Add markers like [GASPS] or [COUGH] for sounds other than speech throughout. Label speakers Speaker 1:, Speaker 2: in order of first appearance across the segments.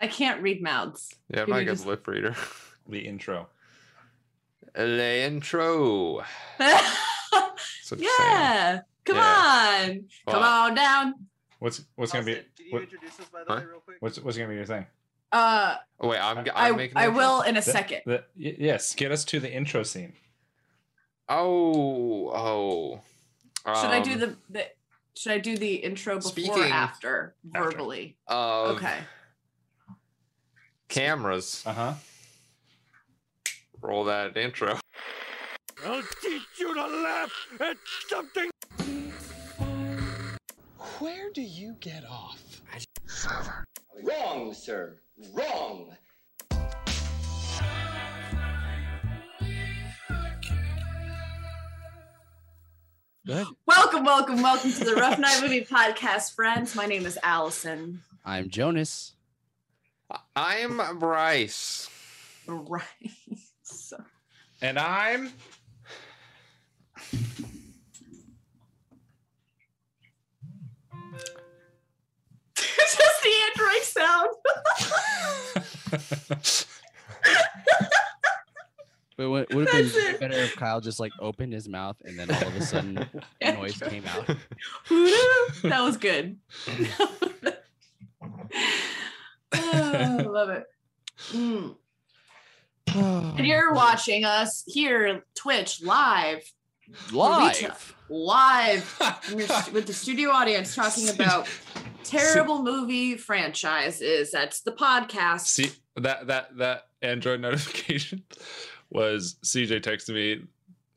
Speaker 1: I can't read mouths. [LAUGHS]
Speaker 2: Yeah, I'm
Speaker 1: Can
Speaker 2: not a
Speaker 1: you
Speaker 2: good
Speaker 1: just-
Speaker 2: lip reader. [LAUGHS]
Speaker 3: The intro.
Speaker 2: Le intro. That's what you're saying.
Speaker 1: yeah. Come on. Come
Speaker 2: Fuck.
Speaker 1: on down.
Speaker 3: What's what's gonna be
Speaker 4: Austin, Can you
Speaker 3: what-
Speaker 4: introduce us by the
Speaker 2: Huh?
Speaker 4: way, real quick?
Speaker 3: what's what's gonna be your thing?
Speaker 1: Uh
Speaker 2: Oh, wait, I'm, I'm
Speaker 1: I
Speaker 2: making the
Speaker 1: I
Speaker 2: intro?
Speaker 1: will
Speaker 3: [LAUGHS]
Speaker 1: in a
Speaker 3: The-
Speaker 1: second.
Speaker 3: the- y- yes, get us to the intro scene.
Speaker 2: Oh, oh.
Speaker 1: Should I do
Speaker 2: Um,
Speaker 1: the, the should I do the intro before or
Speaker 2: Speaking-
Speaker 1: after
Speaker 3: After.
Speaker 1: verbally?
Speaker 2: of
Speaker 1: Okay.
Speaker 2: cameras?
Speaker 3: Uh huh.
Speaker 2: Roll that intro.
Speaker 5: I'll teach you to laugh at something.
Speaker 6: Where do you get off?
Speaker 7: Wrong, sir. Wrong.
Speaker 1: Welcome, welcome, welcome to the Rough Night Movie Podcast, friends. My name is Allison.
Speaker 6: I'm Jonas.
Speaker 2: I'm Bryce.
Speaker 1: Right. So-
Speaker 3: And
Speaker 1: [LAUGHS]
Speaker 3: I'm [LAUGHS]
Speaker 1: It's [LAUGHS] just the Android sound. [LAUGHS]
Speaker 6: But what would have
Speaker 1: That's it.
Speaker 6: been better if Kyle just like opened his mouth and then all of a
Speaker 1: [LAUGHS]
Speaker 6: sudden a noise came out.
Speaker 1: that was good. oh, love it. Mm. And you're watching us here, Twitch live,
Speaker 6: Live.
Speaker 3: [LAUGHS]
Speaker 1: live from your stu- with the studio audience talking about terrible movie franchises. That's the podcast.
Speaker 3: see that that that Android notification was CJ texted me.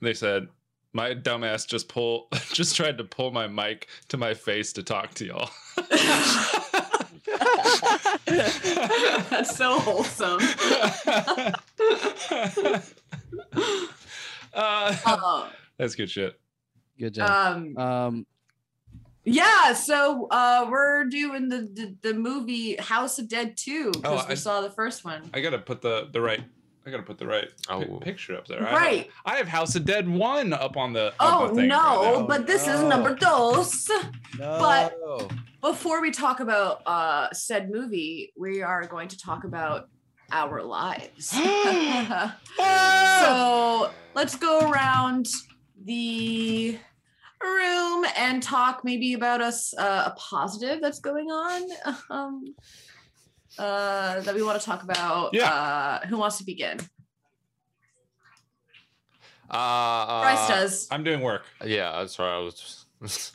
Speaker 3: They said my dumbass just pull [LAUGHS] just tried to pull my mic to my face to talk to
Speaker 1: [LAUGHS]
Speaker 3: y'all.
Speaker 1: [LAUGHS]
Speaker 3: [LAUGHS]
Speaker 1: That's so
Speaker 3: [LAUGHS]
Speaker 1: wholesome.
Speaker 3: Uh,
Speaker 1: Uh,
Speaker 3: that's good shit.
Speaker 6: Good job.
Speaker 1: um,
Speaker 6: um
Speaker 1: Yeah, so uh we're doing the the, the movie House of Dead 2 because
Speaker 3: Oh,
Speaker 1: we
Speaker 3: I-
Speaker 1: saw the first one.
Speaker 3: I gotta put the the right. I gotta put the right pi-
Speaker 2: Oh.
Speaker 3: picture up there. I have-
Speaker 1: right.
Speaker 3: I have, House of Dead one up on the.
Speaker 1: Oh
Speaker 3: up on the thing right
Speaker 1: no,
Speaker 3: now.
Speaker 1: but this is
Speaker 6: no.
Speaker 1: number dos. [LAUGHS]
Speaker 6: no.
Speaker 1: Before we talk about uh said movie, we are going to talk about our lives. [LAUGHS] so let's go around the room and talk maybe about us uh, a positive that's going on um, uh, that we want to talk about.
Speaker 3: Yeah.
Speaker 1: Uh, who wants to begin?
Speaker 2: Uh, uh,
Speaker 1: Bryce does.
Speaker 3: I'm doing work.
Speaker 2: Yeah, that's right. I was just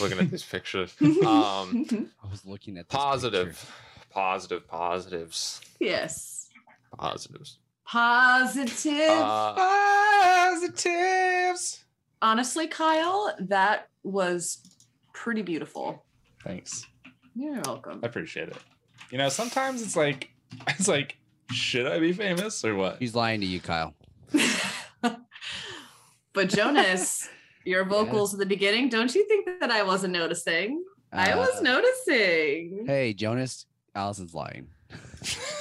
Speaker 2: [LAUGHS] looking at these pictures. Um,
Speaker 6: I was looking at this picture.
Speaker 2: positive, positive, positives,
Speaker 1: [LAUGHS] yes.
Speaker 2: positives.
Speaker 1: Positive.
Speaker 2: Uh,
Speaker 3: Positives.
Speaker 1: Honestly, Kyle, that was pretty beautiful.
Speaker 3: Thanks.
Speaker 1: You're welcome.
Speaker 3: I appreciate it. You know, sometimes it's like, [LAUGHS] it's like, should I be famous or what?
Speaker 6: He's lying to you, Kyle.
Speaker 1: but Jonas, your vocals at the beginning, don't you think that I wasn't noticing? I
Speaker 6: Uh,
Speaker 1: was noticing.
Speaker 6: Hey, Jonas, Allison's lying.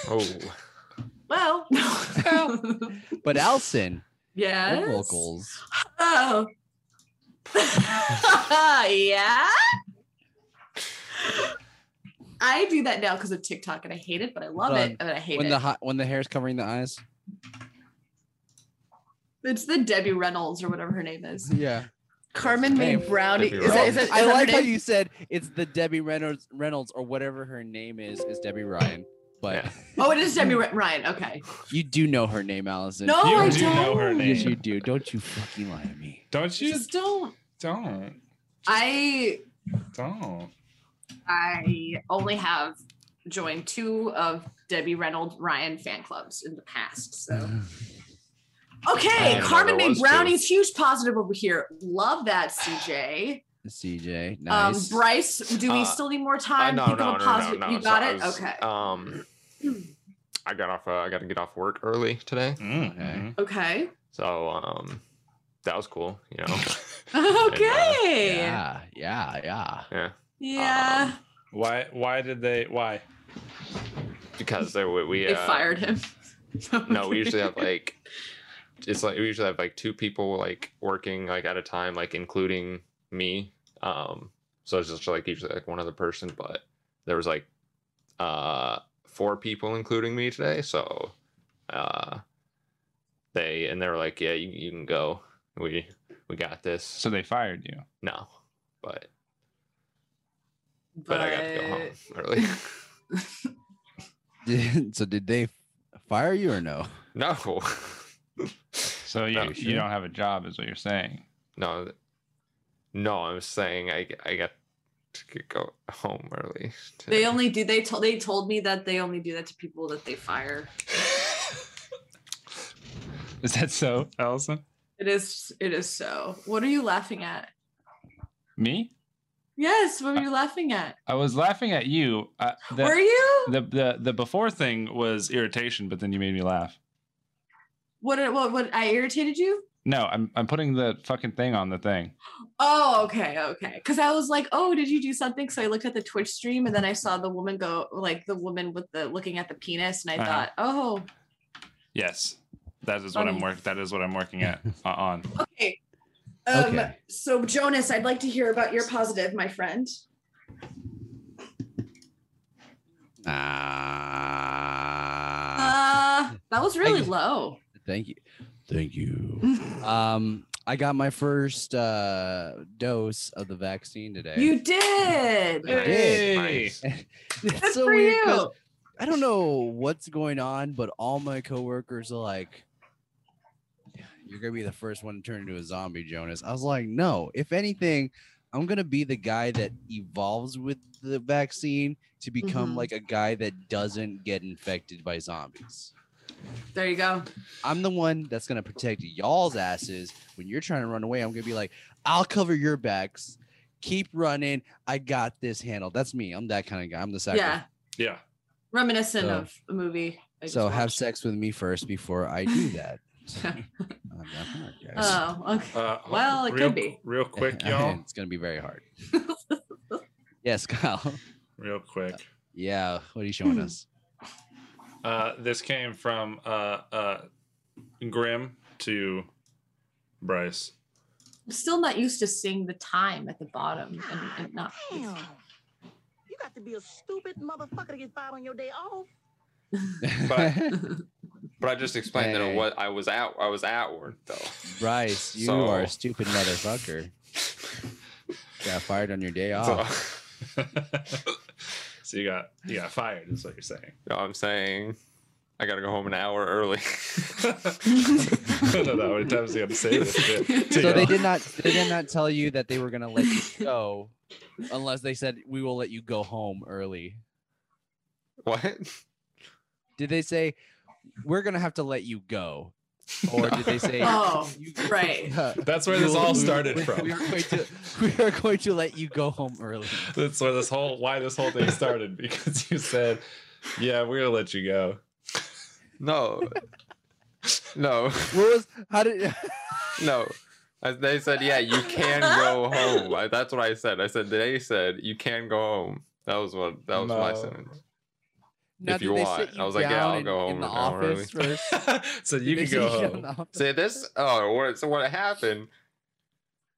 Speaker 2: oh,
Speaker 6: [LAUGHS]
Speaker 1: Well,
Speaker 6: But Allison,
Speaker 1: yes.
Speaker 6: her vocals.
Speaker 1: Oh. [LAUGHS] yeah. I do that now because of TikTok and I hate it, but I love
Speaker 6: Hold
Speaker 1: it
Speaker 6: on.
Speaker 1: and I hate
Speaker 6: When
Speaker 1: it.
Speaker 6: the hi- when the hair's covering the eyes.
Speaker 1: it's the Debbie Reynolds or whatever her name
Speaker 6: [LAUGHS]
Speaker 1: is.
Speaker 6: Yeah.
Speaker 1: Carmen May
Speaker 6: Hey,
Speaker 1: Brownie.
Speaker 2: Debbie
Speaker 1: Is that, is
Speaker 2: Reynolds.
Speaker 1: that, is
Speaker 6: I
Speaker 1: that her
Speaker 6: like how
Speaker 1: name?
Speaker 6: you said it's the Debbie Reynolds Reynolds or whatever her name is is Debbie Ryan. But
Speaker 1: Oh, it is Debbie Re- Ryan. Okay.
Speaker 6: you do know her name, Allison.
Speaker 1: No,
Speaker 3: you
Speaker 1: Oh, I
Speaker 3: do
Speaker 1: don't.
Speaker 3: know her
Speaker 6: Yes, you
Speaker 3: name.
Speaker 6: do. Don't you fucking lie to me.
Speaker 3: Don't you?
Speaker 1: Just don't.
Speaker 3: Don't.
Speaker 1: I
Speaker 3: Don't.
Speaker 1: I only have joined two of Debbie Reynolds Ryan fan clubs in the past. So
Speaker 2: I
Speaker 1: okay,
Speaker 2: didn't know
Speaker 1: Carmen
Speaker 2: there
Speaker 1: May
Speaker 2: was two.
Speaker 1: Brownie's huge positive over here. Love that, CJ.
Speaker 6: CJ, nice.
Speaker 1: Um, Bryce, do we
Speaker 2: Uh,
Speaker 1: still need more
Speaker 2: I
Speaker 1: time?
Speaker 2: no,
Speaker 1: Think
Speaker 2: no,
Speaker 1: of
Speaker 2: no,
Speaker 1: a
Speaker 2: no,
Speaker 1: positive-
Speaker 2: no.
Speaker 1: You
Speaker 2: so
Speaker 1: got
Speaker 2: I
Speaker 1: it.
Speaker 2: was,
Speaker 1: okay.
Speaker 2: Um, I got off. Uh, I got to get off work early today,
Speaker 3: Mm,
Speaker 6: Okay.
Speaker 2: uh,
Speaker 1: okay. [LAUGHS]
Speaker 2: so um, that was cool. You know. [LAUGHS]
Speaker 1: Okay.
Speaker 2: Um,
Speaker 1: Yeah.
Speaker 6: yeah, yeah, yeah. [LAUGHS]
Speaker 2: Yeah. Um,
Speaker 3: Why? Why did they? Why?
Speaker 2: because they, we, we
Speaker 1: They
Speaker 2: uh,
Speaker 1: fired him. [LAUGHS]
Speaker 2: No, we usually have like it's like we usually have like two people like working like at a time, like including me. Um so it's just like usually like one other person, but there was like uh four people, including me today. So uh, they and they were like, "Yeah, you, you can go. We we got this."
Speaker 3: So they fired you.
Speaker 2: no, but
Speaker 1: But,
Speaker 2: but I got to go home early. [LAUGHS]
Speaker 6: Did- so did they fire you or no?
Speaker 2: no,
Speaker 3: [LAUGHS] So you,
Speaker 2: [LAUGHS] No,
Speaker 3: you don't have a job, is what you're saying.
Speaker 2: no, th- no. I'm saying I I got to go home early.
Speaker 1: They
Speaker 2: today.
Speaker 1: only do. They told. They told me that they only do that to people that they fire.
Speaker 3: Is that so, Allison?
Speaker 1: It is. It is so. What are you laughing at?
Speaker 3: Me?
Speaker 1: Yes. What are you laughing at?
Speaker 3: I was laughing at you. Uh, the,
Speaker 1: Were you?
Speaker 3: the the the before thing was irritation, but then you made me laugh.
Speaker 1: What? What? What? I irritated you?
Speaker 3: No, I'm I'm putting the fucking thing on the thing.
Speaker 1: Oh, okay, okay. Because I was like, oh, did you do something? So I looked at the Twitch stream and then I saw the woman go, like the woman with the looking at the penis, and I
Speaker 3: Uh-huh.
Speaker 1: thought, oh,
Speaker 3: Yes, that is what I'm
Speaker 1: Funny.
Speaker 3: work. That is what I'm working [LAUGHS] at uh, on.
Speaker 1: okay. Um,
Speaker 6: Okay.
Speaker 1: So Jonas, I'd like to hear about your positive, my friend.
Speaker 6: Ah.
Speaker 1: Uh, that was really
Speaker 6: you.
Speaker 1: low.
Speaker 6: Thank you.
Speaker 1: [LAUGHS]
Speaker 6: Thank you. Um, I got my first uh dose of the vaccine today. [LAUGHS]
Speaker 1: you did.
Speaker 2: Nice,
Speaker 6: Hey.
Speaker 2: nice.
Speaker 6: It's
Speaker 1: Good
Speaker 6: so
Speaker 1: for
Speaker 6: weird
Speaker 1: you.
Speaker 6: 'cause I don't know what's going on, but all my coworkers are like, "You're gonna be the first one to turn into a zombie, Jonas." I was like, "No. If anything, I'm gonna be the guy that evolves with the vaccine to become
Speaker 1: Mhm.
Speaker 6: like a guy that doesn't get infected by zombies.
Speaker 1: There you go.
Speaker 6: I'm the one that's gonna protect y'all's asses when you're trying to run away. I'm gonna be like, I'll cover your backs." Keep running. I got this handled. That's me. I'm that kind of guy. I'm the sacrifice.
Speaker 1: Yeah,
Speaker 3: Yeah,
Speaker 1: reminiscent
Speaker 6: So-
Speaker 1: of a movie. I just
Speaker 6: So have
Speaker 1: watched.
Speaker 6: sex with me first before I do
Speaker 1: [LAUGHS]
Speaker 6: that. I'm not hard, guys.
Speaker 1: Oh, okay.
Speaker 3: Uh,
Speaker 1: Well, it
Speaker 3: real,
Speaker 1: could be.
Speaker 3: real
Speaker 6: [LAUGHS]
Speaker 3: [LAUGHS] quick, y'all.
Speaker 6: it's gonna be very
Speaker 1: [LAUGHS]
Speaker 6: hard. yes, Kyle. [LAUGHS]
Speaker 3: Real quick.
Speaker 6: Yeah, what are you showing us?
Speaker 3: Uh, this came from uh, uh, Grim to Bryce. [LAUGHS]
Speaker 1: I'm still not used to seeing the time at the bottom and, and not.
Speaker 4: Damn. You got to be a stupid motherfucker to get fired on your day off.
Speaker 2: But- But I just explained that
Speaker 6: Hey.
Speaker 2: it was I was out I was at work though.
Speaker 6: [LAUGHS] Bryce, you
Speaker 2: So-
Speaker 6: are a stupid motherfucker. Got fired on your day
Speaker 3: Oh.
Speaker 2: So- [LAUGHS]
Speaker 6: off.
Speaker 3: so you got you got fired, is what
Speaker 1: [LAUGHS]
Speaker 3: you're saying.
Speaker 2: No, I'm saying I gotta go home an hour early. [LAUGHS]
Speaker 3: I don't know how many times you have to say
Speaker 1: [LAUGHS]
Speaker 3: this shit.
Speaker 6: So,
Speaker 3: to
Speaker 6: they
Speaker 3: y'all.
Speaker 6: did not they did not tell you that they were gonna let you go unless they said we will let you go home early.
Speaker 2: what?
Speaker 6: Did they say we're gonna have to let you go? Or did they
Speaker 1: [LAUGHS]
Speaker 6: say "Uh,
Speaker 1: Oh,
Speaker 6: you [LAUGHS]
Speaker 1: right.
Speaker 3: That's where this
Speaker 6: You'll-
Speaker 3: all
Speaker 6: we-
Speaker 3: started
Speaker 6: we- We
Speaker 3: from.
Speaker 6: are going to [LAUGHS] we are going to let you go home early.
Speaker 3: That's where this whole why this whole thing started because you said, "Yeah, we're gonna let you go."
Speaker 2: No. No,
Speaker 6: What was how did [LAUGHS]
Speaker 2: no. I- They said, yeah, you can go home. I- That's what I said. I said they said you can go home. That was what that was my
Speaker 3: No.
Speaker 2: sentence.
Speaker 6: now
Speaker 2: If you
Speaker 6: did they
Speaker 2: want.
Speaker 6: sit you
Speaker 2: I was like, yeah,
Speaker 6: down
Speaker 2: I'll
Speaker 6: in-
Speaker 2: go home
Speaker 6: in the
Speaker 2: an hour early. [LAUGHS]
Speaker 6: office first?
Speaker 3: [LAUGHS] so
Speaker 6: Did
Speaker 3: you
Speaker 6: they
Speaker 3: can
Speaker 6: sit
Speaker 1: [LAUGHS]
Speaker 3: go
Speaker 6: [LAUGHS] down in
Speaker 3: home.
Speaker 6: the office?
Speaker 2: See this? Oh, what, so what happened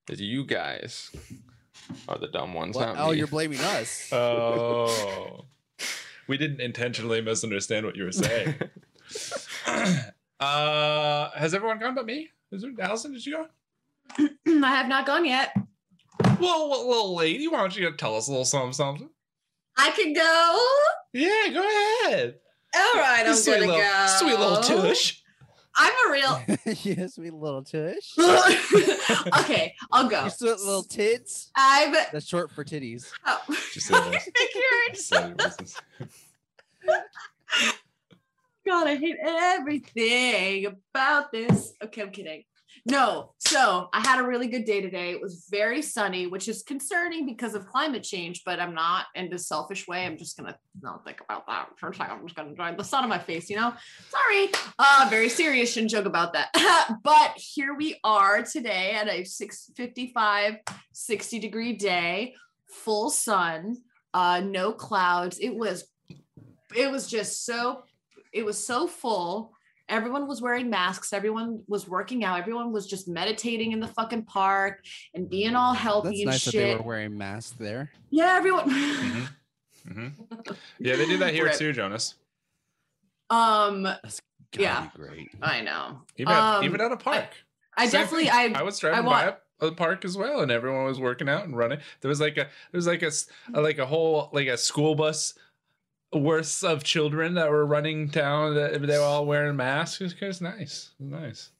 Speaker 2: is you guys are the dumb ones.
Speaker 6: What-
Speaker 2: not
Speaker 6: oh,
Speaker 2: me. [LAUGHS]
Speaker 6: you're blaming us.
Speaker 3: Oh, we didn't intentionally misunderstand what you
Speaker 1: [LAUGHS]
Speaker 3: were saying. [CLEARS THROAT] uh, has everyone gone but me? Is there, Allison, did you go?
Speaker 1: I have not gone yet.
Speaker 3: Well, well, little lady, why don't you tell us a little something, something?
Speaker 1: I could go.
Speaker 3: Yeah, go ahead.
Speaker 1: All right, I'm
Speaker 3: sweet
Speaker 1: gonna
Speaker 3: little,
Speaker 1: go.
Speaker 3: Sweet little tush.
Speaker 1: I'm a [LAUGHS]
Speaker 2: Oh.
Speaker 1: real.
Speaker 6: [LAUGHS] yes, we little tush.
Speaker 1: okay, I'll go.
Speaker 6: You sweet little tits.
Speaker 1: I'm.
Speaker 6: That's short for titties.
Speaker 1: Oh.
Speaker 3: Just say
Speaker 1: I
Speaker 3: that.
Speaker 1: think [LAUGHS] you're
Speaker 3: Just say it.
Speaker 1: God, I hate everything about this. Okay, I'm kidding. No, so I had a really good day today. It was very sunny, which is concerning because of climate change, but I'm not in this selfish way. I'm just gonna not think about that for a second. I'm just gonna enjoy the sun on my face, you know? Sorry. Uh very serious, shouldn't joke about that. [LAUGHS] but here we are today at a 655, 60 degree day, full sun, uh, no clouds. It was it was just so it was so full. Everyone was wearing masks. Everyone was working out. Everyone was just meditating in the fucking park and being all healthy
Speaker 6: That's
Speaker 1: and
Speaker 6: nice that they
Speaker 1: shit.
Speaker 6: were Mm-hmm. wearing masks there.
Speaker 3: Mm-hmm.
Speaker 1: yeah, everyone.
Speaker 3: Mhm. Yeah, they do that here
Speaker 1: Rip.
Speaker 3: too, Jonas.
Speaker 1: [LAUGHS] Um,
Speaker 6: Gotta
Speaker 1: Yeah.
Speaker 6: be great.
Speaker 1: I know.
Speaker 3: Even,
Speaker 1: Um,
Speaker 3: even at a park.
Speaker 1: I
Speaker 3: Same
Speaker 1: definitely,
Speaker 3: thing.
Speaker 1: I,
Speaker 3: I was driving
Speaker 1: I want-
Speaker 3: by a, a park as well, and everyone was working out and running. There was like a there was like a, s- a- like a whole like a school bus worth of children that were running down. That they were all wearing masks. It was, it was nice. It was nice.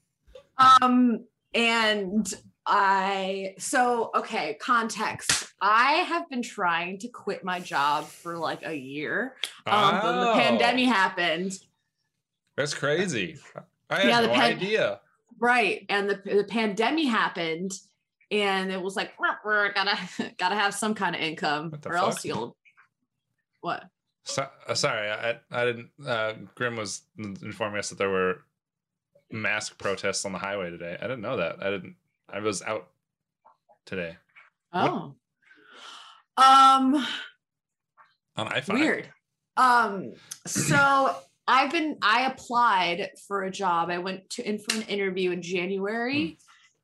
Speaker 1: Um, and I, so, okay, context. I have been trying to quit my job for like a year. Um, When the
Speaker 3: Oh,
Speaker 1: pandemic happened,
Speaker 3: That's crazy. I had
Speaker 1: Yeah,
Speaker 3: no
Speaker 1: the pan-
Speaker 3: idea.
Speaker 1: right? And the, the pandemic happened, and it was like, "Ruh, ruh, gotta, [LAUGHS] gotta have some kind of income,
Speaker 3: What the
Speaker 1: or else
Speaker 3: fuck?
Speaker 1: you'll, what?
Speaker 3: So, uh, sorry, I, I didn't. Uh, Grim was informing us that there were mask protests on the highway today. I didn't know that. I didn't. I was out today
Speaker 1: Oh. Um,
Speaker 3: on I five.
Speaker 1: weird um so [CLEARS THROAT] i've been i applied for a job i went to in for an interview in january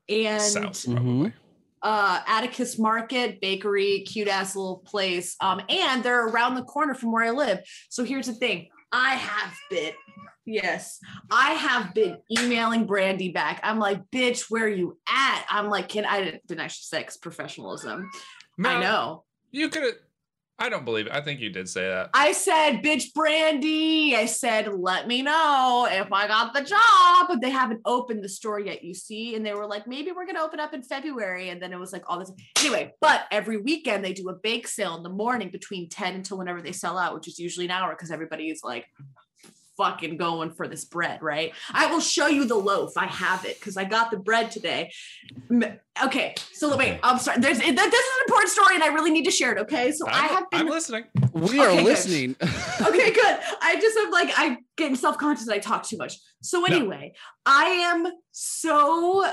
Speaker 1: and
Speaker 3: South
Speaker 6: Mhm.
Speaker 2: Mm-hmm.
Speaker 3: probably.
Speaker 1: uh atticus market bakery cute ass little place um and they're around the corner from where i live so here's the thing i have been yes i have been emailing brandy back i'm like bitch where you at i'm like can i didn't actually say 'cause professionalism i
Speaker 3: No,
Speaker 1: know
Speaker 3: You could have. I don't believe it. I think you did say that.
Speaker 1: I said, bitch, Brandy. I said, let me know if I got the job. But they haven't opened the store yet, you see. And they were like, maybe we're going to open up in February. And then it was like all this. Anyway, but every weekend they do a bake sale in the morning between 10 until whenever they sell out, which is usually an hour because everybody is like fucking going for this bread, right? I will show you the loaf. I have it because I got the bread today. M- Okay. So wait, I'm sorry. There's, it- this is an important story and I really need to share it. Okay. So I
Speaker 3: I'm,
Speaker 1: have been
Speaker 3: I'm listening.
Speaker 6: We are
Speaker 1: Okay, good.
Speaker 6: listening. [LAUGHS]
Speaker 1: okay, good. I just am like I getting self conscious. that I talk too much. So
Speaker 3: No.
Speaker 1: anyway, I am so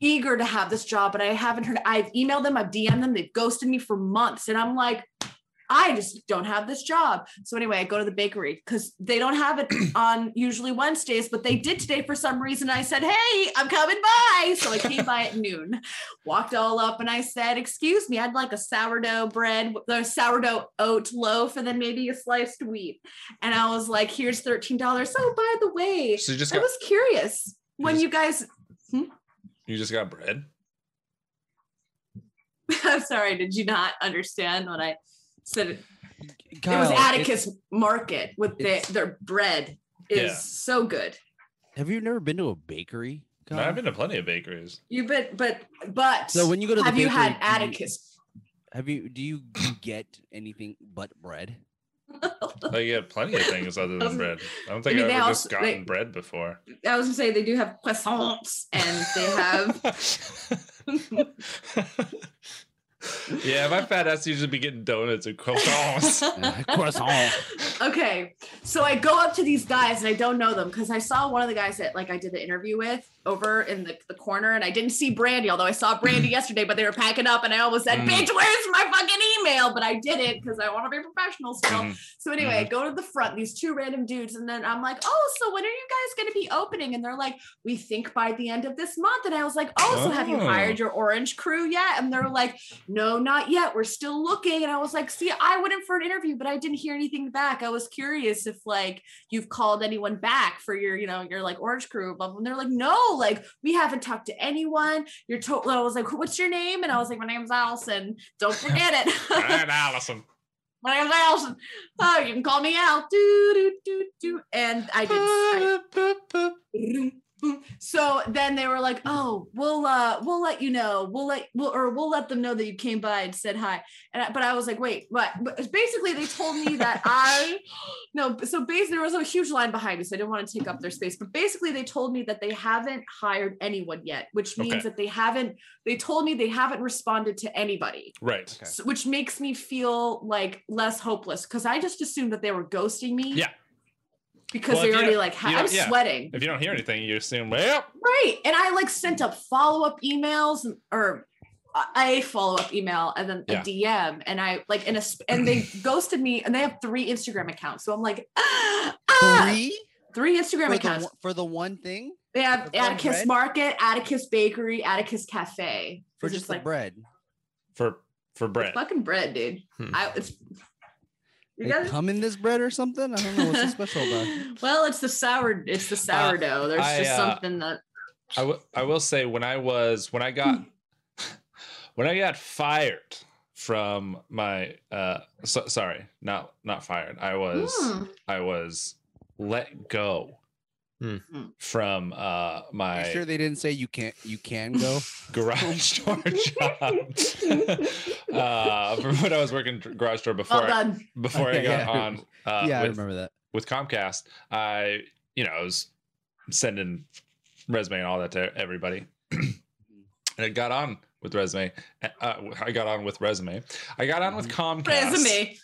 Speaker 1: eager to have this job, but I haven't heard. I've emailed them, I've DM'd them, they've ghosted me for months, and I'm like, I just don't have this job. So anyway, I go to the bakery because they don't have it on usually Wednesdays, but they did today for some reason. I said, Hey, I'm coming by. So I came by at noon, walked all up, and I said, Excuse me, I'd like a sourdough bread, the sourdough oat loaf, and then maybe a sliced wheat. And I was like, Here's $13. Oh, by the way,
Speaker 3: So you just
Speaker 1: I
Speaker 3: got
Speaker 1: was curious when
Speaker 3: Just-
Speaker 1: you guys [LAUGHS]
Speaker 3: you just got bread.
Speaker 1: I'm sorry, did you not understand what I said? it was
Speaker 6: Kyle,
Speaker 1: Atticus Market with the,
Speaker 6: it's-
Speaker 1: their bread is
Speaker 3: Yeah.
Speaker 1: so good.
Speaker 6: Have you never been to a bakery?
Speaker 3: No,
Speaker 6: Kyle?
Speaker 3: I've been to plenty of bakeries.
Speaker 1: You but but but
Speaker 6: So when you go to the
Speaker 1: have you had
Speaker 6: bakery, do you-
Speaker 1: Atticus?
Speaker 6: Have you?
Speaker 1: [COUGHS]
Speaker 6: Do you get anything but bread?
Speaker 3: Like you had plenty of things other than
Speaker 1: Doesn't-
Speaker 3: bread. I don't think
Speaker 1: Um, I mean,
Speaker 3: I've
Speaker 1: they
Speaker 3: ever
Speaker 1: also-
Speaker 3: just gotten
Speaker 1: they- [LAUGHS]
Speaker 3: bread before.
Speaker 1: I was gonna say they do have croissants and they
Speaker 6: [LAUGHS]
Speaker 1: have
Speaker 3: [LAUGHS] yeah, my fat ass used to be getting donuts and
Speaker 1: [LAUGHS]
Speaker 3: croissants.
Speaker 6: Uh, Croissant.
Speaker 1: okay, so I go up to these guys and I don't know them because I saw one of the guys that like I did the interview with over in the, the corner and I didn't see Brandy, although I saw Brandy yesterday, but they were packing up and I almost said,
Speaker 3: Mm.
Speaker 1: Bitch, where's my fucking email? But I did it because I want to be professional still.
Speaker 3: Mhm.
Speaker 1: So anyway, I go to the front, these two random dudes, and then I'm like, oh, so when are you guys going to be opening? And they're like, we think by the end of this month. And I was like, oh, so have you
Speaker 3: Oh.
Speaker 1: hired your orange crew yet? And they're like, no, not yet. We're still looking. And I was like, see, I went in for an interview, but I didn't hear anything back. I was curious if like you've called anyone back for your, you know, your like orange crew. Blah, blah. And they're like, no, like we haven't talked to anyone. You're total. I was like, what's your name? And I was like, my name's Allison. Don't forget
Speaker 3: All
Speaker 1: it.
Speaker 3: [LAUGHS] right, Allison.
Speaker 1: My name's Allison. Oh, you can call me Al. Do do do do. And I did. I- Boom, boom. so then they were like, "Oh, we'll uh, we'll let you know. We'll let we'll, or we'll let them know that you came by and said hi." And I, but I was like, "Wait, what?" But basically, they told me that I no. So basically, there was a huge line behind me, so I didn't want to take up their space. But basically, they told me that they haven't hired anyone yet, which means
Speaker 3: Okay.
Speaker 1: that they haven't. They told me they haven't responded to anybody.
Speaker 3: Right.
Speaker 6: Okay.
Speaker 1: So- which makes me feel like less hopeless because I just assumed that they were ghosting me.
Speaker 3: Yeah.
Speaker 1: Because
Speaker 3: Well,
Speaker 1: they
Speaker 3: if you
Speaker 1: already
Speaker 3: don't-
Speaker 1: like, ha-
Speaker 3: you
Speaker 1: I'm
Speaker 3: don't- yeah.
Speaker 1: sweating.
Speaker 3: If you don't hear anything, you assume, well,
Speaker 1: Right. And I like sent up follow up emails and- or a follow up email and then a DM. And I like, in a, sp- and
Speaker 3: [CLEARS THROAT]
Speaker 1: they ghosted me and they have three Instagram accounts. So I'm like, [GASPS] ah, ah,
Speaker 6: Three
Speaker 1: three Instagram
Speaker 6: for the,
Speaker 1: accounts.
Speaker 6: one- for the one thing
Speaker 1: They have
Speaker 6: the one
Speaker 1: Atticus
Speaker 6: bread?
Speaker 1: Market, Atticus Bakery, Atticus Cafe.
Speaker 6: for
Speaker 1: It's
Speaker 6: just the
Speaker 1: like,
Speaker 6: bread.
Speaker 3: for for bread.
Speaker 1: Fucking bread, dude.
Speaker 2: Hmm.
Speaker 1: I, it's You
Speaker 6: They
Speaker 1: guys-
Speaker 6: come in this bread or something? I don't know what's so special
Speaker 3: [LAUGHS]
Speaker 6: about.
Speaker 1: [LAUGHS]
Speaker 6: it.
Speaker 1: well, it's the sour. It's the sourdough. There's
Speaker 3: I,
Speaker 1: just
Speaker 3: uh,
Speaker 1: something that.
Speaker 3: I wi- I will say when I was when I got [LAUGHS] when I got fired from my uh so, sorry not not fired I was
Speaker 1: Hmm.
Speaker 3: I was let go
Speaker 2: Hmm.
Speaker 1: Hmm.
Speaker 3: from uh
Speaker 6: You
Speaker 3: my
Speaker 6: sure they didn't say you can't you can go? [LAUGHS]
Speaker 3: garage door job [LAUGHS] uh from when I was working dr- garage door before
Speaker 1: Well
Speaker 3: I,
Speaker 1: done.
Speaker 3: before I
Speaker 6: Okay,
Speaker 3: got
Speaker 6: yeah.
Speaker 3: on uh,
Speaker 6: yeah, I
Speaker 3: with,
Speaker 6: remember that.
Speaker 3: with Comcast, I you know I was sending resume and all that to everybody, [CLEARS THROAT] and I got on with resume. Uh, I got on with resume. I got on with Comcast.
Speaker 1: Resume.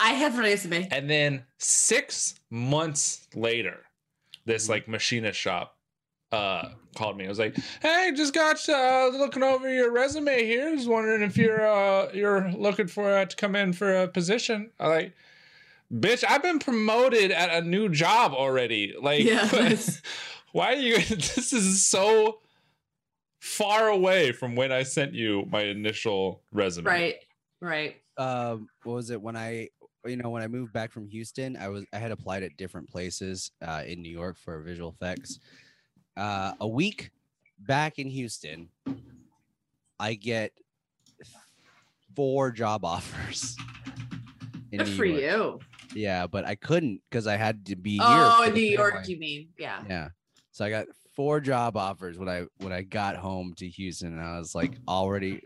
Speaker 1: I have resume.
Speaker 3: And then six months later,
Speaker 1: Mm-hmm.
Speaker 3: this like machinist shop uh called me. I was like, "Hey, just got uh, looking over your resume here. Just wondering if you're uh you're looking for uh, to come in for a position." I like, "Bitch, I've been promoted at a new job already. Like,
Speaker 1: Yeah.
Speaker 3: [LAUGHS]
Speaker 1: [LAUGHS]
Speaker 3: why are you? [LAUGHS] this is so." far away from when i sent you my initial resume
Speaker 1: Right. Right.
Speaker 6: um what was it when i you know when i moved back from houston i was i had applied at different places uh in new york for visual effects uh a week back in houston i get four job [LAUGHS] offers in
Speaker 1: Good
Speaker 6: New
Speaker 1: for
Speaker 6: York.
Speaker 1: you.
Speaker 6: yeah but i couldn't because i had to be here
Speaker 1: Oh,
Speaker 6: for
Speaker 1: in
Speaker 6: the
Speaker 1: New York,
Speaker 6: family.
Speaker 1: you mean? Yeah.
Speaker 6: yeah so i got four job offers when i when i got home to houston and i was like already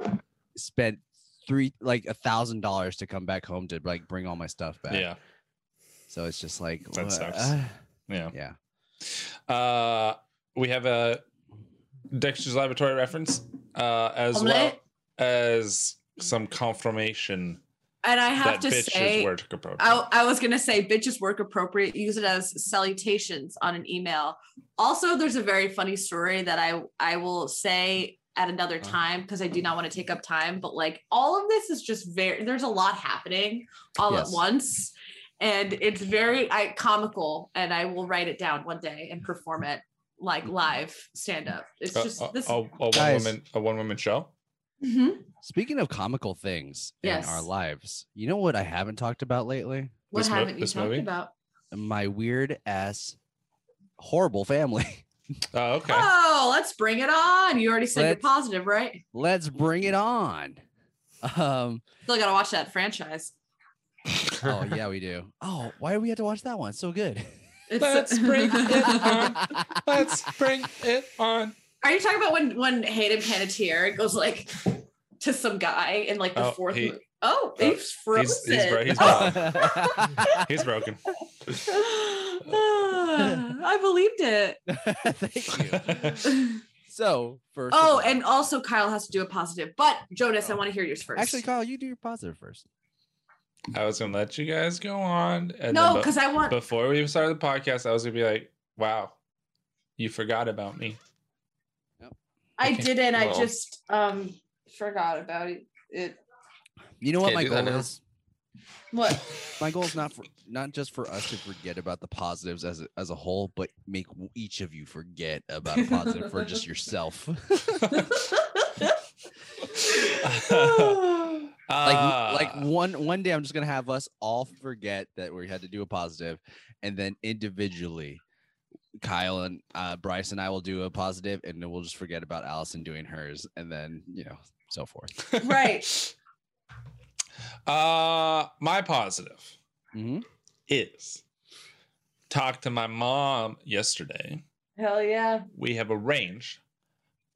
Speaker 6: spent three like a thousand dollars to come back home to like bring all my stuff back
Speaker 3: yeah
Speaker 6: so it's just like
Speaker 3: That
Speaker 6: wha-
Speaker 3: sucks.
Speaker 6: uh,
Speaker 3: yeah
Speaker 6: yeah
Speaker 3: Uh, we have a Dexter's Laboratory reference, uh, as
Speaker 1: Omelette?
Speaker 3: well as some confirmation
Speaker 1: And I have
Speaker 3: that
Speaker 1: to
Speaker 3: bitch
Speaker 1: say,
Speaker 3: is word appropriate.
Speaker 1: I, I was gonna say bitches work appropriate. Use it as salutations on an email. Also, there's a very funny story that I I will say at another
Speaker 3: Uh-huh.
Speaker 6: Uh.
Speaker 1: time because I do not want to take up time. But like all of this is just very there's a lot happening all
Speaker 6: Yes.
Speaker 1: at once, and it's very I, comical. And I will write it down one day and perform it like
Speaker 3: Mm-hmm.
Speaker 1: live stand up. It's
Speaker 3: A-
Speaker 1: just
Speaker 3: a,
Speaker 1: this.
Speaker 3: uh, a, a one
Speaker 6: Guys.
Speaker 3: woman a one woman show.
Speaker 1: Mhm.
Speaker 6: speaking of comical things in our
Speaker 1: Yes.
Speaker 6: lives you know what i haven't talked about lately
Speaker 1: What
Speaker 3: This mo-
Speaker 1: haven't you
Speaker 3: this
Speaker 1: talked
Speaker 3: movie?
Speaker 1: about?
Speaker 6: my weird ass horrible family [LAUGHS]
Speaker 3: Oh, okay.
Speaker 1: Oh, let's bring it on. You already said
Speaker 6: Let's-
Speaker 1: you're positive, right?
Speaker 6: let's bring it on um
Speaker 1: Still gotta watch that franchise.
Speaker 6: oh yeah we do oh why do we have to watch that one it's so good [LAUGHS]
Speaker 1: It's
Speaker 3: Let's bring it on. Let's bring it on.
Speaker 1: Are you talking about when when Hayden Panettiere goes like to some guy in like the
Speaker 3: Oh,
Speaker 1: fourth?
Speaker 3: he-
Speaker 1: movie? oh,
Speaker 3: oh,
Speaker 1: he's frozen.
Speaker 3: he's- he's bro- he's
Speaker 1: Oh.
Speaker 3: He's broken.
Speaker 1: [LAUGHS] I believed it.
Speaker 6: [LAUGHS] Thank you. So first. of all-
Speaker 1: Oh, and also Kyle has to do a positive. But Jonas, I want to hear yours first.
Speaker 6: actually, Kyle, you do your positive first.
Speaker 3: I was gonna let you guys go on. And
Speaker 1: no,
Speaker 3: then
Speaker 1: because I
Speaker 3: be-
Speaker 1: want.
Speaker 3: before we started the podcast, I was gonna be like, "Wow, you forgot about me."
Speaker 1: I didn't. I
Speaker 2: Well.
Speaker 1: just um forgot about it. it
Speaker 6: You know what
Speaker 2: Can't
Speaker 6: my
Speaker 2: do that
Speaker 6: goal
Speaker 2: now.
Speaker 6: is?
Speaker 1: what? [LAUGHS]
Speaker 6: My goal is not for not just for us to forget about the positives as a, as a whole, but make w- each of you forget about a positive for just yourself. [LAUGHS] like
Speaker 2: Ah.
Speaker 3: Uh,
Speaker 6: like one one day, I'm just gonna have us all forget that we had to do a positive, and then individually. Kyle and uh, Bryce and I will do a positive, and then we'll just forget about Allison doing hers, and then you know, so forth.
Speaker 1: right.
Speaker 3: Uh, my positive
Speaker 6: Mm-hmm.
Speaker 3: is talked to my mom yesterday.
Speaker 1: Hell yeah.
Speaker 3: We have arranged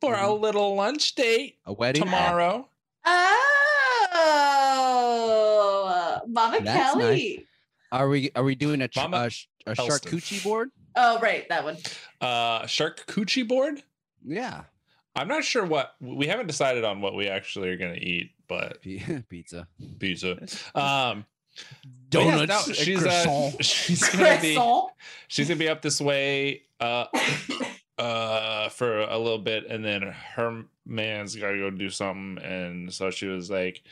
Speaker 3: for a
Speaker 6: Mhm.
Speaker 3: little lunch date
Speaker 6: A wedding Oh,
Speaker 3: tomorrow.
Speaker 1: Oh, Mama
Speaker 6: That's nice.
Speaker 1: Kelly.
Speaker 6: Are we are we doing a ch-
Speaker 3: Mama
Speaker 6: a, sh- a
Speaker 3: Elston.
Speaker 6: charcuterie board?
Speaker 1: Oh, right, that one.
Speaker 3: Uh, shark coochie board.
Speaker 6: Yeah, [LAUGHS]
Speaker 3: I'm not sure what we haven't decided on what we actually are gonna eat, but
Speaker 6: P- pizza,
Speaker 3: pizza. Um, but yeah,
Speaker 6: donuts,
Speaker 3: no,
Speaker 6: and
Speaker 3: she's uh, [LAUGHS]
Speaker 6: croissant.
Speaker 3: she's gonna be
Speaker 1: Crystal.
Speaker 3: she's gonna be up this way uh [COUGHS] uh for a little bit and then her man's gotta go do something and so she was like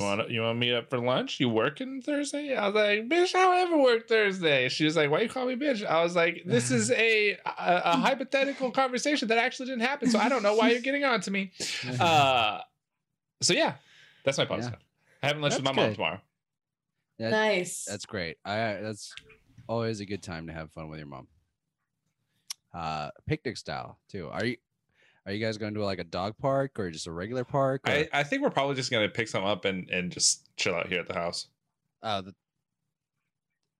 Speaker 3: you
Speaker 6: [LAUGHS]
Speaker 3: want you want to meet up for lunch you working thursday i was like bitch i don't ever work thursday she was like why you call me bitch i was like this
Speaker 6: [LAUGHS]
Speaker 3: is a a, a hypothetical conversation that actually didn't happen so i don't know why you're getting on to
Speaker 6: [LAUGHS]
Speaker 3: me uh so yeah that's my positive i haven't lunch with my
Speaker 6: That's
Speaker 3: mom
Speaker 6: good.
Speaker 3: tomorrow
Speaker 6: That-
Speaker 1: nice.
Speaker 6: That's great. I that's always a good time to have fun with your mom. Uh, picnic style too. Are you are you guys going to like a dog park or just a regular park? Or,
Speaker 3: I, I think we're probably just gonna pick some up and, and just chill out here at the house.
Speaker 6: uh, the,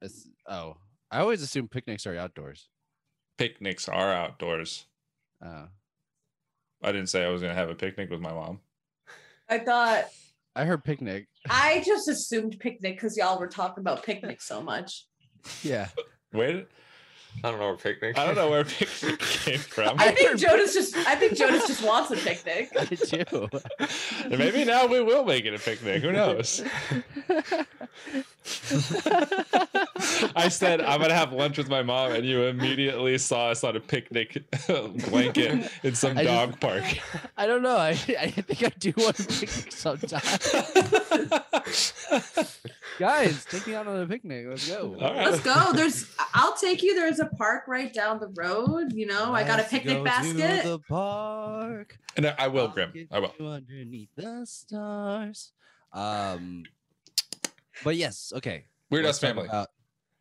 Speaker 6: it's, oh, I always assume picnics are outdoors.
Speaker 3: Picnics are outdoors.
Speaker 6: Uh,
Speaker 3: I didn't say I was gonna have a picnic with my mom.
Speaker 1: I thought
Speaker 6: I heard picnic.
Speaker 1: I just assumed picnic because y'all were talking about picnic so much.
Speaker 6: Yeah, [LAUGHS]
Speaker 3: Wait,
Speaker 2: I don't know where picnic.
Speaker 3: I
Speaker 2: [LAUGHS]
Speaker 3: don't know where picnic came from.
Speaker 1: I think Jonas just I think Jonas just wants a picnic.
Speaker 6: I do. [LAUGHS]
Speaker 3: And [LAUGHS] Maybe now we will make it a picnic. Who knows? I said I'm gonna have lunch with my mom, and you immediately saw us on a picnic [LAUGHS] blanket in some
Speaker 6: I just-
Speaker 3: dog park.
Speaker 6: I don't know. I, I think I do want a picnic sometime. Guys, take me out on a picnic. Let's go.
Speaker 3: [LAUGHS] All right.
Speaker 1: Let's go. There's I'll take you. There's a park right down the road. You know, Oh, I got a
Speaker 6: Let's
Speaker 1: picnic
Speaker 6: go
Speaker 1: basket.
Speaker 6: To the park.
Speaker 3: and I, I will,
Speaker 6: I'll
Speaker 3: Grim.
Speaker 6: get
Speaker 3: I will.
Speaker 6: you Underneath the stars. Um, but yes, okay.
Speaker 3: Weird
Speaker 6: let's
Speaker 3: Us
Speaker 6: talk
Speaker 3: family.
Speaker 6: about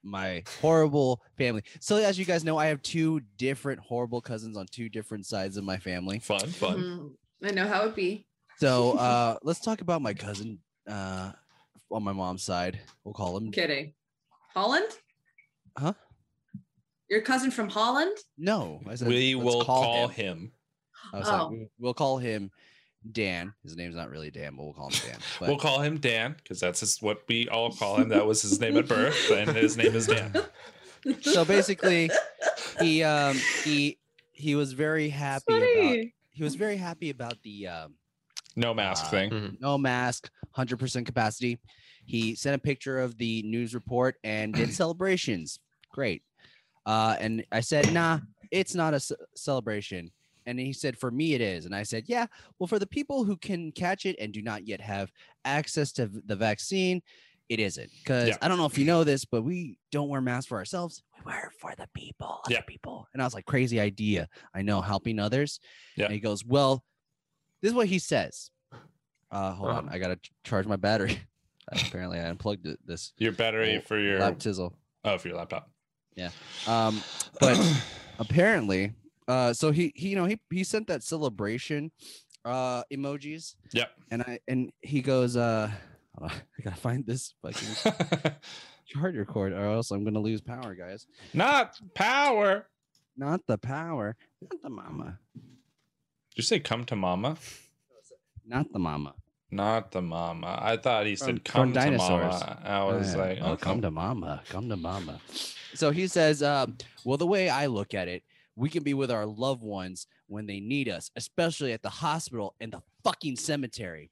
Speaker 6: my horrible family. So, as you guys know, I have two different horrible cousins on two different sides of my family.
Speaker 3: Fun, fun.
Speaker 1: Mm, I know how it be.
Speaker 6: So,
Speaker 3: [LAUGHS]
Speaker 6: uh, let's talk about my cousin uh, on my mom's side. We'll call him.
Speaker 1: I'm kidding. Holland?
Speaker 6: Huh?
Speaker 1: Your cousin from Holland?
Speaker 6: No, I said
Speaker 3: we
Speaker 6: let's
Speaker 3: will call,
Speaker 6: him.
Speaker 3: him.
Speaker 6: I was like,
Speaker 1: Oh.
Speaker 6: "We- we'll call him Dan. His name's not really Dan, but we'll
Speaker 3: [LAUGHS]
Speaker 6: call him Dan. But
Speaker 3: We'll call him Dan because that's just what we all call him. That was his name at
Speaker 6: [LAUGHS]
Speaker 3: birth, and his name is Dan.
Speaker 6: so basically, he um he he was very happy about
Speaker 1: Funny.
Speaker 6: he was very happy about the um,
Speaker 3: No mask
Speaker 6: Uh,
Speaker 3: thing.
Speaker 6: no mask, hundred percent capacity. He sent a picture of the news report and
Speaker 3: [CLEARS THROAT]
Speaker 6: did celebrations. Great. Uh, and I said, nah, it's not a ce- celebration. And he said, for me, it is. And I said, yeah, well, for the people who can catch it and do not yet have access to v- the vaccine, it isn't. Because
Speaker 3: Yeah.
Speaker 6: I don't know if you know this, but we don't wear masks for ourselves. We wear it for the people, other
Speaker 3: Yeah.
Speaker 6: people. And I was like, crazy idea. I know, helping others.
Speaker 3: Yeah.
Speaker 6: And he goes, well, this is what he says. Uh, hold on,
Speaker 3: Uh-huh.
Speaker 6: I gotta ch- charge my battery. [LAUGHS] Apparently, I unplugged it, this
Speaker 3: Your battery
Speaker 6: Oh,
Speaker 3: for your
Speaker 6: lap chisel.
Speaker 3: oh for your laptop.
Speaker 6: Um, but apparently, uh, so he he you know he he sent that celebration uh emojis.
Speaker 3: Yep.
Speaker 6: And I and he goes, uh, hold on, I gotta find this fucking charger cord, or else I'm gonna lose power, guys.
Speaker 3: [LAUGHS] Not power.
Speaker 6: Not the power, not the mama,
Speaker 3: Did you say come to mama?
Speaker 6: not the mama.
Speaker 3: Not the mama. I thought he
Speaker 6: From-
Speaker 3: said come
Speaker 6: from
Speaker 3: to
Speaker 6: dinosaurs.
Speaker 3: mama. I was
Speaker 6: Yeah.
Speaker 3: like,
Speaker 6: oh,
Speaker 3: oh,
Speaker 6: come to mama, come to mama. So he says, uh, well, the way I look at it, we can be with our loved ones when they need us, especially at the hospital and the fucking cemetery.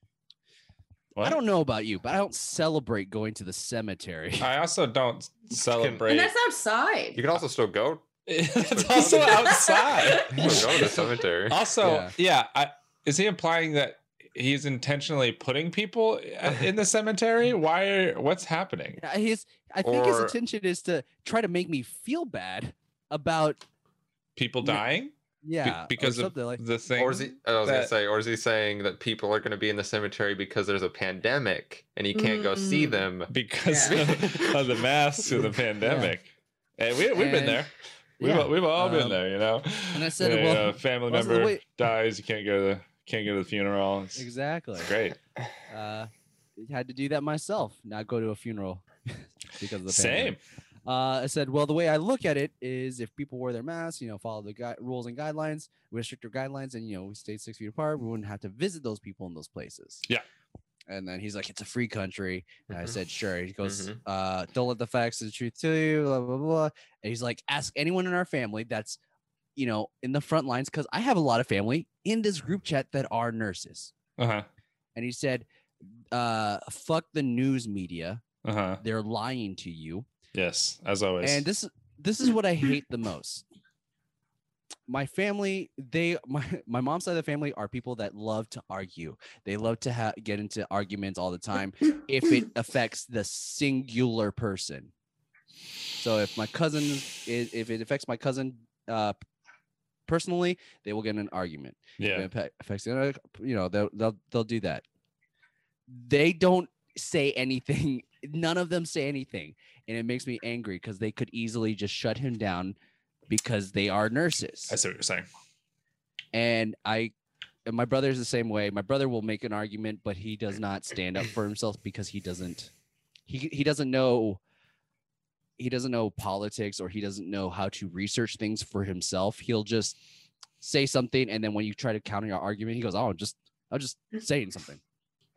Speaker 3: what?
Speaker 6: I don't know about you, but I don't celebrate going to the cemetery. [LAUGHS]
Speaker 3: I also don't celebrate.
Speaker 1: And that's outside.
Speaker 2: You can also still go.
Speaker 3: [LAUGHS] it's
Speaker 6: [LAUGHS]
Speaker 3: also outside.
Speaker 6: Oh
Speaker 2: You can go to the
Speaker 3: [LAUGHS]
Speaker 2: cemetery.
Speaker 3: Also,
Speaker 6: Yeah.
Speaker 3: yeah, I, is he implying that he's intentionally putting
Speaker 6: [LAUGHS]
Speaker 3: people i- in the cemetery? Why? Are, what's happening?
Speaker 6: Uh, His, I think his
Speaker 2: Or-
Speaker 6: intention is to try to make me feel bad about
Speaker 3: People
Speaker 6: Yeah.
Speaker 3: dying?
Speaker 6: yeah or
Speaker 3: because of-
Speaker 6: something like
Speaker 3: The thing.
Speaker 2: Or is he? I was gonna
Speaker 3: that-
Speaker 2: say, or is he saying that people are gonna be in the cemetery because there's a pandemic and he can't go see
Speaker 1: Mm.
Speaker 2: them?
Speaker 3: because
Speaker 1: Yeah.
Speaker 3: of, of the masks
Speaker 6: [LAUGHS]
Speaker 3: and the pandemic. And we, we've been
Speaker 6: And-
Speaker 3: there. We've,
Speaker 6: yeah,
Speaker 3: all- we've all
Speaker 6: um,
Speaker 3: been there, you know.
Speaker 6: and I said,
Speaker 3: You
Speaker 6: well,
Speaker 3: know, a family
Speaker 6: also the
Speaker 3: member
Speaker 6: way-
Speaker 3: dies, you can't go to the can't go to the funeral. It's,
Speaker 6: [LAUGHS] exactly.
Speaker 3: it's great.
Speaker 6: Uh, had to do that myself, not go to a funeral [LAUGHS] because of the pandemic.
Speaker 3: Same.
Speaker 6: uh, I said, well, the way I look at it is if people wore their masks, you know, follow the gui- rules and guidelines, restrictive guidelines, and, you know, we stayed six feet apart, we wouldn't have to visit those people in those places.
Speaker 3: Yeah.
Speaker 6: And then he's like, it's a free country. And I
Speaker 2: Mhm.
Speaker 6: said, sure. He goes,
Speaker 2: Mhm.
Speaker 6: uh, don't let the facts and the truth tell you, blah, blah, blah. And he's like, ask anyone in our family that's, you know, in the front lines, because I have a lot of family in this group chat that are nurses.
Speaker 3: Uh huh.
Speaker 6: And he said, uh, fuck the news media.
Speaker 3: Uh huh.
Speaker 6: They're lying to you.
Speaker 3: Yes, as always.
Speaker 6: And this this is what I hate the most. My family, they my my mom's side of the family are people that love to argue. They love to ha- get into arguments all the time if it affects the singular person. So if my cousin is, if it affects my cousin uh personally, they will get in an argument
Speaker 3: yeah.
Speaker 6: if it affects the other, you know they'll, they'll they'll do that they don't say anything. None of them say anything. And it makes me angry because they could easily just shut him down because they are nurses
Speaker 3: I see what you're saying.
Speaker 6: and I and my brother's the same way. My brother will make an argument, but he does not stand up for himself because he doesn't he he doesn't know he doesn't know politics or he doesn't know how to research things for himself. He'll just say something and then when you try to counter your argument, he goes, "Oh, I'm just I'm just saying something.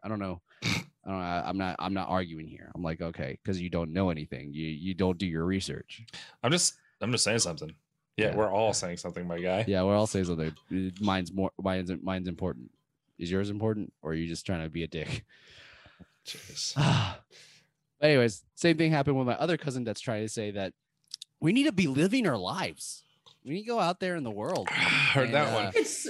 Speaker 6: I don't know. I don't, I, I'm not I'm not arguing here." I'm like, "Okay, cuz you don't know anything. You you don't do your research."
Speaker 3: I'm just I'm just saying something. Yeah,
Speaker 6: Yeah.
Speaker 3: we're all saying something, my guy.
Speaker 6: Yeah, we're all saying something. Mine's more. Mine's mine's important. Is yours important, or are you just trying to be a dick? [SIGHS]
Speaker 3: [SIGHS] Jeez.
Speaker 6: but anyways, same thing happened with my other cousin that's trying to say that we need to be living our lives. We need to go out there in the world.
Speaker 3: Heard
Speaker 6: And,
Speaker 3: that
Speaker 6: uh,
Speaker 3: one.
Speaker 1: It's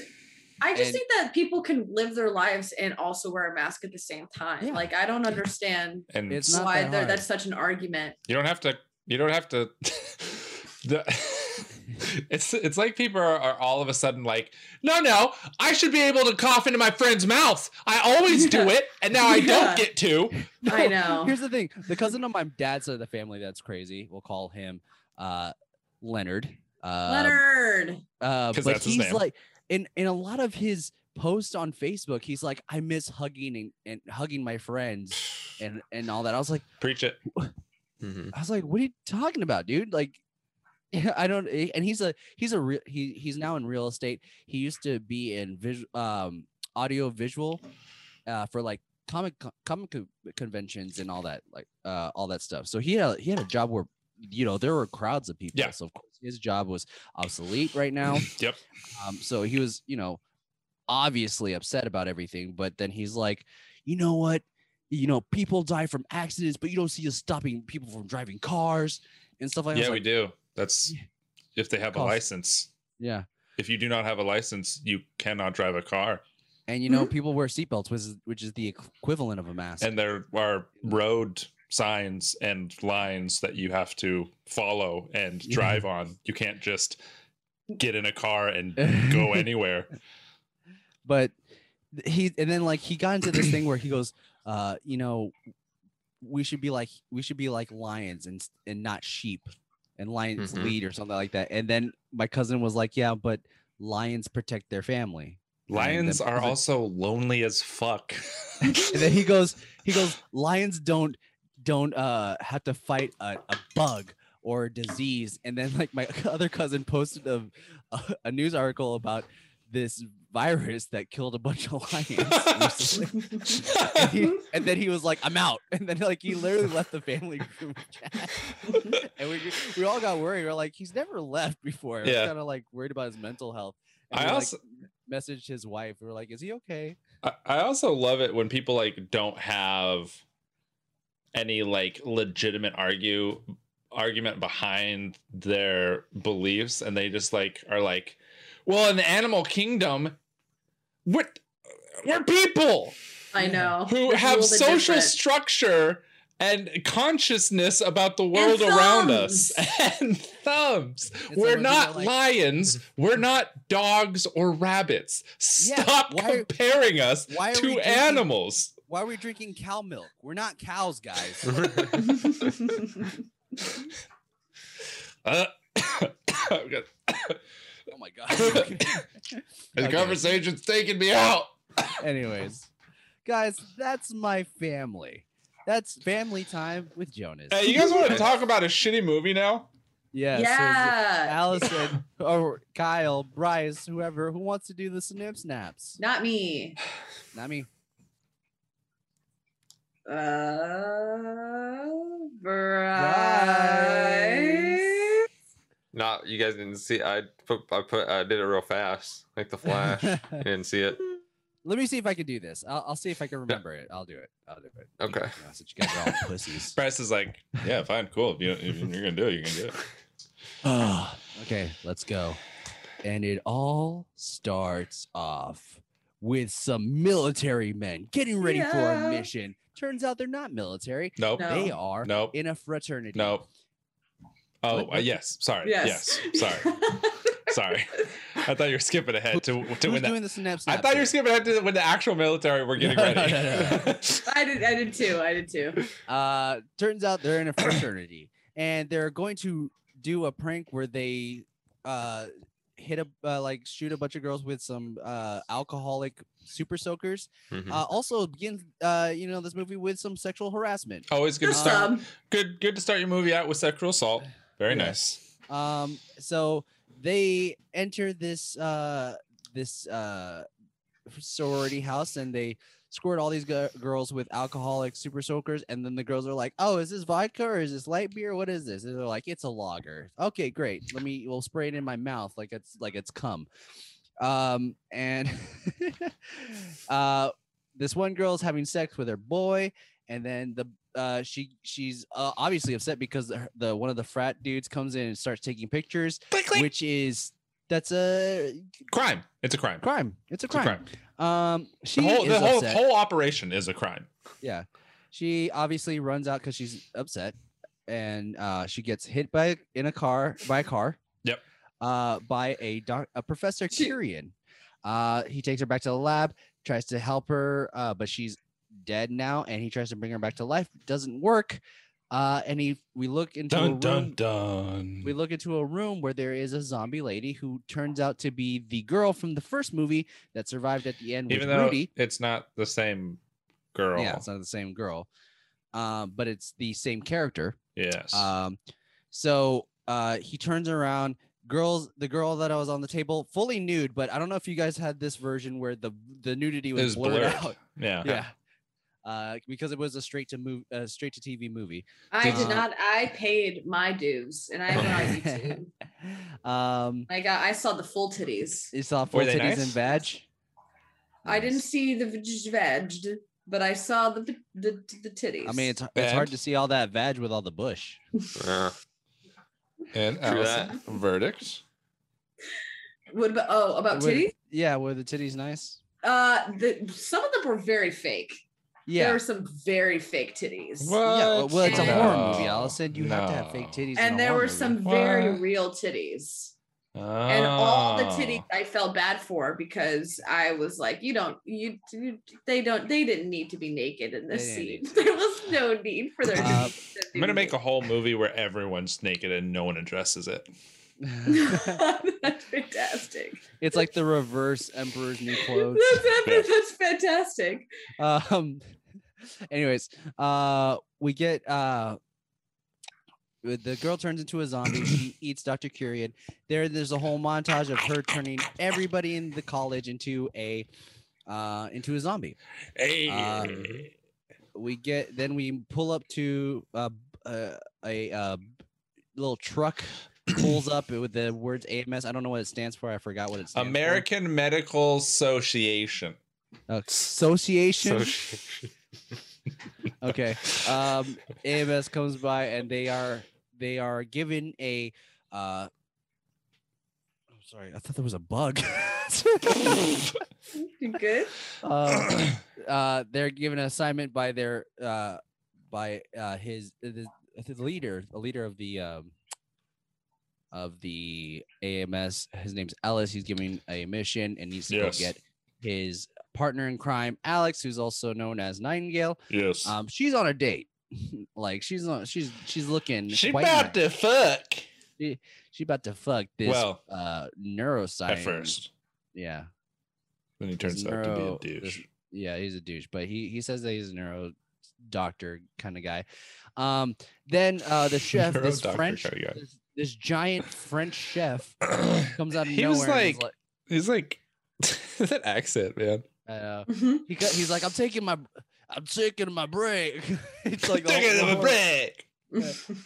Speaker 1: I just
Speaker 6: And-
Speaker 1: think that people can live their lives and also wear a mask at the same time.
Speaker 6: Yeah.
Speaker 1: Like I don't understand
Speaker 3: And
Speaker 6: It's not
Speaker 1: why
Speaker 6: that
Speaker 1: there-
Speaker 6: hard.
Speaker 1: that's such an argument.
Speaker 3: you don't have to you don't have to [LAUGHS] the [LAUGHS] it's it's like people are, are all of a sudden like no no i should be able to cough into my friend's mouth i always do
Speaker 1: Yeah.
Speaker 3: it and now i
Speaker 1: Yeah.
Speaker 3: don't get to
Speaker 6: [LAUGHS]
Speaker 1: I know.
Speaker 6: Here's the thing: the cousin on my dad's side of the family that's crazy. We'll call him uh, Leonard. Uh,
Speaker 1: Leonard.
Speaker 6: Uh,
Speaker 3: 'Cause
Speaker 6: but
Speaker 3: that's his
Speaker 6: he's
Speaker 3: name.
Speaker 6: like in in a lot of his posts on Facebook, he's like, I miss hugging and, and hugging my friends and and all that. I was like,
Speaker 3: preach it
Speaker 2: Mhm.
Speaker 6: I was like, what are you talking about, dude? Like [LAUGHS] I don't eh, and he's a he's a real he he's now in real estate. He used to be in visual um audio visual uh for like comic co- comic co- conventions and all that like uh all that stuff. So he had a, he had a job where you know there were crowds of people.
Speaker 3: Yeah.
Speaker 6: So of course his job was obsolete right now.
Speaker 3: [LAUGHS] yep
Speaker 6: Um, so he was, you know, obviously upset about everything, but then he's like, you know what? You know, people die from accidents, but you don't see us stopping people from driving cars and stuff like
Speaker 3: yeah
Speaker 6: that. I was
Speaker 3: we
Speaker 6: like,
Speaker 3: do that's if they have a
Speaker 6: Cough.
Speaker 3: license
Speaker 6: Yeah.
Speaker 3: if you do not have a license you cannot drive a car
Speaker 6: And you know, people wear seatbelts, which is which is the equivalent of a mask.
Speaker 3: Mm-hmm. and there are road signs and lines that you have to follow and
Speaker 6: Yeah.
Speaker 3: drive on you can't just get in a car and
Speaker 6: [LAUGHS]
Speaker 3: go anywhere
Speaker 6: but th- he and then like he got into this thing where he goes uh you know we should be like we should be like lions and s- and not sheep and lions
Speaker 3: Mm-hmm.
Speaker 2: Mhm.
Speaker 6: lead or something like that and then my cousin was like yeah but lions protect their family And then
Speaker 3: Lions are
Speaker 6: cousin-
Speaker 3: also lonely as [LAUGHS]
Speaker 6: [LAUGHS]
Speaker 3: fuck.
Speaker 6: and then he goes he goes lions don't don't uh have to fight a, a bug or a disease and then like my [LAUGHS] other cousin posted a, a, a news article about this virus that killed a bunch
Speaker 3: [LAUGHS]
Speaker 6: of lions recently. and, he- and then he was like, "I'm out," and then like he literally left the family group [LAUGHS] chat, and we we all got worried. We are like, "He's never left before." We
Speaker 3: Yeah.
Speaker 6: kind of like worried about his mental health. And
Speaker 3: I
Speaker 6: we, like,
Speaker 3: also
Speaker 6: messaged his wife. We were like, "Is he okay?"
Speaker 3: I I also love it when people like don't have any like legitimate argue argument behind their beliefs and they just like are like, well, in the animal kingdom, we're we're people
Speaker 1: I know.
Speaker 3: who
Speaker 1: They're
Speaker 3: have
Speaker 1: ruled and
Speaker 3: social
Speaker 1: different. [LAUGHS]
Speaker 6: [LAUGHS]
Speaker 3: structure and consciousness about the world around us [LAUGHS] and thumbs.
Speaker 6: And
Speaker 3: We're
Speaker 6: someone who
Speaker 3: not
Speaker 6: are like-
Speaker 3: lions. We're not dogs or rabbits.
Speaker 6: Yeah,
Speaker 3: Stop
Speaker 6: why-
Speaker 3: comparing us
Speaker 6: why are we
Speaker 3: to [COUGHS]
Speaker 6: drinking-
Speaker 3: animals.
Speaker 6: Why are we drinking cow milk? We're not cows, guys.
Speaker 2: [LAUGHS]
Speaker 3: Uh, I've got-
Speaker 6: oh my god. [LAUGHS] Okay.
Speaker 3: this
Speaker 6: Okay.
Speaker 3: conversation's taking me out.
Speaker 6: Anyways, guys, that's my family. That's family time with Jonas.
Speaker 3: Hey, you guys want to talk about a shitty movie now?
Speaker 6: yeah.
Speaker 1: yeah.
Speaker 6: so- Allison [LAUGHS] or Kyle, Bryce, whoever who wants to do the snip snaps.
Speaker 1: Not me.
Speaker 6: Not me.
Speaker 1: Uh, Bryce.
Speaker 2: Not you guys didn't see. I put I put I did it real fast, like the
Speaker 6: [LAUGHS]
Speaker 2: flash. you didn't see it.
Speaker 6: Let me see if I can do this. I'll, I'll see if I can remember it. I'll do it. I'll do it.
Speaker 2: Okay.
Speaker 6: No, since you guys are all pussies.
Speaker 3: Bryce is like, yeah, fine, cool. If, you, if you're gonna do it, you can do it.
Speaker 6: Ah, [SIGHS] okay, let's go. And it all starts off with some military men getting ready for
Speaker 1: Yeah.
Speaker 6: a mission. Turns out they're not military.
Speaker 3: Nope.
Speaker 1: No.
Speaker 6: They are
Speaker 3: Nope.
Speaker 6: in a fraternity.
Speaker 3: Nope. Oh,
Speaker 6: What-
Speaker 3: uh, yes. Sorry. Yes.
Speaker 1: Yes.
Speaker 6: [LAUGHS]
Speaker 3: Sorry. Sorry. I thought you were skipping ahead to, to
Speaker 6: Who's
Speaker 3: when that.
Speaker 6: doing the snap
Speaker 3: I
Speaker 6: snap?
Speaker 3: thought you were
Speaker 6: here?
Speaker 3: skipping ahead to when the actual military were getting
Speaker 6: No,
Speaker 3: ready.
Speaker 6: no, no,
Speaker 1: [LAUGHS] I did. I did too. I did too.
Speaker 6: Uh, turns out they're in a fraternity and they're going to do a prank where they uh hit a uh, like shoot a bunch of girls with some uh alcoholic super soakers.
Speaker 3: Hmm.
Speaker 2: Mhm.
Speaker 6: Uh, also begins uh you know this movie with some sexual harassment.
Speaker 3: [LAUGHS] Always good to
Speaker 1: Just um,
Speaker 3: start.
Speaker 1: some.
Speaker 3: Good, good to start your movie out with sexual assault. Very
Speaker 6: Yeah.
Speaker 3: nice.
Speaker 6: Um, so they enter this uh this uh sorority house and they squirt all these gu- girls with alcoholic super soakers and then the girls are like oh is this vodka or is this light beer what is this and they're like it's a lager okay great let me we'll spray it in my mouth like it's like it's cum um and [LAUGHS] uh this one girl's having sex with her boy and then the uh she she's uh, obviously upset because the, the one of the frat dudes comes in and starts taking pictures
Speaker 3: Click, click.
Speaker 6: which is that's a
Speaker 3: crime. It's a crime.
Speaker 6: crime it's a
Speaker 3: It's a
Speaker 6: crime,
Speaker 3: crime.
Speaker 6: um she
Speaker 3: The whole,
Speaker 6: is
Speaker 3: the whole,
Speaker 6: upset
Speaker 3: whole operation is a crime.
Speaker 6: yeah she obviously runs out because she's upset and uh she gets hit by in a car by a car
Speaker 3: Yep.
Speaker 6: uh by a doc a professor
Speaker 1: She-
Speaker 6: Kyrian. uh he takes her back to the lab tries to help her uh but she's dead now and he tries to bring her back to life doesn't work uh and he we look into a
Speaker 3: Dun
Speaker 6: room
Speaker 3: dun dun.
Speaker 6: we look into a room where there is a zombie lady who turns out to be the girl from the first movie that survived at the end with
Speaker 3: Even though
Speaker 6: Rudy.
Speaker 3: it's not the same girl.
Speaker 6: Yeah, it's not the same girl, um, but it's the same character.
Speaker 3: yes.
Speaker 6: Um, so uh, he turns around. Girls, the girl that I was on the table, fully nude, but I don't know if you guys had this version where the the nudity was,
Speaker 3: It was
Speaker 6: blurred,
Speaker 3: blurred. [LAUGHS] Uh-huh.
Speaker 6: out.
Speaker 3: yeah.
Speaker 6: Yeah. Uh, because it was a straight to move, uh, straight to TV movie.
Speaker 1: I did
Speaker 6: Uh,
Speaker 1: not. I paid my dues, and I went on
Speaker 6: [LAUGHS]
Speaker 1: YouTube.
Speaker 6: um,
Speaker 1: Like I, I saw the full titties.
Speaker 6: you saw full
Speaker 3: they
Speaker 6: titties
Speaker 3: nice?
Speaker 6: and badge.
Speaker 1: I didn't see the veg, vegged, but I saw the v- the, the titties.
Speaker 6: I mean, it's, it's
Speaker 3: Badge.
Speaker 6: hard to see all that vag with all the bush.
Speaker 2: Yeah.
Speaker 3: And
Speaker 2: True
Speaker 3: Allison, verdict.
Speaker 1: what about oh about
Speaker 6: Were the-
Speaker 1: titties?
Speaker 6: Yeah, were the titties nice?
Speaker 1: Uh, the some of them were very fake. There
Speaker 6: Yeah.
Speaker 1: were some very fake titties,
Speaker 6: Yeah, well, it's a
Speaker 1: No.
Speaker 6: horror movie, Allison. You have to have fake
Speaker 3: No.
Speaker 6: titties. in a
Speaker 1: and there
Speaker 6: horror
Speaker 1: were
Speaker 6: movie.
Speaker 1: some very
Speaker 3: What?
Speaker 1: real titties. and all the titties
Speaker 3: Oh.
Speaker 1: I felt bad for because I was like, you don't, you, you they don't, they didn't need to be naked in this
Speaker 6: They didn't
Speaker 1: scene. [LAUGHS]
Speaker 6: need to.
Speaker 1: There was no need for their.
Speaker 6: Uh,
Speaker 1: titties to
Speaker 3: I'm
Speaker 1: be
Speaker 3: gonna make a
Speaker 1: naked.
Speaker 3: whole movie where everyone's naked and no one addresses it.
Speaker 6: [LAUGHS]
Speaker 1: [LAUGHS] that's fantastic.
Speaker 6: it's like the reverse Emperor's New Clothes.
Speaker 1: That's, that's, that's fantastic.
Speaker 6: Um, [LAUGHS] anyways, uh, we get uh, the girl turns into a zombie. she eats Dr. Curian. There, there's a whole montage of her turning everybody in the college into a uh, into a zombie.
Speaker 3: Hey.
Speaker 6: Um, we get then we pull up to uh, b- uh, a uh, b- little truck pulls up with the words AMS. I don't know what it stands for. I forgot what it stands
Speaker 3: American Medical Association.
Speaker 6: for. Uh, association. [LAUGHS]
Speaker 2: So she- [LAUGHS]
Speaker 6: okay. Um, AMS comes by and they are they are given a. Uh, I'm sorry. I thought there was a bug. [LAUGHS]
Speaker 1: You good?
Speaker 6: um, [COUGHS] uh, they're given an assignment by their uh, by uh, his the, the leader, the leader of the um, of the AMS. His name's Ellis. He's giving a mission and needs to
Speaker 3: Yes.
Speaker 6: go get his partner in crime, Alex, who's also known as Nightingale.
Speaker 3: [COUGHS] yes.
Speaker 6: Um, she's on a date. [LAUGHS] like she's on, she's she's looking.
Speaker 3: she
Speaker 6: quite
Speaker 3: about
Speaker 6: nice.
Speaker 3: to fuck.
Speaker 6: She about to fuck this
Speaker 3: well,
Speaker 6: uh, neuroscience.
Speaker 3: at first,
Speaker 6: yeah.
Speaker 3: then he turns out
Speaker 6: neuro-
Speaker 3: to be a
Speaker 6: this-
Speaker 3: douche.
Speaker 6: yeah he's a douche but he he says that he's a neuro doctor kind of guy um then uh the
Speaker 3: [LAUGHS]
Speaker 6: chef
Speaker 3: Neuro
Speaker 6: this
Speaker 3: doctor
Speaker 6: french
Speaker 3: kinda guy.
Speaker 6: this, this giant french chef [COUGHS] comes out
Speaker 3: [COUGHS]
Speaker 6: of
Speaker 3: He was
Speaker 6: nowhere and
Speaker 3: like-
Speaker 6: he's
Speaker 3: He's like [LAUGHS] that accent, man.
Speaker 6: like uh,
Speaker 1: Mhm.
Speaker 6: he got, he's like i'm taking my i'm taking my break [LAUGHS]
Speaker 3: [LAUGHS]
Speaker 6: it's like the
Speaker 3: Take
Speaker 6: whole-
Speaker 3: it a break.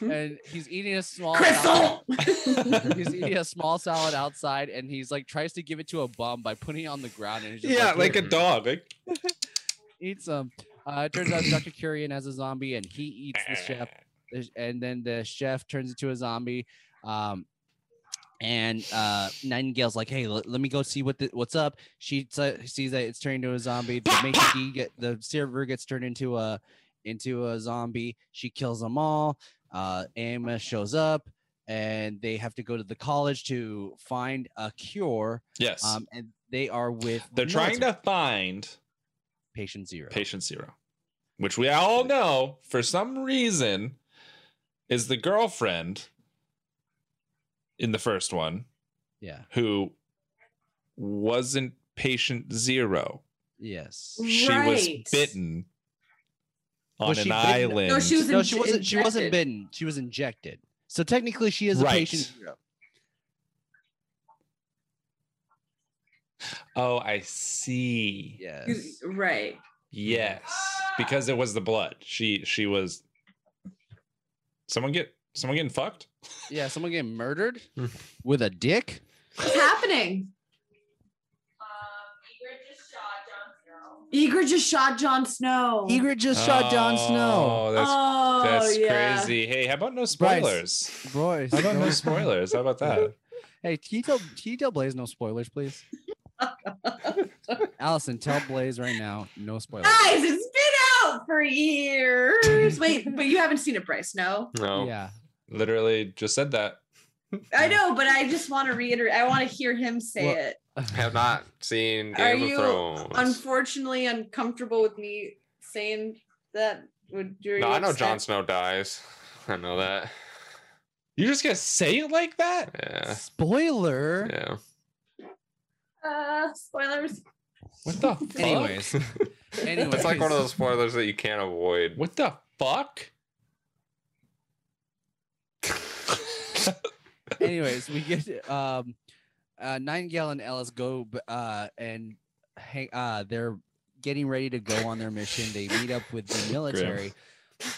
Speaker 6: and he's eating a small salad.
Speaker 1: Mm-hmm. Crystal. [LAUGHS]
Speaker 6: he's eating a small salad outside and he's like tries to give it to a bum by putting it on the ground and he's just
Speaker 3: Yeah,
Speaker 6: like, mm.
Speaker 3: like a
Speaker 2: Mhm.
Speaker 3: dog. Like
Speaker 6: eat some. Uh, it turns out Dr. Curian has a zombie and he eats the chef, There's- and then the chef turns into a zombie. Um, and uh, Nightingale's like, "Hey, l- let me go see what the- what's up." She t- sees that it's turning into a zombie. The maitre d' get the server gets turned into a into a zombie. She kills them all. Uh, Emma shows up. and they have to go to the college to find a cure.
Speaker 3: Yes.
Speaker 6: Um, and they are with
Speaker 3: They're
Speaker 6: the
Speaker 3: trying
Speaker 6: military.
Speaker 3: to find
Speaker 6: patient zero.
Speaker 3: patient zero, which we all know for some reason is the girlfriend in the first one
Speaker 6: Yeah.
Speaker 3: who wasn't patient zero.
Speaker 6: Yes.
Speaker 3: She was
Speaker 1: Right.
Speaker 3: bitten on
Speaker 6: Was
Speaker 3: an
Speaker 6: she bitten?
Speaker 3: island.
Speaker 1: No, she was
Speaker 6: No, she
Speaker 1: inj-
Speaker 6: wasn't. She wasn't
Speaker 1: injected.
Speaker 6: bitten. She was injected. So technically, she is a
Speaker 3: Right.
Speaker 6: patient zero.
Speaker 3: oh, I see.
Speaker 6: Yes.
Speaker 1: Right.
Speaker 3: Yes, because it was the blood. She she was. Someone get someone getting fucked.
Speaker 6: Yeah. Someone getting
Speaker 3: [LAUGHS]
Speaker 6: murdered with a dick.
Speaker 1: What's happening? Eager just shot Jon Snow.
Speaker 6: Egret just shot Jon Snow.
Speaker 3: Oh, that's
Speaker 1: oh,
Speaker 3: that's
Speaker 1: yeah.
Speaker 3: crazy. Hey, how about no
Speaker 6: Bryce.
Speaker 3: spoilers?
Speaker 6: Boy,
Speaker 3: How about no spoilers? How about that?
Speaker 6: Hey, can you tell can you tell Blaze no spoilers, please? Allison, tell Blaze right now, no spoilers.
Speaker 1: Guys, it's been out for years. Wait, but you haven't seen it, Bryce? No,
Speaker 2: No.
Speaker 6: Yeah.
Speaker 3: Literally just said that.
Speaker 1: I know, but I just want to reiterate. I want to hear him say
Speaker 6: Well,
Speaker 1: it.
Speaker 2: Have not seen
Speaker 1: Are
Speaker 2: Game
Speaker 1: you
Speaker 2: of Thrones.
Speaker 1: Unfortunately, uncomfortable with me saying that. Would you?
Speaker 2: no, I know Jon
Speaker 1: Johnson.
Speaker 2: Snow dies. I know that.
Speaker 3: You're just gonna say it like that?
Speaker 2: Yeah.
Speaker 6: Spoiler.
Speaker 2: Yeah.
Speaker 1: Uh, spoilers.
Speaker 3: What the fuck?
Speaker 6: [LAUGHS] Anyways.
Speaker 2: [LAUGHS]
Speaker 6: Anyways.
Speaker 2: It's like one of those spoilers that you can't avoid.
Speaker 3: What the fuck?
Speaker 6: Anyways, we get um uh Nightingale and Ellis go b- uh and hang uh they're getting ready to go on their mission. They meet up
Speaker 3: [LAUGHS]
Speaker 6: with the military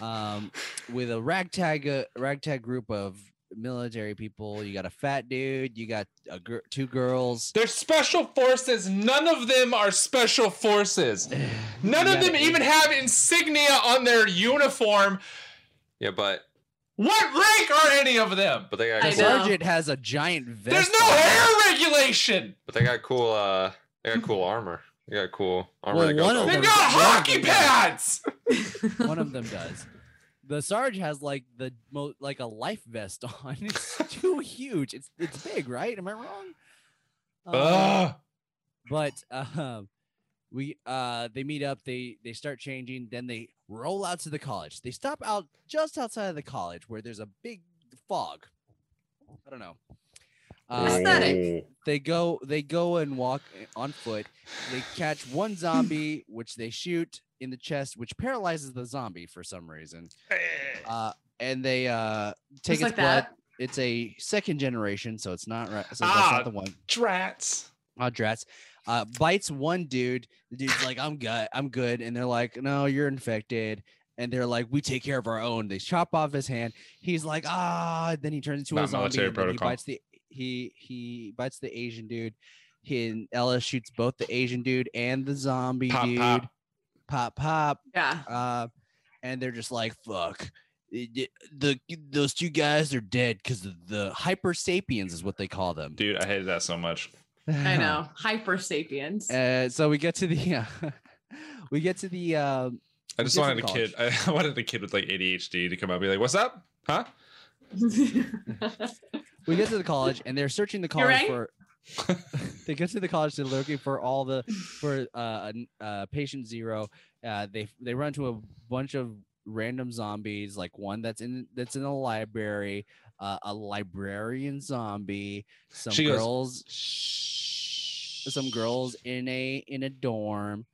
Speaker 6: um with a ragtag uh, ragtag group of military people. You got a fat dude, you got a gir- two girls.
Speaker 3: They're special forces. None of them are special forces. None
Speaker 6: [SIGHS] You
Speaker 3: of
Speaker 6: got
Speaker 3: them
Speaker 6: an
Speaker 3: even have insignia on their uniform.
Speaker 2: Yeah, but
Speaker 3: What rank are any of them?
Speaker 2: but they got
Speaker 1: I
Speaker 2: cool,
Speaker 1: know.
Speaker 6: Sergeant has a giant vest.
Speaker 3: There's no
Speaker 6: on.
Speaker 3: hair regulation.
Speaker 2: but they got cool uh they got cool armor. They got cool armor
Speaker 6: Well,
Speaker 2: that goes
Speaker 6: one of
Speaker 2: over.
Speaker 3: They've
Speaker 6: them-
Speaker 3: got hockey pads.
Speaker 6: One of them does. The Sarge has like the mo- like a life vest on. [LAUGHS] It's too huge. It's it's big, right? Am I wrong? Um,
Speaker 3: Ugh.
Speaker 6: but um, we uh they meet up. They they start changing. Then they roll out to the college. They stop out just outside of the college where there's a big fog. I don't know.
Speaker 2: Uh,
Speaker 6: Uh,
Speaker 1: Aesthetic.
Speaker 6: they go they go and walk eh, on foot they catch one
Speaker 1: [CLEARS THROAT]
Speaker 6: zombie which they shoot in the chest which paralyzes the zombie for some reason uh, and they uh, take
Speaker 1: Eh. Just
Speaker 6: its
Speaker 1: like
Speaker 6: blood
Speaker 1: that.
Speaker 6: it's a second generation so it's not right so that's
Speaker 3: Ah.
Speaker 6: not the one
Speaker 3: Drats.
Speaker 6: Ah, drats uh, bites one dude the dude's like i'm good i'm good and they're like no you're infected and they're like, we take care of our own. They chop off his hand. He's like, ah. Then he turns into a
Speaker 3: Not
Speaker 6: zombie.
Speaker 3: military
Speaker 6: and then
Speaker 3: protocol.
Speaker 6: He bites the he he bites the Asian dude. He and Ella shoots both the Asian dude and the zombie
Speaker 3: Pop,
Speaker 6: dude.
Speaker 3: pop.
Speaker 6: Pop pop.
Speaker 1: Yeah.
Speaker 6: Uh, and they're just like, fuck. Y- y- The those two guys are dead because the hyper sapiens is what they call them.
Speaker 3: Dude, I hated that so much.
Speaker 6: [SIGHS]
Speaker 1: I know. Hyper sapiens. [LAUGHS]
Speaker 6: Uh, so we get to the [LAUGHS] uh, we get to the uh,
Speaker 3: I just
Speaker 6: Get to
Speaker 3: wanted a
Speaker 6: college.
Speaker 3: kid. [LAUGHS] I wanted a kid with like ADHD to come out and be like, "What's up? Huh?"
Speaker 6: we get to the college and they're searching the college
Speaker 1: right.
Speaker 6: for [LAUGHS] they get to the college they're looking for all the for uh, an- uh patient zero uh they they run to a bunch of random zombies like one that's in that's in a library uh, a librarian zombie some
Speaker 3: She goes,
Speaker 6: girls some girls in a in a dorm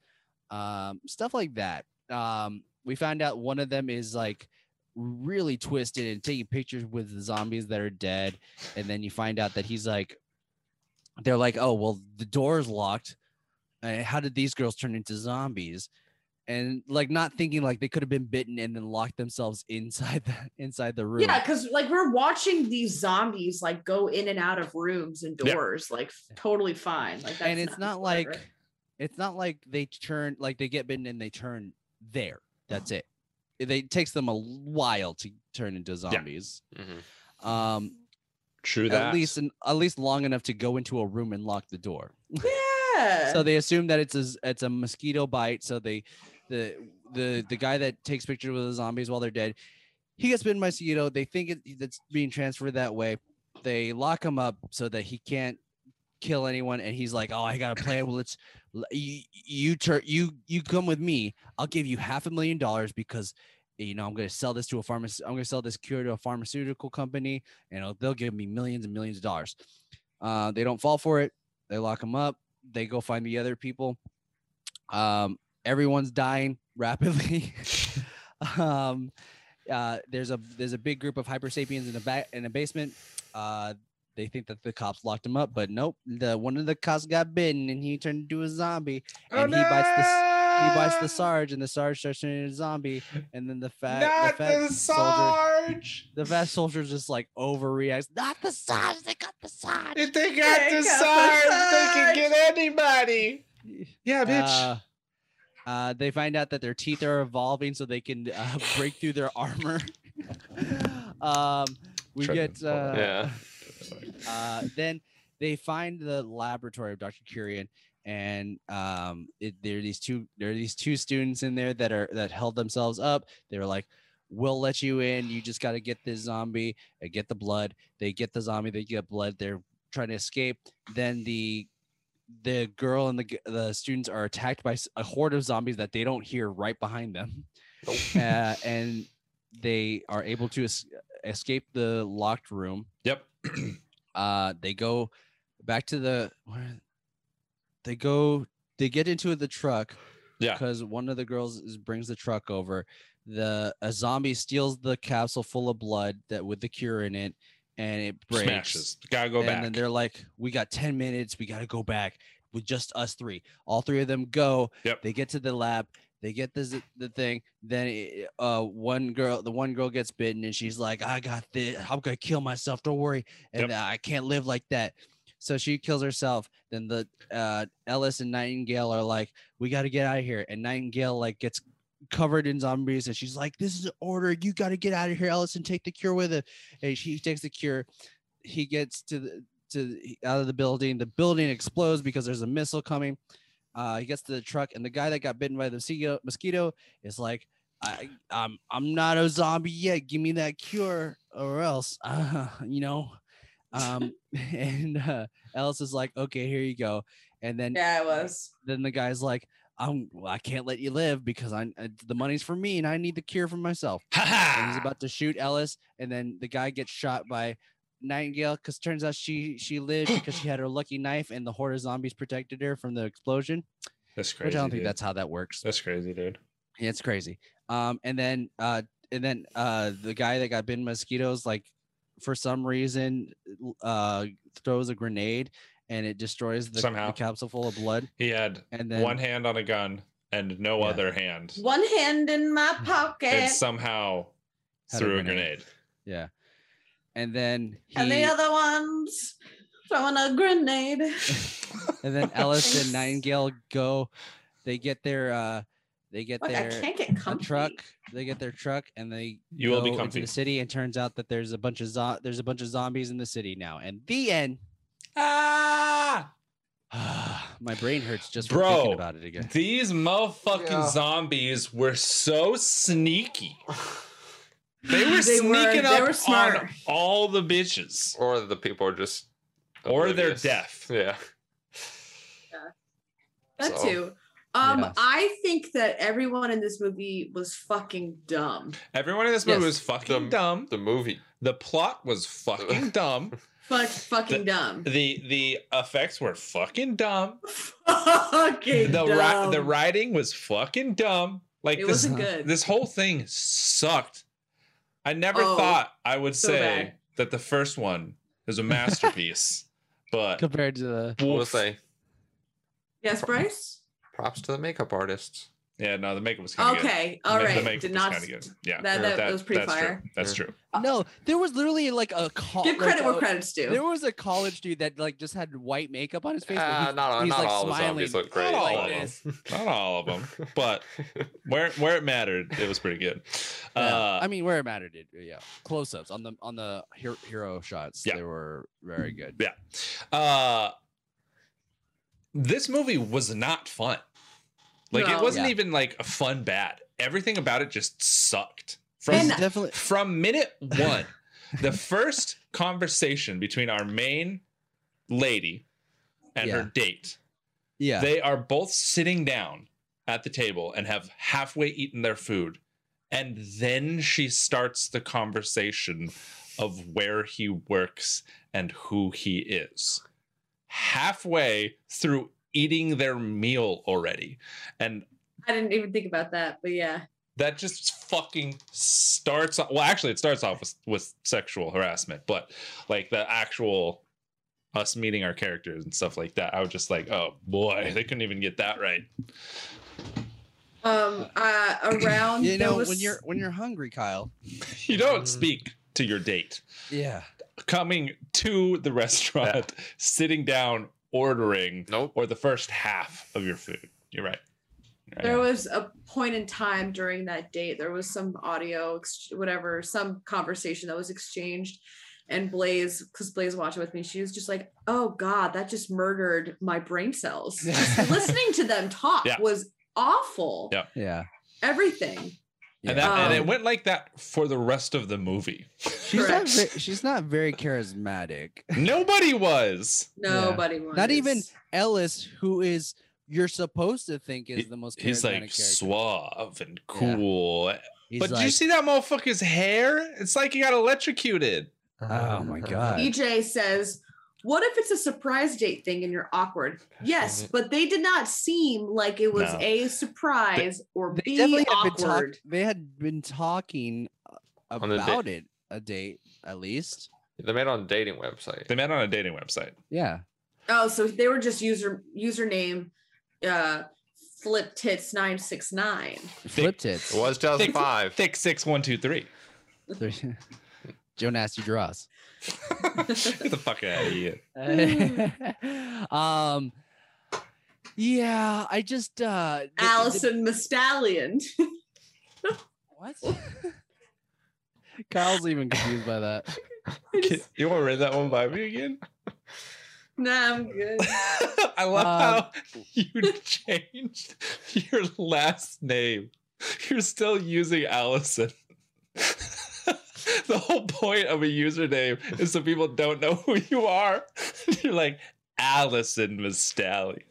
Speaker 6: um stuff like that um we found out one of them is like really twisted and taking pictures with the zombies that are dead and then you find out that he's like they're like oh well the door is locked uh, how did these girls turn into zombies and like not thinking like they could have been bitten and then locked themselves inside the inside the room
Speaker 1: Yeah, because like we're watching these zombies like go in and out of rooms and
Speaker 3: Yeah.
Speaker 1: doors, like f- totally fine. Like that's
Speaker 6: and it's not like [LAUGHS]
Speaker 1: whatever.
Speaker 6: it's not like they turn like they get bitten and they turn there that's it it, it takes them a while to turn into zombies
Speaker 2: Mhm.
Speaker 6: um
Speaker 3: True
Speaker 6: at least an, at least long enough to go into a room and lock the door
Speaker 1: yeah.
Speaker 6: so they assume that it's a z- it's a mosquito bite. So they the the the guy that takes pictures with the zombies while they're dead, He gets bitten by a mosquito. They think it, that's being transferred that way. They lock him up so that he can't kill anyone. And he's like, "Oh, I got a plan. Well, it's you, you turn you you come with me. I'll give you half a million dollars because." You know, I'm going to sell this to a pharmacist. I'm going to sell this cure to a pharmaceutical company, and they'll give me millions and millions of dollars. Uh, they don't fall for it. They lock him up. They go find the other people. Um, everyone's dying [LAUGHS] rapidly. um, uh, there's a there's a big group of hyper sapiens in the back in the basement. Uh, they think that the cops locked him up, but nope. The one of the cops got bitten and he turned into a zombie. and he bites the s- he bites the sarge, and the sarge starts turning into a zombie. And then the fat the, fat soldier
Speaker 8: Sarge.
Speaker 6: the fat soldier just like overreacts. Not the sarge, they got the sarge.
Speaker 8: If they
Speaker 1: got the Sarge, they can
Speaker 8: get anybody. Yeah,
Speaker 6: Uh, uh, they find out that their teeth are evolving so they can uh, [LAUGHS] break through their armor. [LAUGHS] um, we
Speaker 3: Try to
Speaker 6: get uh,
Speaker 2: yeah.
Speaker 6: uh, then they find the laboratory of Dr. Curian, and um, it, there are these two there are these two students in there that are that held themselves up. They were like, "We'll let you in. You just got to get this zombie and get the blood." They get the zombie. They get blood. They're trying to escape. Then the the girl and the g- the students are attacked by s- a horde of zombies that they don't hear right behind them, uh, and they are able to es- escape the locked room
Speaker 3: Yep.
Speaker 6: uh they go back to the where, they go they get into the truck
Speaker 3: Yeah.
Speaker 6: because one of the girls is, brings the truck over the a zombie steals the capsule full of blood that with the cure in it and it breaks
Speaker 3: Smashes. Gotta go
Speaker 6: and
Speaker 3: back.
Speaker 6: then they're like we got 10 minutes we got to go back with just us three all three of them go
Speaker 3: Yep.
Speaker 6: they get to the lab they get this the thing then it- uh one girl the one girl gets bitten and she's like i got this i'm gonna kill myself don't worry and uh, i can't live like that so she kills herself then the uh ellis and nightingale are like we got to get out of here and nightingale like gets covered in zombies and she's like this is an order you got to get out of here ellis and take the cure with it and she takes the cure he gets to the to the- out of the building. The building explodes because there's a missile coming. Uh, he gets to the truck, and the guy that got bitten by the mosquito, mosquito is like, I, "I'm I'm not a zombie yet. Give me that cure, or else, [LAUGHS] uh, you know." Um, [LAUGHS] and uh, Alice is like, "Okay, here you go." And then
Speaker 1: Yeah, it was.
Speaker 6: then the guy's like, "I'm well, I can't let you live because I uh, the money's for me and I need the cure for myself." and he's
Speaker 3: Ah.
Speaker 6: about to shoot Ellis, and then the guy gets shot by Nightingale because turns out she
Speaker 3: [COUGHS]
Speaker 6: she lived because she had her lucky knife, and the horde of zombies protected her from the explosion.
Speaker 3: that's crazy.
Speaker 6: Which I don't think
Speaker 3: dude.
Speaker 6: that's how that works.
Speaker 3: that's crazy, dude.
Speaker 6: Yeah, it's crazy. Um, and then uh, and then uh, the guy that got bitten by mosquitoes, like for some reason, l- uh, throws a grenade and it destroys the,
Speaker 3: Somehow.
Speaker 6: the capsule full of blood.
Speaker 3: He had
Speaker 6: And then
Speaker 3: one hand on a gun and no
Speaker 6: Yeah.
Speaker 3: other hand.
Speaker 1: One hand in
Speaker 2: [LAUGHS]
Speaker 1: my pocket
Speaker 3: And somehow
Speaker 6: Had a
Speaker 3: threw a
Speaker 6: grenade.
Speaker 3: grenade.
Speaker 6: yeah, and then he,
Speaker 1: and the other ones throwing a grenade.
Speaker 6: [LAUGHS] and
Speaker 1: [LAUGHS]
Speaker 6: then Ellis
Speaker 1: Thanks.
Speaker 6: and Nightingale go. They get their uh, they get
Speaker 1: Look, I
Speaker 6: their
Speaker 1: can't get
Speaker 6: a
Speaker 1: comfy.
Speaker 6: truck. They get their truck and they
Speaker 3: You will be
Speaker 6: go into
Speaker 3: comfy.
Speaker 6: the city. And turns out that there's a bunch of zo- there's a bunch of zombies in the city now. And the end. [SIGHS]
Speaker 3: Ah!
Speaker 6: My brain hurts just from
Speaker 3: Bro.
Speaker 6: thinking about it again.
Speaker 3: These motherfucking
Speaker 8: Yeah.
Speaker 3: zombies were
Speaker 1: [SIGHS]
Speaker 3: so sneaky. They were
Speaker 1: They
Speaker 3: sneaking
Speaker 1: were- they
Speaker 3: up
Speaker 1: were smart.
Speaker 3: on all the bitches.
Speaker 2: Or the people are just.
Speaker 3: Or they're
Speaker 2: oblivious.
Speaker 3: deaf.
Speaker 2: Yeah.
Speaker 1: That
Speaker 2: So-
Speaker 1: too. Um,
Speaker 6: Yes.
Speaker 1: I think that everyone in this movie was fucking dumb.
Speaker 3: Everyone in this movie
Speaker 6: Yes.
Speaker 3: was fucking
Speaker 2: The-
Speaker 3: dumb.
Speaker 2: The movie.
Speaker 3: The plot was
Speaker 2: [LAUGHS]
Speaker 3: fucking dumb.
Speaker 1: Fuck, fucking dumb.
Speaker 3: The the effects were fucking dumb.
Speaker 1: [LAUGHS] fucking
Speaker 3: The ri-
Speaker 1: dumb.
Speaker 3: the writing was fucking dumb. Like
Speaker 1: It
Speaker 3: this [LAUGHS]
Speaker 1: wasn't good.
Speaker 3: this whole thing sucked. I never
Speaker 1: Oh,
Speaker 3: thought I would
Speaker 1: so
Speaker 3: say
Speaker 1: bad.
Speaker 3: that the first one is
Speaker 1: [LAUGHS]
Speaker 3: a masterpiece, but
Speaker 6: Compared to the
Speaker 2: We'll
Speaker 3: Oof.
Speaker 2: say
Speaker 1: yes, Bryce.
Speaker 2: props to the makeup artists.
Speaker 3: yeah, no, the makeup was kind of
Speaker 1: Okay, all
Speaker 3: the,
Speaker 1: right.
Speaker 3: makeup
Speaker 1: Did
Speaker 3: was
Speaker 1: not.
Speaker 3: kinda good. Yeah,
Speaker 1: that- that- that was pretty
Speaker 3: that's
Speaker 1: fire.
Speaker 3: True. Oh, That's
Speaker 2: Yeah.
Speaker 3: true.
Speaker 6: no, there was literally like a call.
Speaker 1: Ah. Give credit where
Speaker 6: like, a-
Speaker 1: credit's due.
Speaker 6: There was a college dude that like just had white makeup on his face.
Speaker 3: Ah,
Speaker 6: but
Speaker 2: Uh, not
Speaker 6: he- he's
Speaker 2: not
Speaker 6: like
Speaker 2: all the
Speaker 6: smiling.
Speaker 2: zombies look great.
Speaker 3: all
Speaker 2: but-
Speaker 6: of
Speaker 3: Not all of them,
Speaker 2: [LAUGHS]
Speaker 3: but
Speaker 6: [LAUGHS]
Speaker 3: where where it mattered, it was pretty good. Uh,
Speaker 6: yeah. I mean, where it mattered, it, yeah. Close-ups on the on the hero, hero shots,
Speaker 3: Yeah.
Speaker 6: they were very good.
Speaker 3: Yeah. Uh this movie was not fun. Like
Speaker 1: No.
Speaker 3: it wasn't
Speaker 6: Yeah.
Speaker 3: even like a fun bad. Everything about it just sucked From,
Speaker 6: This is
Speaker 1: And-
Speaker 6: definitely
Speaker 3: from minute
Speaker 6: [LAUGHS]
Speaker 3: one, the first conversation between our main lady and her
Speaker 6: Yeah.
Speaker 3: date,
Speaker 6: yeah.
Speaker 3: they are both sitting down at the table and have halfway eaten their food. And then she starts the conversation of where he works and who he is. Halfway through eating their meal already. And
Speaker 1: I didn't even think about that, but yeah.
Speaker 3: that just fucking starts off, well actually it starts off with, with sexual harassment but like the actual us meeting our characters and stuff like that i was just like oh boy they couldn't even get that right [LAUGHS]
Speaker 1: Um,
Speaker 3: [COUGHS]
Speaker 1: uh, around
Speaker 6: you
Speaker 1: there
Speaker 6: know
Speaker 1: was-
Speaker 6: when you're when you're hungry, Kyle.
Speaker 3: you
Speaker 6: Mm.
Speaker 3: don't speak to your date
Speaker 6: Yeah.
Speaker 3: coming to the restaurant [LAUGHS] sitting down ordering
Speaker 2: Nope.
Speaker 3: or the first half of your food you're right, You're
Speaker 1: There
Speaker 3: right.
Speaker 1: was a point in time during that date, there was some audio, ex- whatever, some conversation that was exchanged. And Blaze, because Blaze watched it with me, she was just like, oh God, that just murdered my brain
Speaker 6: [LAUGHS]
Speaker 1: cells. Just listening to them talk
Speaker 3: Yeah.
Speaker 1: was awful.
Speaker 3: Yeah.
Speaker 6: Yeah.
Speaker 1: Everything.
Speaker 6: yeah.
Speaker 3: and, that, and
Speaker 1: Um,
Speaker 3: it went like that for the rest of the movie
Speaker 6: she's not
Speaker 1: Correct.
Speaker 6: ve- she's not very charismatic.
Speaker 3: nobody
Speaker 6: [LAUGHS]
Speaker 3: was
Speaker 1: Nobody wants.
Speaker 6: Not even Ellis, who is you're supposed to think
Speaker 3: He-
Speaker 6: is the most charismatic
Speaker 3: he's like
Speaker 6: character.
Speaker 3: suave and cool
Speaker 6: He's
Speaker 3: but
Speaker 6: like,
Speaker 3: did you see that motherfucker's hair? It's like he got electrocuted.
Speaker 6: Oh my god.
Speaker 1: EJ E says, what if it's a surprise date thing and you're awkward? Yes, but they did not seem like it was
Speaker 3: No.
Speaker 1: A, surprise or
Speaker 6: they
Speaker 1: B,
Speaker 6: definitely had been talk-
Speaker 1: awkward.
Speaker 6: they had been talking
Speaker 2: On the date.
Speaker 6: about it a date at least
Speaker 2: They met on a dating website.
Speaker 3: They met on a dating website.
Speaker 6: yeah
Speaker 1: Oh, so they were just user username uh flip tits 969.
Speaker 6: flipped it
Speaker 2: It was
Speaker 3: Thick,
Speaker 2: 2005.
Speaker 3: thick six one two
Speaker 6: [LAUGHS]
Speaker 3: three.
Speaker 6: There- [LAUGHS] joe
Speaker 1: [LAUGHS]
Speaker 6: nasty draws [LAUGHS]
Speaker 3: Get the fuck out of here.
Speaker 6: um yeah i just uh the- the-
Speaker 1: Allison Mastallion.
Speaker 6: what [LAUGHS] kyle's even confused by that
Speaker 3: You want to read that one by me again?
Speaker 1: nah, I'm good.
Speaker 3: [LAUGHS] I
Speaker 6: Um,
Speaker 3: love how you [LAUGHS] changed your last name. You're still using Allison. [LAUGHS] the whole point of a username is so people don't know who you are. [LAUGHS] You're like Allison Mastally.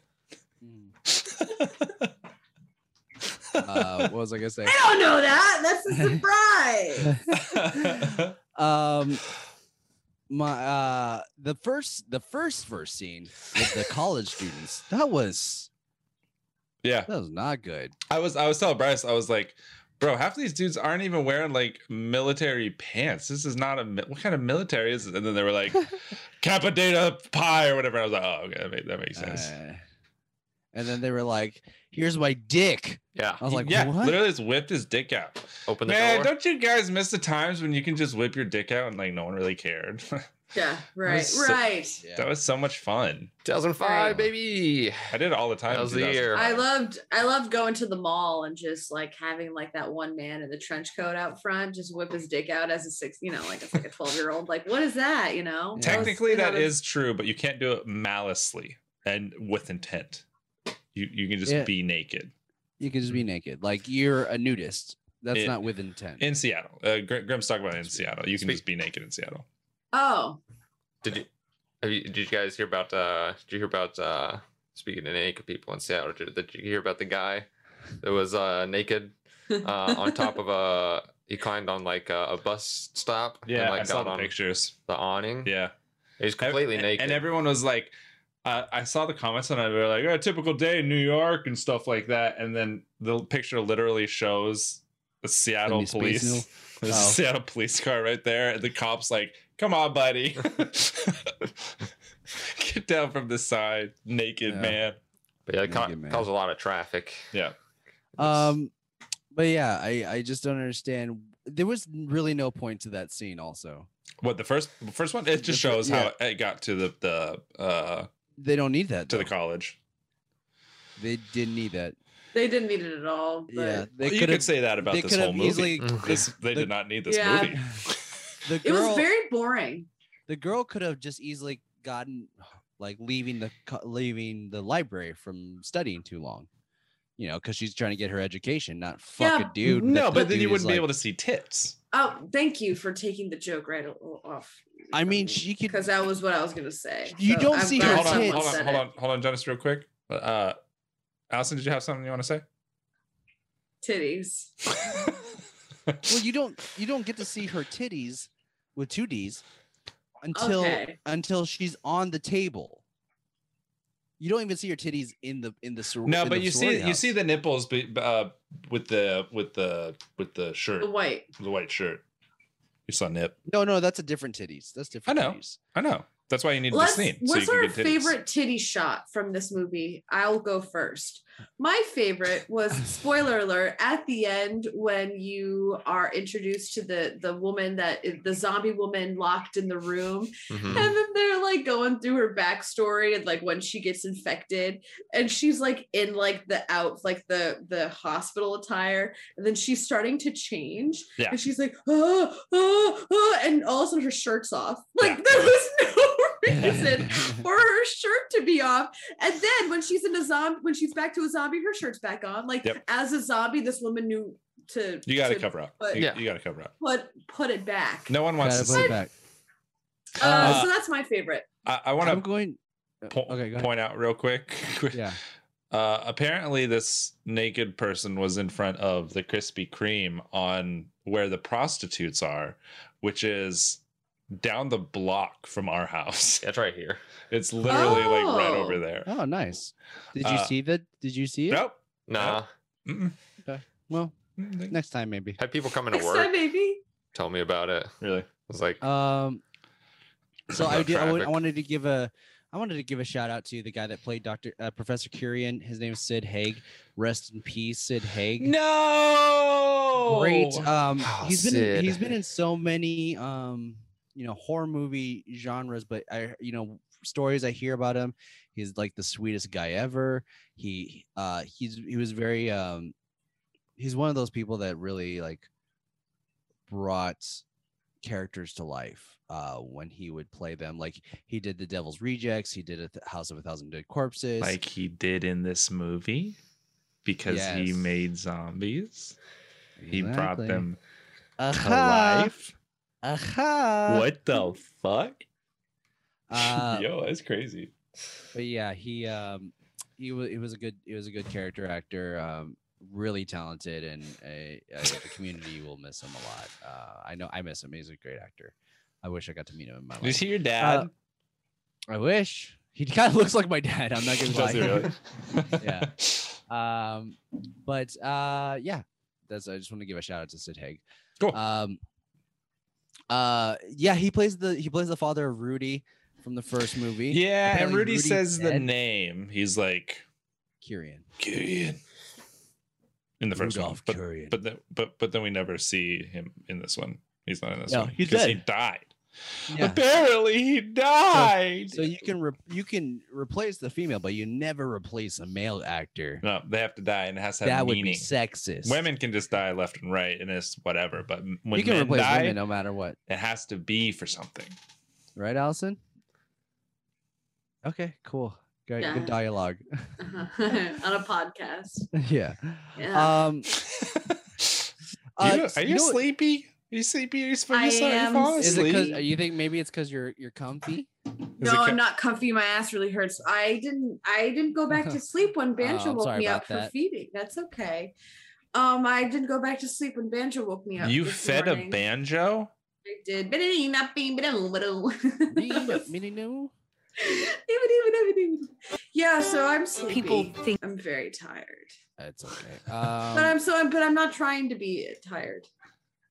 Speaker 3: Hmm.
Speaker 6: Mm.
Speaker 3: [LAUGHS]
Speaker 6: uh what was i gonna say
Speaker 1: I don't know that. That's a surprise.
Speaker 6: um my uh the first the first first scene with the college students that was
Speaker 3: yeah.
Speaker 6: that was not good
Speaker 3: I was I was telling Bryce, I was like, bro, half these dudes aren't even wearing like military pants. This is not a mi- what kind of military is it? And then they were [LAUGHS] like, Kappa Data Pi or whatever. I was like, oh, okay, that, make, that makes sense.
Speaker 6: Uh, and then they were like here's my dick
Speaker 2: Yeah.
Speaker 6: i was like
Speaker 3: yeah,
Speaker 6: what
Speaker 3: literally just whipped his dick out.
Speaker 2: Open the
Speaker 3: Man,
Speaker 2: door.
Speaker 3: don't you guys miss the times when you can just whip your dick out and like no one really cared? [LAUGHS]
Speaker 1: Yeah, right,
Speaker 3: so-
Speaker 1: right.
Speaker 6: Yeah.
Speaker 3: that was so much fun.
Speaker 2: 2005, baby.
Speaker 3: I did it all the time.
Speaker 2: That
Speaker 3: in
Speaker 2: was the
Speaker 3: 2000.
Speaker 2: year.
Speaker 1: I loved I loved going to the mall and just like having like that one man in the trench coat out front just whip his dick out as a six, you know, like it's like a 12 year old. Like, what is that? You know?
Speaker 6: Yeah.
Speaker 3: Technically, that
Speaker 1: was-
Speaker 3: is true, but you can't do it malicely and with intent. You you can just
Speaker 6: Yeah.
Speaker 3: be naked.
Speaker 6: you can just be naked like you're a nudist that's
Speaker 3: It-
Speaker 6: not with intent
Speaker 3: in Seattle. Uh, Gr- Grimm's talking about it in Seattle. You can
Speaker 2: Speak-
Speaker 3: just be naked in Seattle.
Speaker 1: Oh,
Speaker 2: Did you, have you did you guys hear about uh did you hear about uh speaking to naked people in Seattle? Did, did you hear about the guy that was uh naked uh on top of a he climbed on like a, a bus stop and like
Speaker 3: I saw
Speaker 2: got
Speaker 3: the
Speaker 2: on
Speaker 3: pictures.
Speaker 2: the awning.
Speaker 3: Yeah,
Speaker 2: He's completely
Speaker 3: and,
Speaker 2: naked.
Speaker 3: And everyone was like, uh, I saw the comments and I were like, oh, typical day in New York and stuff like that. And then the picture literally shows the Seattle
Speaker 6: Space Needle?
Speaker 3: police. [LAUGHS] There's a
Speaker 6: Oh.
Speaker 3: Seattle police car right there, and the cops like, "Come on, buddy, [LAUGHS] get down from the side, naked
Speaker 6: Yeah.
Speaker 3: man."
Speaker 2: but yeah, it ca-
Speaker 6: Naked man.
Speaker 2: caused a lot of traffic.
Speaker 3: Yeah.
Speaker 6: um but yeah i i just don't understand there was really no point to that scene also
Speaker 3: What the first the first one? It just
Speaker 6: The fir-
Speaker 3: shows how it got to the the uh
Speaker 6: they don't need that
Speaker 3: to the
Speaker 6: though.
Speaker 3: college.
Speaker 6: they didn't need that
Speaker 1: [LAUGHS] they didn't need it at all. But
Speaker 6: yeah they
Speaker 3: Well, you
Speaker 6: could've-
Speaker 3: could say that about
Speaker 6: they
Speaker 3: this
Speaker 6: could've
Speaker 3: whole movie.
Speaker 6: easily
Speaker 2: Mhm.
Speaker 3: [LAUGHS] This- they
Speaker 6: the-
Speaker 3: did not need this
Speaker 1: Yeah.
Speaker 3: movie.
Speaker 6: the
Speaker 1: it
Speaker 6: girl
Speaker 1: was very boring.
Speaker 6: the girl could have just easily gotten like leaving the co- leaving the library from studying too long you know, because she's trying to get her education, not fuck a [LAUGHS] dude.
Speaker 8: no,
Speaker 6: that
Speaker 8: but then
Speaker 6: the
Speaker 8: you
Speaker 6: dude is
Speaker 8: wouldn't be
Speaker 6: like-
Speaker 8: able to see tits.
Speaker 1: Oh, thank you for taking the joke right o- off.
Speaker 6: I mean, she could.
Speaker 1: because that was what I was gonna say.
Speaker 6: You don't
Speaker 1: see
Speaker 6: see her
Speaker 3: hold on,
Speaker 6: tits.
Speaker 3: hold on, hold on, hold on, Jonas, real quick. Uh, Allison, did you have something you want to
Speaker 6: [LAUGHS]
Speaker 3: say? [LAUGHS]
Speaker 1: Titties.
Speaker 6: Well, you don't. You don't get to see her titties with two D's until
Speaker 1: Okay.
Speaker 6: until she's on the table. You don't even see her titties in the in the soror-
Speaker 3: no,
Speaker 6: in
Speaker 3: but
Speaker 6: the
Speaker 3: you
Speaker 6: sorority
Speaker 3: see, you
Speaker 6: house.
Speaker 3: see the nipples, be- uh, with the with the with the shirt,
Speaker 1: The white.
Speaker 3: the white shirt. You saw nip.
Speaker 6: No, no, that's a different titties. That's different.
Speaker 3: know.
Speaker 6: Titties.
Speaker 3: I know. That's why you need
Speaker 1: Let's,
Speaker 3: the scene.
Speaker 1: what's
Speaker 3: so you
Speaker 1: our
Speaker 3: can get titties.
Speaker 1: favorite titty shot from this movie? I'll go first. My favorite
Speaker 6: [LAUGHS]
Speaker 1: was spoiler alert at the end when you are introduced to the the woman that the zombie woman locked in the room
Speaker 2: Mhm.
Speaker 1: And then they're like going through her backstory and like when she gets infected and she's like in like the out like the the hospital attire and then she's starting to change
Speaker 3: Yeah.
Speaker 1: and she's like oh, oh, oh, and all of a sudden her shirt's off like
Speaker 3: Yeah.
Speaker 1: there was [LAUGHS] no
Speaker 3: [LAUGHS]
Speaker 1: reason for her shirt to be off and then when she's in a zombie when she's back to a zombie her shirt's back on like
Speaker 3: Yep.
Speaker 1: as a zombie this woman knew to
Speaker 3: You got to
Speaker 1: to
Speaker 3: cover up.
Speaker 1: but-
Speaker 3: you,
Speaker 2: Yeah.
Speaker 3: you got to cover up.
Speaker 1: put put it back
Speaker 3: No one wants
Speaker 6: Gotta
Speaker 3: to
Speaker 6: put it
Speaker 3: see.
Speaker 6: back.
Speaker 1: uh,
Speaker 3: Uh,
Speaker 1: so that's my favorite
Speaker 3: I, I
Speaker 6: I'm
Speaker 3: want to
Speaker 6: going. uh, okay, go ahead.
Speaker 3: point out real quick. [LAUGHS]
Speaker 6: Yeah.
Speaker 3: Uh, apparently, this naked person was in front of the Krispy Kreme on where the prostitutes are, which is down the block from our house.
Speaker 2: That's right here.
Speaker 3: [LAUGHS] It's literally like right
Speaker 1: Oh.
Speaker 3: over there.
Speaker 6: Oh, nice. Did you
Speaker 3: Uh,
Speaker 6: see that? Did you see it?
Speaker 3: Nope.
Speaker 2: Nah.
Speaker 3: Mm-mm.
Speaker 6: Well,
Speaker 3: Mm,
Speaker 6: next time maybe.
Speaker 2: Had people coming to
Speaker 1: next time
Speaker 2: work
Speaker 1: maybe
Speaker 2: tell me about it. I
Speaker 3: Really?
Speaker 2: was like,
Speaker 6: Um, so I
Speaker 2: About
Speaker 6: did. I, would, I
Speaker 2: traffic.
Speaker 6: wanted to give a. I wanted to give a shout out to the guy that played Doctor uh, Professor Kurian. His name is Sid Haig. Rest in peace, Sid Haig.
Speaker 3: No.
Speaker 6: Great. Um,
Speaker 2: Oh,
Speaker 6: he's been in,
Speaker 2: Sid.
Speaker 6: he's been in so many um, you know, horror movie genres, but I you know stories I hear about him. He's like the sweetest guy ever. He uh he's he was very um he's one of those people that really like brought characters to life uh when he would play them like he did the devil's rejects he did a Th- house of a thousand dead corpses
Speaker 3: like he did in this movie because he
Speaker 6: Yes.
Speaker 3: made zombies. He brought
Speaker 6: Exactly. Uh-huh.
Speaker 3: them
Speaker 6: [LAUGHS]
Speaker 3: to
Speaker 6: aha,
Speaker 3: life.
Speaker 6: aha.
Speaker 3: What the fuck?
Speaker 6: Uh,
Speaker 3: Yo, that's crazy.
Speaker 6: but yeah, he um he was he was a good he was a good character actor. Um, really talented, and a, a, the community will miss him a lot. Uh, I know I miss him. He's a great actor. I wish I got to meet him in my life.
Speaker 3: Is he your
Speaker 6: Uh,
Speaker 3: dad?
Speaker 6: I wish he [LAUGHS] kind of looks like my dad. I'm not gonna
Speaker 3: [LAUGHS] Does he
Speaker 6: lie.
Speaker 3: really? [LAUGHS]
Speaker 6: [LAUGHS] Yeah. Um, but uh, yeah, that's. I just want to give a shout out to Sid Haig.
Speaker 3: Cool.
Speaker 6: Um, uh, yeah, he plays the he plays the father of Rudy from the first movie.
Speaker 3: Yeah, and
Speaker 6: Apparently
Speaker 3: Rudy,
Speaker 6: Rudy's
Speaker 3: says the
Speaker 6: dead.
Speaker 3: name. He's like
Speaker 6: Kirian.
Speaker 3: Kyrian in the first
Speaker 6: Rudolph
Speaker 3: one,
Speaker 6: Kurian.
Speaker 3: but but, then, but but then we never see him in this one. He's not in this
Speaker 6: No,
Speaker 3: one
Speaker 6: he's
Speaker 3: he
Speaker 6: dead.
Speaker 3: died.
Speaker 6: yeah.
Speaker 3: Apparently, he died.
Speaker 6: So you can re- you can replace the female, but you never replace a male actor.
Speaker 3: no, they have to die, and it has to have
Speaker 6: That would be
Speaker 3: meaning.
Speaker 6: sexist.
Speaker 3: Women can just die left and right, and it's whatever. But m- when
Speaker 6: you can
Speaker 3: men
Speaker 6: replace
Speaker 3: die,
Speaker 6: women no matter what,
Speaker 3: it has to be for something. [LAUGHS]
Speaker 6: right, Allison? Okay, cool. Good,
Speaker 1: Yeah.
Speaker 6: good dialogue. [LAUGHS]
Speaker 1: Uh-huh. [LAUGHS] on a podcast.
Speaker 6: yeah.
Speaker 1: Yeah.
Speaker 6: Um.
Speaker 3: You-
Speaker 6: uh,
Speaker 3: are you,
Speaker 6: know what-
Speaker 3: sleepy? Are you sleepy? Are you, are
Speaker 1: I
Speaker 3: you, sorry, you
Speaker 1: am
Speaker 3: falling
Speaker 6: Is it
Speaker 3: asleep?
Speaker 6: because you think maybe it's because you're
Speaker 1: [LAUGHS]
Speaker 6: you're comfy?
Speaker 3: Is
Speaker 1: no,
Speaker 3: it ca-
Speaker 1: I'm not comfy. My ass really hurts. I didn't. I didn't go back to sleep when Banjo
Speaker 6: I'm
Speaker 1: woke
Speaker 6: sorry
Speaker 1: me
Speaker 6: about
Speaker 1: up for
Speaker 6: that.
Speaker 1: feeding. That's okay. Um, I didn't go back to sleep when Banjo woke me up.
Speaker 3: You
Speaker 1: this
Speaker 3: fed a
Speaker 1: morning.
Speaker 3: banjo?
Speaker 1: I did. [LAUGHS] yeah, so I'm sleepy.
Speaker 9: People think-
Speaker 1: I'm very tired,
Speaker 6: That's okay.
Speaker 1: but
Speaker 6: Um,
Speaker 1: I'm so. I'm, but I'm not trying to be tired.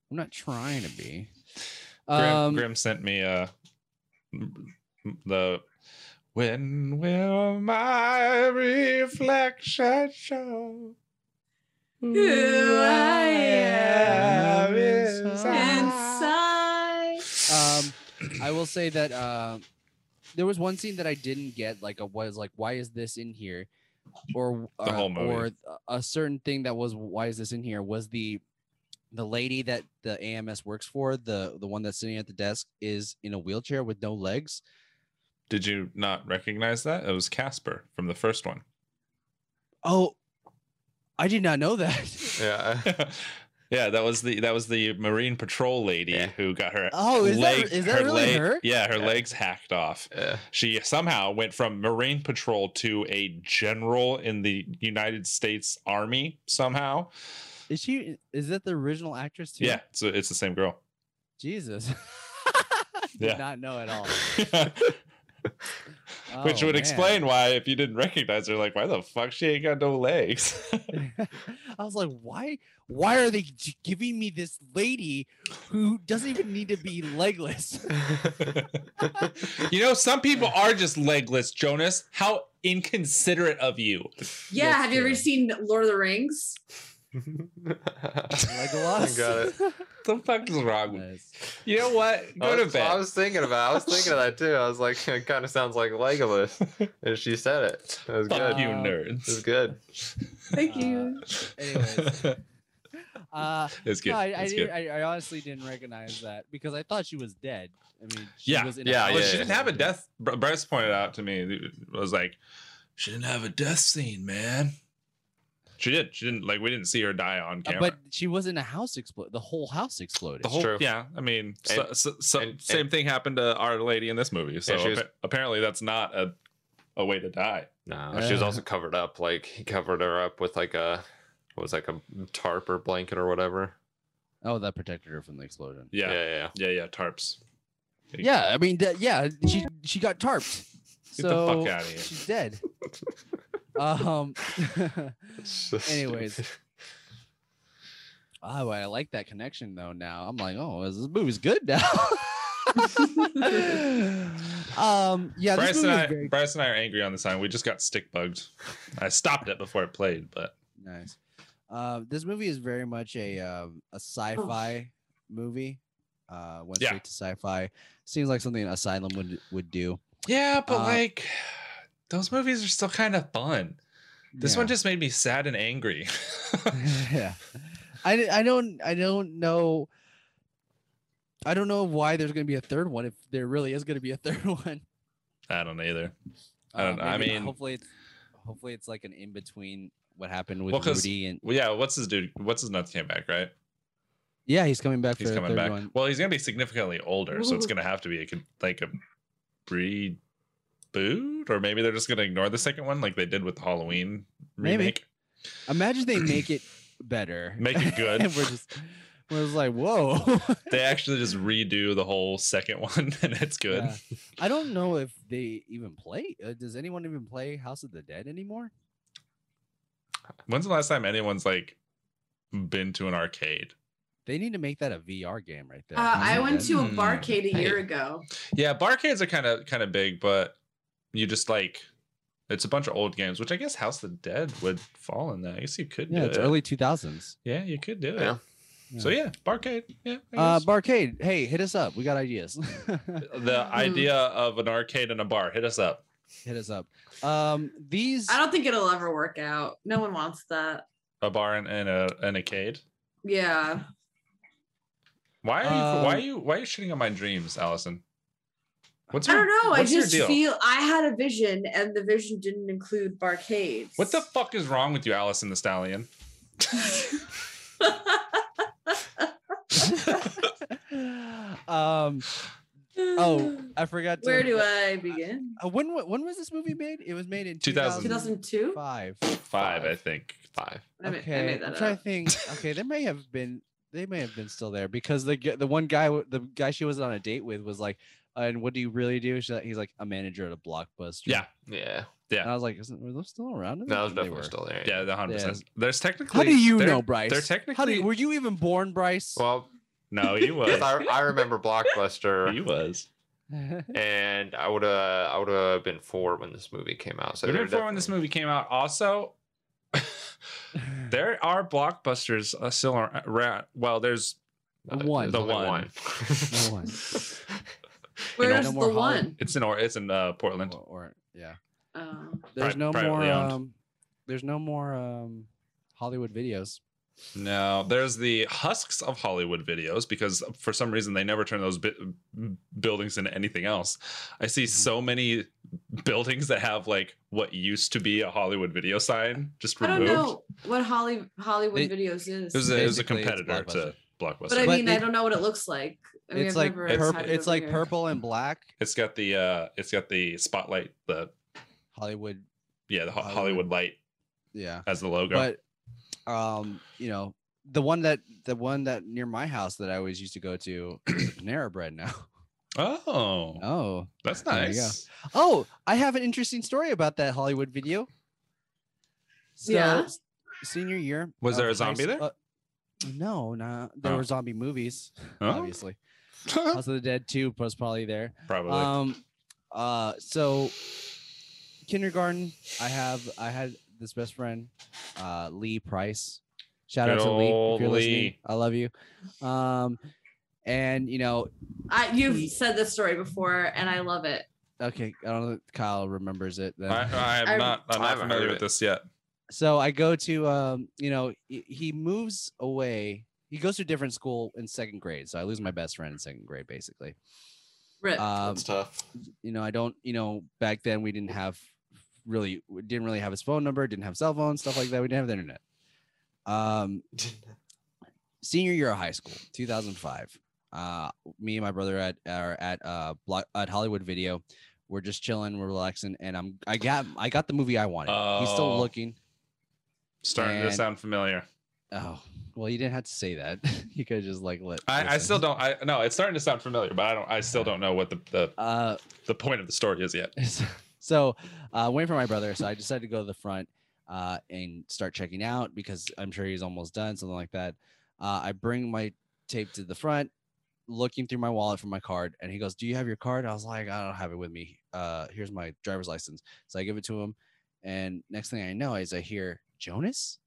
Speaker 6: I'm not trying to be.
Speaker 3: Grim,
Speaker 6: Um,
Speaker 3: Grim sent me uh m- m- the when will my reflection show
Speaker 1: Who I
Speaker 3: am
Speaker 1: am
Speaker 3: inside?
Speaker 1: inside.
Speaker 6: um i will say that uh, there was one scene that i didn't get like i was like why is this in here or
Speaker 3: The
Speaker 6: uh,
Speaker 3: whole movie.
Speaker 6: or a certain thing that was why is this in here was the the lady that the ams works for the the one that's sitting at the desk is in a wheelchair with no legs
Speaker 3: Did you not recognize that? It was Casper from the first one.
Speaker 6: oh I did not know that.
Speaker 2: Yeah.
Speaker 3: [LAUGHS]
Speaker 2: [LAUGHS]
Speaker 3: yeah, that was the that was the Marine Patrol lady
Speaker 2: Yeah.
Speaker 3: who got her
Speaker 6: [LAUGHS] Oh, is that-
Speaker 3: leg,
Speaker 6: is that really
Speaker 3: leg-
Speaker 6: her?
Speaker 3: Yeah, her
Speaker 2: Yeah.
Speaker 3: legs hacked off.
Speaker 6: [LAUGHS]
Speaker 2: Yeah.
Speaker 3: She somehow went from Marine Patrol to a general in the United States Army somehow.
Speaker 6: Is she? Is that the original actress too?
Speaker 3: Yeah, so it's the same [LAUGHS] girl.
Speaker 6: Jesus. [LAUGHS] did
Speaker 3: Yeah.
Speaker 6: not know at all.
Speaker 3: Which
Speaker 6: Oh,
Speaker 3: would
Speaker 6: man.
Speaker 3: explain why, if you didn't recognize her, like, why the fuck she ain't got no legs? [LAUGHS]
Speaker 6: [LAUGHS] I was like, why? Why are they g- giving me this lady who doesn't even need to be
Speaker 3: [LAUGHS]
Speaker 6: legless? [LAUGHS]
Speaker 3: you know, some people are just legless, Jonas. How inconsiderate of you.
Speaker 1: Yeah,
Speaker 6: That's
Speaker 1: have you ever
Speaker 6: true.
Speaker 1: seen Lord of the Rings?
Speaker 6: Legolas.
Speaker 2: got
Speaker 3: [LAUGHS] The fuck is wrong with
Speaker 6: Nice.
Speaker 3: you? know what?
Speaker 2: I
Speaker 3: Go to
Speaker 2: was, I
Speaker 3: bed.
Speaker 2: was thinking about. I was thinking of that too. I was like, [LAUGHS] it kind of sounds like Legolas,
Speaker 3: [LAUGHS]
Speaker 2: and she said it. It was
Speaker 3: Fuck
Speaker 2: good.
Speaker 6: Uh,
Speaker 2: It
Speaker 3: you,
Speaker 2: was
Speaker 3: nerds.
Speaker 2: good.
Speaker 1: Thank
Speaker 6: Uh,
Speaker 1: you.
Speaker 6: Anyways, uh,
Speaker 3: [LAUGHS] it's good.
Speaker 6: no, I, I,
Speaker 3: it's
Speaker 6: didn't,
Speaker 3: good.
Speaker 6: I, I honestly didn't recognize that because I thought she was dead. I mean, she
Speaker 3: Yeah,
Speaker 6: was in
Speaker 2: yeah,
Speaker 6: house
Speaker 3: Well,
Speaker 2: yeah,
Speaker 3: she
Speaker 2: yeah.
Speaker 3: didn't have a death. Br- Bryce pointed out to me. it was like, she didn't have a death scene, man. She did. She didn't. Like, we didn't see her die on
Speaker 6: Uh,
Speaker 3: camera.
Speaker 6: but she was in a house explode. The whole house exploded.
Speaker 3: the whole
Speaker 2: true.
Speaker 3: yeah i mean so,
Speaker 2: And-
Speaker 3: so, so-
Speaker 2: and-
Speaker 3: same thing happened to our lady in this movie so
Speaker 2: she was-
Speaker 3: appa- apparently that's not a a way to die
Speaker 2: No, she was
Speaker 6: Yeah.
Speaker 2: also covered up. Like he covered her up with like a what was like a tarp or blanket or whatever.
Speaker 6: oh, that protected her from the explosion.
Speaker 3: yeah yeah
Speaker 2: yeah, yeah.
Speaker 3: yeah, tarps Like,
Speaker 6: Yeah, I mean, that- yeah, she she got tarped.
Speaker 3: Get the
Speaker 6: so
Speaker 3: fuck outta here. [LAUGHS]
Speaker 6: She's dead. um. [LAUGHS]
Speaker 2: It's [LAUGHS] just
Speaker 6: Anyways.
Speaker 2: stupid.
Speaker 6: oh, I like that connection though. Now I'm like, oh, is- this movie's good now. [LAUGHS] um. Yeah. this
Speaker 3: Bryce and,
Speaker 6: movie is
Speaker 3: I,
Speaker 6: very
Speaker 3: Bryce and I are angry on the sign. We just got stick bugged. I stopped it before it played, but
Speaker 6: Nice. Uh, this movie is very much a um, a sci-fi movie. Uh, went
Speaker 3: Yeah.
Speaker 6: straight to sci-fi. Seems like something Asylum would would do.
Speaker 3: yeah, but
Speaker 6: Uh,
Speaker 3: like those movies are still kind of fun. This one
Speaker 6: Yeah.
Speaker 3: just made me sad and angry. [LAUGHS]
Speaker 6: [LAUGHS] yeah. I, I don't I don't know. I don't know why there's gonna be a third one if there really is gonna be a third [LAUGHS] one.
Speaker 3: I don't either. I don't know, I
Speaker 6: Uh, maybe-
Speaker 3: mean-
Speaker 6: hopefully it's hopefully it's like an in between what happened with
Speaker 3: Well, 'cause-
Speaker 6: Rudy and
Speaker 3: Well, yeah, what's his dude? What's his nuts came back, right?
Speaker 6: yeah he's coming back
Speaker 3: he's
Speaker 6: for
Speaker 3: coming
Speaker 6: the third
Speaker 3: back.
Speaker 6: one.
Speaker 3: Well, he's gonna be significantly older, so it's gonna have to be a, con- like a reboot, or maybe they're just gonna ignore the second one, like they did with the Halloween
Speaker 6: Maybe.
Speaker 3: remake.
Speaker 6: Imagine they
Speaker 3: [CLEARS THROAT]
Speaker 6: make it better,
Speaker 3: Make it good.
Speaker 6: and [LAUGHS] we're just we're just like whoa.
Speaker 3: They actually just redo the whole second [LAUGHS] one, and it's good.
Speaker 6: Yeah. [LAUGHS] I don't know if they even play. Uh, does anyone even play House of the Dead anymore?
Speaker 3: When's the last time anyone's like been to an arcade?
Speaker 6: They need to make that a VR game right there.
Speaker 1: Uh,
Speaker 6: House
Speaker 1: I
Speaker 6: of the
Speaker 1: went
Speaker 6: Dead.
Speaker 1: to a
Speaker 3: Hmm.
Speaker 1: barcade a year
Speaker 3: Hey.
Speaker 1: ago.
Speaker 3: Yeah, barcades are kind of kind of big, but you just like it's a bunch of old games, which I guess House of the Dead would fall in that. I guess you could.
Speaker 6: Yeah,
Speaker 3: do
Speaker 6: it's
Speaker 3: it.
Speaker 6: early 2000s.
Speaker 3: Yeah, you could do it.
Speaker 2: Yeah.
Speaker 3: So yeah, barcade. Yeah. I
Speaker 6: Uh,
Speaker 3: guess.
Speaker 6: Barcade, hey, hit us up. We got ideas. [LAUGHS]
Speaker 3: the
Speaker 1: Mhm.
Speaker 3: idea of an arcade and a bar. Hit us up.
Speaker 6: hit us up. Um, these.
Speaker 1: I don't think it'll ever work out. No one wants that.
Speaker 3: A bar and, and a and a cade.
Speaker 1: Yeah.
Speaker 3: Why are you why are
Speaker 6: Um,
Speaker 3: you why are you shitting on my dreams, Allison? What's
Speaker 1: I
Speaker 3: your,
Speaker 1: don't know. I
Speaker 3: what's
Speaker 1: just
Speaker 3: your deal?
Speaker 1: feel I had a vision and the vision didn't include barcades.
Speaker 3: What the fuck is wrong with you, Allison the Stallion?
Speaker 1: [LAUGHS]
Speaker 6: [SIGHS] um, oh, I forgot. To,
Speaker 1: Where do I begin?
Speaker 6: Uh, when wa- when was this movie made? It was made in
Speaker 3: 2000.
Speaker 1: 2002?
Speaker 6: 2005.
Speaker 3: Five, I think.
Speaker 2: Five.
Speaker 1: I made, I
Speaker 6: Okay,
Speaker 1: made
Speaker 6: I'm
Speaker 1: that
Speaker 6: trying
Speaker 1: up.
Speaker 6: to think. Okay, there may have been they may have been still there because the g- the one guy w- the guy she was on a date with was like, uh, and what do you really do? She's like, he's like a manager at a blockbuster.
Speaker 3: Yeah.
Speaker 2: Yeah.
Speaker 6: And I was like, Isn't, were those still around?
Speaker 2: No, it's
Speaker 6: They
Speaker 2: definitely
Speaker 6: were.
Speaker 2: still there.
Speaker 3: Yeah, the hundred percent. There's technically.
Speaker 6: How do you
Speaker 3: they're-
Speaker 6: know, Bryce?
Speaker 3: They're
Speaker 6: How do
Speaker 3: technically.
Speaker 6: you, were you even born, Bryce? [LAUGHS]
Speaker 2: Well,
Speaker 1: [LAUGHS]
Speaker 3: no, he
Speaker 2: 'cause
Speaker 3: was.
Speaker 2: I, I remember
Speaker 3: he
Speaker 6: [LAUGHS]
Speaker 2: Blockbuster,
Speaker 3: was.
Speaker 2: and I would have I would have been four when this movie came out. So
Speaker 3: So
Speaker 2: they're
Speaker 3: before when this
Speaker 2: definitely-
Speaker 3: movie came out, also. [LAUGHS] There are blockbusters uh, still around. Well, there's
Speaker 6: The
Speaker 2: Uh, there's
Speaker 6: one.
Speaker 3: The
Speaker 2: only
Speaker 3: one.
Speaker 6: The
Speaker 2: [LAUGHS]
Speaker 6: one.
Speaker 3: you know,
Speaker 1: Where's
Speaker 6: no
Speaker 1: the
Speaker 6: more Hollywood.
Speaker 1: one?
Speaker 3: it's in or it's in uh, Portland.
Speaker 6: Or- or- yeah.
Speaker 1: Oh.
Speaker 6: There's
Speaker 3: Pri-
Speaker 6: no more.
Speaker 3: privately owned.
Speaker 6: Um, there's no more um, Hollywood videos.
Speaker 3: No, there's the husks of Hollywood videos because for mm,
Speaker 6: Mm-hmm.
Speaker 3: some reason they never turn those bi- buildings into anything else. I see so many buildings that have like what used to be a Hollywood video sign just
Speaker 1: I don't
Speaker 3: removed.
Speaker 1: know what Holly, Hollywood
Speaker 6: They-
Speaker 1: videos is.
Speaker 3: It was a, it was a
Speaker 6: Basically, it's
Speaker 3: competitor to Blockbuster.
Speaker 1: but I
Speaker 6: But
Speaker 1: mean, I
Speaker 6: it-
Speaker 1: don't know what it looks like. I mean,
Speaker 6: it's
Speaker 1: I've
Speaker 6: like
Speaker 1: never had
Speaker 6: purple.
Speaker 1: it
Speaker 6: It's
Speaker 1: over
Speaker 6: like
Speaker 1: here.
Speaker 6: purple and black
Speaker 3: it's got the uh it's got the spotlight the
Speaker 6: Hollywood.
Speaker 3: yeah the Ho-
Speaker 6: Hollywood.
Speaker 3: Hollywood light
Speaker 6: Yeah,
Speaker 3: as the logo.
Speaker 6: but um, you know, the one that the one that near my house that I always used to go to, is Panera Bread now. [LAUGHS]
Speaker 3: oh,
Speaker 6: Oh,
Speaker 3: that's
Speaker 6: there you go.
Speaker 3: nice.
Speaker 6: oh, I have an interesting story about that Hollywood video. So,
Speaker 1: Yeah?
Speaker 6: s- Senior year.
Speaker 3: Was there
Speaker 6: of
Speaker 3: a zombie
Speaker 6: high
Speaker 3: there?
Speaker 6: s- uh, no, nah, there
Speaker 3: Oh.
Speaker 6: were zombie movies,
Speaker 3: Huh?
Speaker 6: obviously. House of the Dead 2 was probably there.
Speaker 3: Probably.
Speaker 6: Um, uh, so kindergarten, I have I had this best friend, uh, Lee Price. Shout out
Speaker 3: Good
Speaker 6: to Lee. If
Speaker 3: old
Speaker 6: you're listening,
Speaker 3: Lee.
Speaker 6: I love you. Um, and you know,
Speaker 1: I, you've said this story before, and I love it.
Speaker 6: okay, I don't know if Kyle remembers it. Then.
Speaker 3: I, uh, I am
Speaker 1: I-
Speaker 3: not. I'm
Speaker 2: I
Speaker 3: not
Speaker 2: haven't
Speaker 3: familiar
Speaker 2: heard
Speaker 3: with
Speaker 2: it.
Speaker 3: this yet.
Speaker 6: so I go to um, you know, he, he moves away. He goes to a different school in second grade, so I lose my best friend in second grade, basically.
Speaker 1: Rip.
Speaker 6: Um,
Speaker 2: That's tough.
Speaker 6: you know, I don't, you know, back then we didn't have really, we didn't really have his phone number, didn't have cell phones, stuff like that. We didn't have the internet. Um, senior year of high school, 2005. Uh, me and my brother at are at uh block at Hollywood Video. We're just chilling, we're relaxing, and I'm I got I got the movie I wanted. He's still
Speaker 3: Oh.
Speaker 6: looking.
Speaker 3: Starting to
Speaker 6: And-
Speaker 3: sound familiar.
Speaker 6: Oh, well, you didn't have to say that. [LAUGHS] you could just like let.
Speaker 3: I, I
Speaker 6: listen.
Speaker 3: still don't. I no. It's starting to sound familiar, but I don't. I still don't know what the the,
Speaker 6: Uh,
Speaker 3: the point of the story is
Speaker 6: [LAUGHS]
Speaker 3: yet.
Speaker 6: so uh waiting for my brother so i decided to go to the front uh and start checking out because i'm sure he's almost done something like that uh, i bring my tape to the front looking through my wallet for my card and he goes do you have your card i was like i don't have it with me uh here's my driver's license so i give it to him and next thing i know is i hear jonas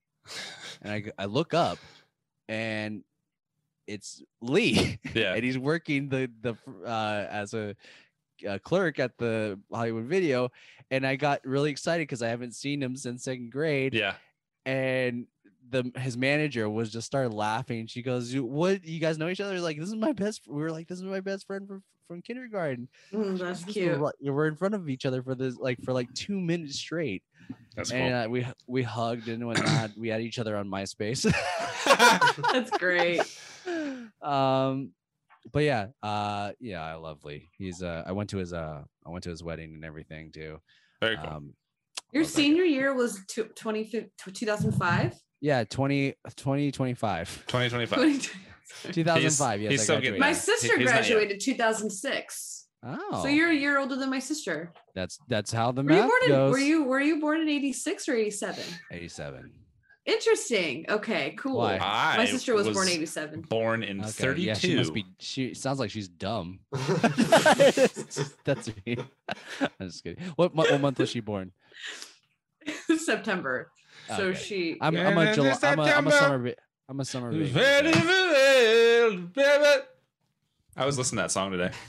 Speaker 6: and i, g- I look up and it's lee [LAUGHS]
Speaker 3: Yeah.
Speaker 6: and he's working the the fr- uh, as a, uh clerk at the Hollywood Video, and I got really excited because I haven't seen him since second grade,
Speaker 3: Yeah.
Speaker 6: and the his manager was just started laughing. She goes, "You- "What? You guys know each other? Like this is my best." We were like, "This is my best friend from from kindergarten."
Speaker 1: Mm, that's
Speaker 6: This is
Speaker 1: cute.
Speaker 6: li- We're in front of each other for this like for like two minutes straight,
Speaker 3: That's
Speaker 6: and uh, we we hugged and whatnot. we had each other
Speaker 3: [LAUGHS]
Speaker 6: on MySpace.
Speaker 1: [LAUGHS]
Speaker 6: [LAUGHS]
Speaker 1: That's great.
Speaker 6: um but yeah uh yeah i love lee he's uh i went to his uh i went to his wedding and everything too
Speaker 3: Very cool.
Speaker 6: um
Speaker 1: Your
Speaker 6: love that guy.
Speaker 1: senior year was tw- 20, fif- 2005?
Speaker 6: yeah 20
Speaker 3: [LAUGHS]
Speaker 6: 2025
Speaker 3: Twenty
Speaker 1: [LAUGHS]
Speaker 3: twenty five.
Speaker 1: 20
Speaker 6: 2005 yes
Speaker 3: he's
Speaker 6: I
Speaker 3: still getting
Speaker 6: graduated.
Speaker 1: My
Speaker 3: Yeah,
Speaker 1: sister
Speaker 3: he- he's not yet.
Speaker 1: graduated 2006.
Speaker 6: oh
Speaker 1: So you're a year older than my sister.
Speaker 6: that's that's how the
Speaker 1: Were you
Speaker 6: math
Speaker 1: born in,
Speaker 6: goes
Speaker 1: were you were you born in 86 or 87?
Speaker 6: 87
Speaker 1: Interesting. Okay, cool.
Speaker 6: Why?
Speaker 1: My sister was, born 87.
Speaker 3: Born in
Speaker 6: okay,
Speaker 3: thirty two.
Speaker 6: yeah, she must be she sounds like
Speaker 3: [LAUGHS]
Speaker 6: she's dumb [LAUGHS] that's me i'm just kidding what, mo- what month was she born
Speaker 1: [LAUGHS] September. So
Speaker 6: Okay.
Speaker 1: she
Speaker 6: i'm, I'm a
Speaker 3: Yeah,
Speaker 6: July, I'm a i'm
Speaker 3: September.
Speaker 6: a summer ba- i'm a summer baby,
Speaker 3: Very
Speaker 6: so-
Speaker 3: well, baby. I was listening to that song today. [SIGHS]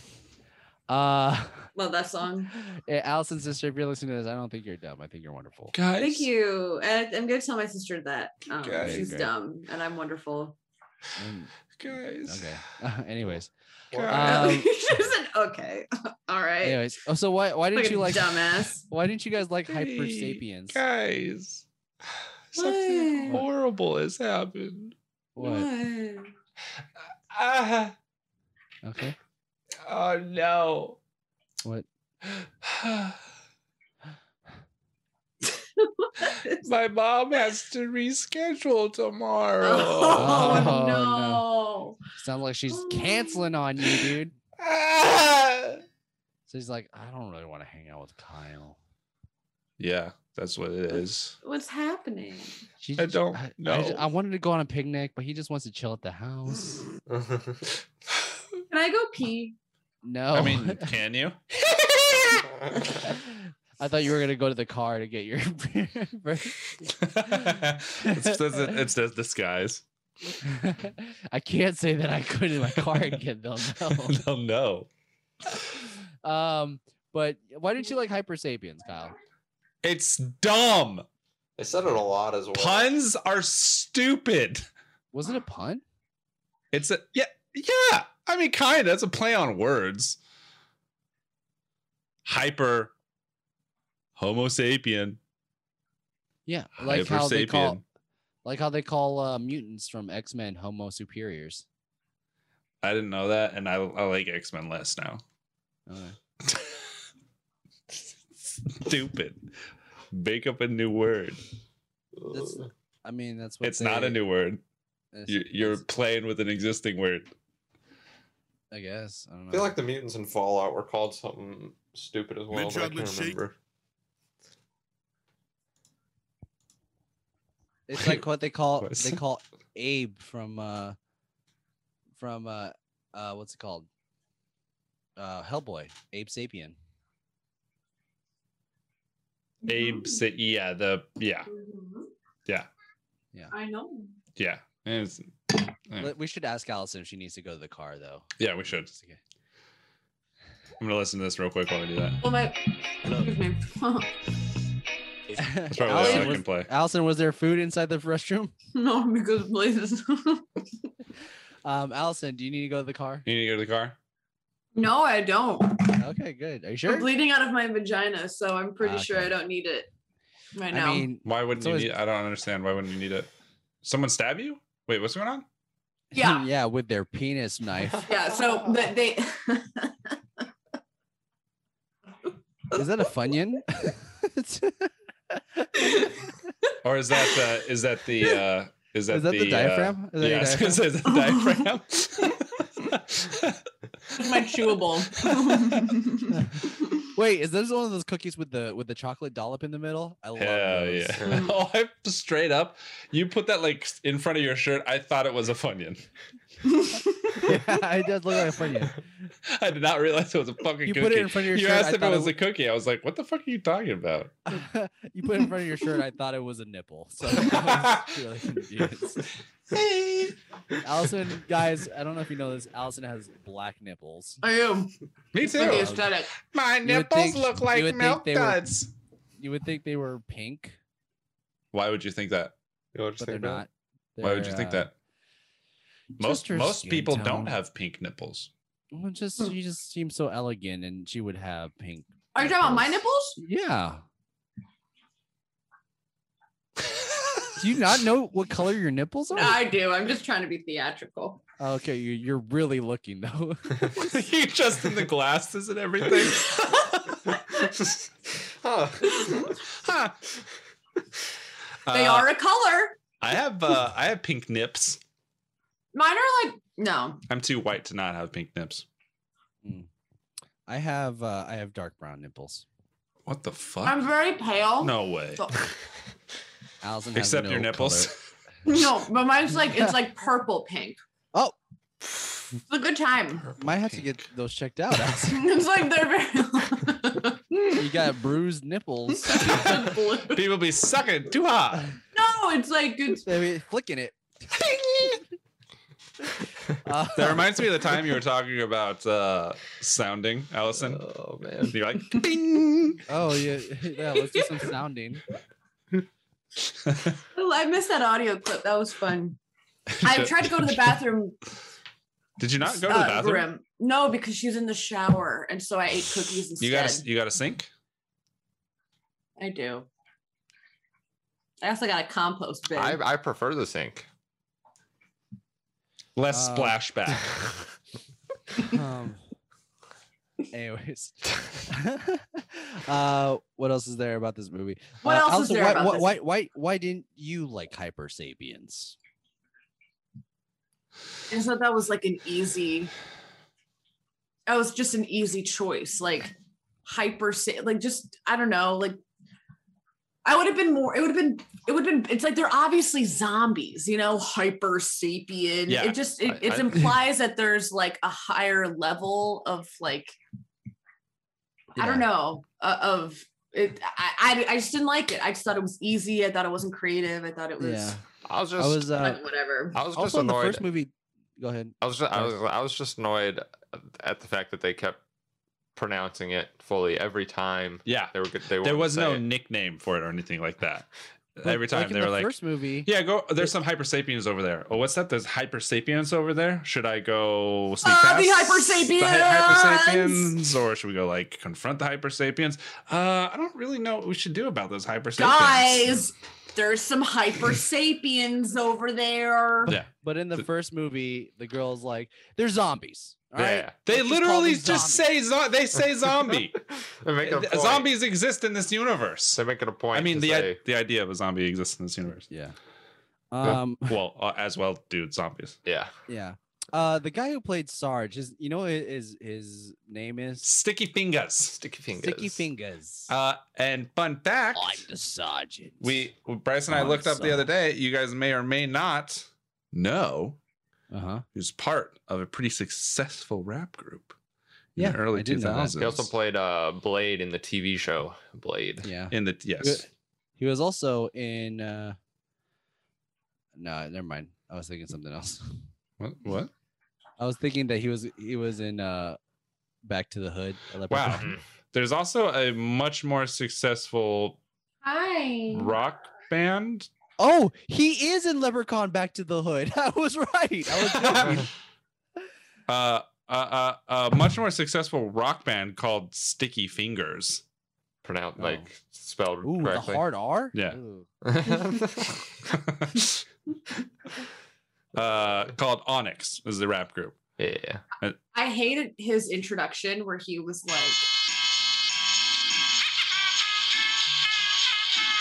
Speaker 6: uh
Speaker 1: love that song.
Speaker 6: [LAUGHS] eh, Allison's sister, if you're listening to this, I don't think you're dumb. I think you're wonderful.
Speaker 3: Guys,
Speaker 1: Thank you. And I'm gonna tell my sister that. Um,
Speaker 2: Okay.
Speaker 1: she's
Speaker 6: Great.
Speaker 1: dumb and I'm wonderful. [LAUGHS]
Speaker 6: Mm,
Speaker 3: Guys,
Speaker 6: Okay.
Speaker 3: [LAUGHS]
Speaker 6: [LAUGHS] anyways,
Speaker 2: Wow.
Speaker 6: Um,
Speaker 1: she said, okay. [LAUGHS] All right.
Speaker 6: anyways. Oh, so why why didn't
Speaker 1: Fucking
Speaker 6: you like?
Speaker 1: dumbass.
Speaker 6: [LAUGHS] Why didn't you guys like Hyper
Speaker 3: Hey,
Speaker 6: Sapiens?
Speaker 3: guys, [SIGHS] something
Speaker 1: What?
Speaker 3: horrible has happened. [SIGHS]
Speaker 6: What?
Speaker 1: [LAUGHS] What?
Speaker 3: Ah,
Speaker 6: Okay.
Speaker 3: oh no.
Speaker 6: What?
Speaker 3: My mom has to reschedule tomorrow.
Speaker 1: [LAUGHS] Oh,
Speaker 6: Oh,
Speaker 1: no.
Speaker 6: Sounds like she's
Speaker 1: Oh.
Speaker 6: canceling on you, dude.
Speaker 3: [LAUGHS] Ah.
Speaker 6: So he's like, I don't really want to hang out with Kyle.
Speaker 3: Yeah, that's what it is.
Speaker 1: What's happening?
Speaker 6: She,
Speaker 3: I don't
Speaker 6: I, I,
Speaker 3: know.
Speaker 6: ju- I wanted to go on a picnic, but he just wants to chill at
Speaker 3: [SIGHS]
Speaker 6: the house.
Speaker 1: Can I go pee?
Speaker 6: No.
Speaker 3: I mean, can [LAUGHS] you?
Speaker 6: [LAUGHS] I thought you were gonna go to the car to get your. [LAUGHS]
Speaker 3: it's, just- it's just [LAUGHS] disguise.
Speaker 6: I can't say that I go to my car and get
Speaker 3: Oh,
Speaker 6: them. No.
Speaker 3: They'll know.
Speaker 6: [LAUGHS] um, but why didn't you like Hyper Sapiens, Kyle?
Speaker 3: It's dumb.
Speaker 2: They said it a lot as well.
Speaker 3: Puns are stupid.
Speaker 6: Was it a pun?
Speaker 3: It's a yeah, yeah. I mean, kind. That's a play on words. Hyper Homo sapien.
Speaker 6: Yeah, like how they
Speaker 3: Hypersapien.
Speaker 6: call, like how they call uh, mutants from X Men Homo superiors.
Speaker 3: I didn't know that, and I, I like X Men less now. [LAUGHS]
Speaker 6: Okay.
Speaker 3: Stupid. Make up a new word.
Speaker 6: That's, I mean, that's what
Speaker 3: It's not a
Speaker 6: they-
Speaker 3: new word.
Speaker 6: it's-
Speaker 3: You- You're
Speaker 6: it's-
Speaker 3: playing with an existing word.
Speaker 6: I guess. I don't know.
Speaker 2: I feel like the mutants in Fallout were called something stupid as well,
Speaker 5: Mint
Speaker 2: but I
Speaker 5: chocolate
Speaker 2: can't
Speaker 5: shake.
Speaker 2: remember.
Speaker 6: it's like what
Speaker 2: [LAUGHS]
Speaker 6: they call
Speaker 3: What?
Speaker 6: they call Abe from uh from uh uh what's it called? Uh Hellboy, Abe Sapien. Mm.
Speaker 1: [LAUGHS]
Speaker 3: Abe. Sa- yeah. The yeah. Yeah.
Speaker 6: Yeah.
Speaker 1: I know.
Speaker 3: Yeah. It's- Yeah.
Speaker 6: Let- We should ask Allison if she needs to go to the car though.
Speaker 3: yeah. We should.
Speaker 6: Just in case.
Speaker 3: I'm gonna listen to this real quick while we do that.
Speaker 1: Well, my. Excuse me. [LAUGHS]
Speaker 3: That's probably all I
Speaker 6: [LAUGHS] Allison,
Speaker 3: can
Speaker 6: was,
Speaker 3: play.
Speaker 6: Allison, was there food inside the restroom?
Speaker 1: no, because blazes. [LAUGHS]
Speaker 6: Um, Allison, do you need to go to the car?
Speaker 3: You need to go to the car.
Speaker 1: no, I don't.
Speaker 6: Okay, good. Are you
Speaker 1: I'm
Speaker 6: sure?
Speaker 1: bleeding out of my vagina, so I'm pretty sure
Speaker 6: Okay.
Speaker 1: I don't need it right
Speaker 6: I
Speaker 1: now.
Speaker 6: mean, [LAUGHS]
Speaker 3: Why wouldn't
Speaker 6: It's
Speaker 3: you
Speaker 6: always-
Speaker 3: need? I don't understand. Why wouldn't you need it? Someone stab you? Wait, what's going on?
Speaker 1: Yeah.
Speaker 6: yeah, with their penis knife.
Speaker 1: yeah. So, but they. [LAUGHS]
Speaker 6: Is that a funyun?
Speaker 1: [LAUGHS]
Speaker 6: [LAUGHS]
Speaker 3: Or is that uh, is that
Speaker 6: [LAUGHS]
Speaker 3: the uh, is that
Speaker 6: Is that the
Speaker 3: uh,
Speaker 6: diaphragm? Is that
Speaker 3: yeah,
Speaker 6: your
Speaker 3: [LAUGHS] I was gonna say, is that [LAUGHS]
Speaker 6: [LAUGHS]
Speaker 1: It's my chewable.
Speaker 6: Wait, is this one of those cookies with the with the chocolate dollop in the middle? I love
Speaker 3: Hell
Speaker 6: those.
Speaker 3: yeah! [LAUGHS] oh, I straight up, you put that like in front of your shirt. I thought it was a funyun.
Speaker 6: [LAUGHS]
Speaker 3: [LAUGHS]
Speaker 6: yeah. It does look like a funyun.
Speaker 3: I did not realize it was a fucking
Speaker 6: You
Speaker 3: cookie.
Speaker 6: put it in front of your
Speaker 3: you
Speaker 6: shirt.
Speaker 3: asked
Speaker 6: I
Speaker 3: if it
Speaker 6: thought
Speaker 3: was a cookie. I was like, "What the fuck are you talking about?"
Speaker 6: was- [LAUGHS] you put it in front of your shirt. I thought it was a nipple. So [LAUGHS] I was really confused.
Speaker 3: [LAUGHS]
Speaker 6: Allison, guys, I don't know if you know this. Allison has black nipples.
Speaker 1: I am.
Speaker 3: Me
Speaker 1: It's like the
Speaker 3: too.
Speaker 1: aesthetic.
Speaker 3: My
Speaker 6: You would think- you would think they were-
Speaker 3: duds.
Speaker 6: You would think they were pink,
Speaker 3: Why would you think that?
Speaker 2: You know what
Speaker 6: but
Speaker 2: you
Speaker 6: they're
Speaker 2: think about
Speaker 6: not.
Speaker 2: it?
Speaker 3: Why would you
Speaker 6: They're,
Speaker 3: think
Speaker 6: uh,
Speaker 3: that? Most
Speaker 6: just her
Speaker 3: most
Speaker 6: skin
Speaker 3: people
Speaker 6: tone.
Speaker 3: don't have Hmm. pink nipples. [LAUGHS]
Speaker 6: Well, just she just seems so elegant, and she would have pink.
Speaker 1: Are you talking about my nipples?
Speaker 6: Yeah. Do you not know what color your nipples
Speaker 3: [LAUGHS]
Speaker 6: are? Oh,
Speaker 1: No, I do. I'm just trying to be theatrical.
Speaker 6: okay, you, you're really looking though. [LAUGHS]
Speaker 3: you just in the glasses and everything. [LAUGHS]
Speaker 2: [LAUGHS] Huh.
Speaker 1: They
Speaker 3: Uh,
Speaker 1: are a color.
Speaker 3: I have uh, I have pink nips.
Speaker 1: Mine are like no.
Speaker 3: I'm too white to not have pink nips.
Speaker 6: I have uh, I have dark brown nipples.
Speaker 3: What the fuck?
Speaker 1: I'm very pale.
Speaker 3: no way.
Speaker 1: So-
Speaker 6: Allison has
Speaker 3: Except
Speaker 6: no
Speaker 3: your nipples.
Speaker 6: color.
Speaker 1: no, but mine's like it's like purple pink.
Speaker 6: Oh.
Speaker 1: It's a good time. [LAUGHS]
Speaker 3: [LAUGHS]
Speaker 6: Might have to get those checked out. Allison. [LAUGHS]
Speaker 1: It's like they're very [LAUGHS]
Speaker 6: you got
Speaker 3: [LAUGHS]
Speaker 6: bruised nipples.
Speaker 1: blue.
Speaker 3: [LAUGHS] People be sucking too hot.
Speaker 1: No, it's like it's
Speaker 6: They be flicking it. Uh,
Speaker 3: That reminds me of the time you were talking about uh, sounding, Allison.
Speaker 2: Oh man.
Speaker 3: You're like, bing.
Speaker 6: [LAUGHS] oh yeah, [LAUGHS] yeah. Let's do some sounding.
Speaker 1: oh, I missed that audio clip. That was fun.
Speaker 3: [LAUGHS]
Speaker 1: I tried to go to the bathroom.
Speaker 3: Did you not go to the
Speaker 1: uh,
Speaker 3: bathroom?
Speaker 1: grim. No, because she was in the shower, and so I ate cookies instead.
Speaker 3: You got a, you got a sink?
Speaker 1: I do. I also got a compost bin.
Speaker 2: I, I prefer the sink.
Speaker 3: Less
Speaker 6: Uh,
Speaker 3: splashback.
Speaker 1: [LAUGHS]
Speaker 6: um anyways [LAUGHS] uh what else is there about this movie
Speaker 1: What
Speaker 6: Uh,
Speaker 1: else is
Speaker 6: Allison,
Speaker 1: there
Speaker 6: why,
Speaker 1: about
Speaker 6: why,
Speaker 1: this?
Speaker 6: why why why didn't you like hyper sapiens
Speaker 1: I just thought that was like an easy. That was just an easy choice, like hyper, sa- like just I don't know, like I would have been more. It would have been. It would have been. It's like they're obviously zombies, you know, hyper sapien.
Speaker 3: Yeah,
Speaker 1: it just it,
Speaker 2: I-
Speaker 1: it
Speaker 2: I-
Speaker 1: implies that there's like a higher level of like I don't know uh, of it. I, I I just didn't like it. I just thought it was easy. I thought it wasn't creative. I thought it was
Speaker 6: yeah
Speaker 2: I was just
Speaker 6: i
Speaker 2: I
Speaker 6: was
Speaker 2: was,
Speaker 6: uh
Speaker 1: whatever.
Speaker 2: just
Speaker 6: also in the
Speaker 2: annoyed.
Speaker 6: first movie go ahead
Speaker 2: I was just, I
Speaker 6: Sorry.
Speaker 2: was I was just annoyed at the fact that they kept pronouncing it fully every time
Speaker 3: yeah.
Speaker 2: they were good. They
Speaker 3: There
Speaker 2: wanted to
Speaker 3: was
Speaker 2: say
Speaker 3: no
Speaker 2: it.
Speaker 3: nickname for it or anything like that. every time
Speaker 6: in
Speaker 3: they were
Speaker 6: the
Speaker 3: like,
Speaker 6: first movie.
Speaker 3: "Yeah, go." There's some hyper sapiens over there. Oh, what's that? There's hyper sapiens over there. Should I go sneak
Speaker 1: Ah,
Speaker 3: past
Speaker 1: the
Speaker 3: the hy- hyper
Speaker 1: Hypersapiens!
Speaker 3: sapiens, or should we go like confront the hyper sapiens? Uh, I don't really know what we should do about those hyper sapiens.
Speaker 1: Guys, there's some hyper sapiens over there.
Speaker 3: Yeah.
Speaker 6: But in the
Speaker 3: Th-
Speaker 6: first movie, the girl's like, "They're zombies." All right.
Speaker 2: Yeah.
Speaker 3: They
Speaker 6: Let's just call
Speaker 3: literally
Speaker 6: them
Speaker 3: just, say zo- they say zombie.
Speaker 2: They're making a point.
Speaker 3: Zombies exist in this universe.
Speaker 2: They're making a point.
Speaker 3: I mean,
Speaker 2: to
Speaker 3: the
Speaker 2: say,
Speaker 3: I- the idea of a zombie exists in this universe.
Speaker 6: Yeah.
Speaker 2: Yeah.
Speaker 6: Um.
Speaker 3: Well, uh, as well, dude, zombies.
Speaker 2: yeah.
Speaker 6: Yeah. Uh, the guy who played Sarge is, you know, what his his name is
Speaker 3: Sticky fingers.
Speaker 2: Sticky fingers.
Speaker 6: Sticky Fingers.
Speaker 3: Uh, and fun fact:
Speaker 6: I'm the sergeant.
Speaker 3: we Bryce and I
Speaker 6: I'm
Speaker 3: looked up
Speaker 6: sorry.
Speaker 3: the other day. You guys may or may not know
Speaker 6: Uh huh.
Speaker 3: who's part of a pretty successful rap group. in
Speaker 6: Yeah,
Speaker 3: the early
Speaker 6: I did
Speaker 3: two
Speaker 6: know that.
Speaker 3: thousands.
Speaker 2: He also played uh, Blade in the TV show Blade.
Speaker 6: Yeah.
Speaker 3: in the yes.
Speaker 6: [LAUGHS] He was also in. uh No, never mind. I was thinking something else.
Speaker 3: What? what?
Speaker 6: I was thinking that he was he was in uh Back to the Hood. a leprechaun.
Speaker 3: Wow. There's also a much more successful
Speaker 1: Hi.
Speaker 3: rock band.
Speaker 6: Oh, he is in Leprechaun Back to the Hood. [LAUGHS] I was right. I
Speaker 3: [LAUGHS]
Speaker 6: was
Speaker 2: Mm-hmm.
Speaker 6: joking.
Speaker 3: Uh, uh, uh, a much more successful rock band called Sticky Fingers.
Speaker 2: Pronounced
Speaker 6: Oh.
Speaker 2: like spelled
Speaker 6: Ooh, the
Speaker 2: correctly.
Speaker 6: hard R.
Speaker 3: Yeah.
Speaker 6: Ooh.
Speaker 3: uh, called Onyx is the rap group.
Speaker 2: [LAUGHS] yeah.
Speaker 3: [LAUGHS]
Speaker 1: I hated his introduction where he was like,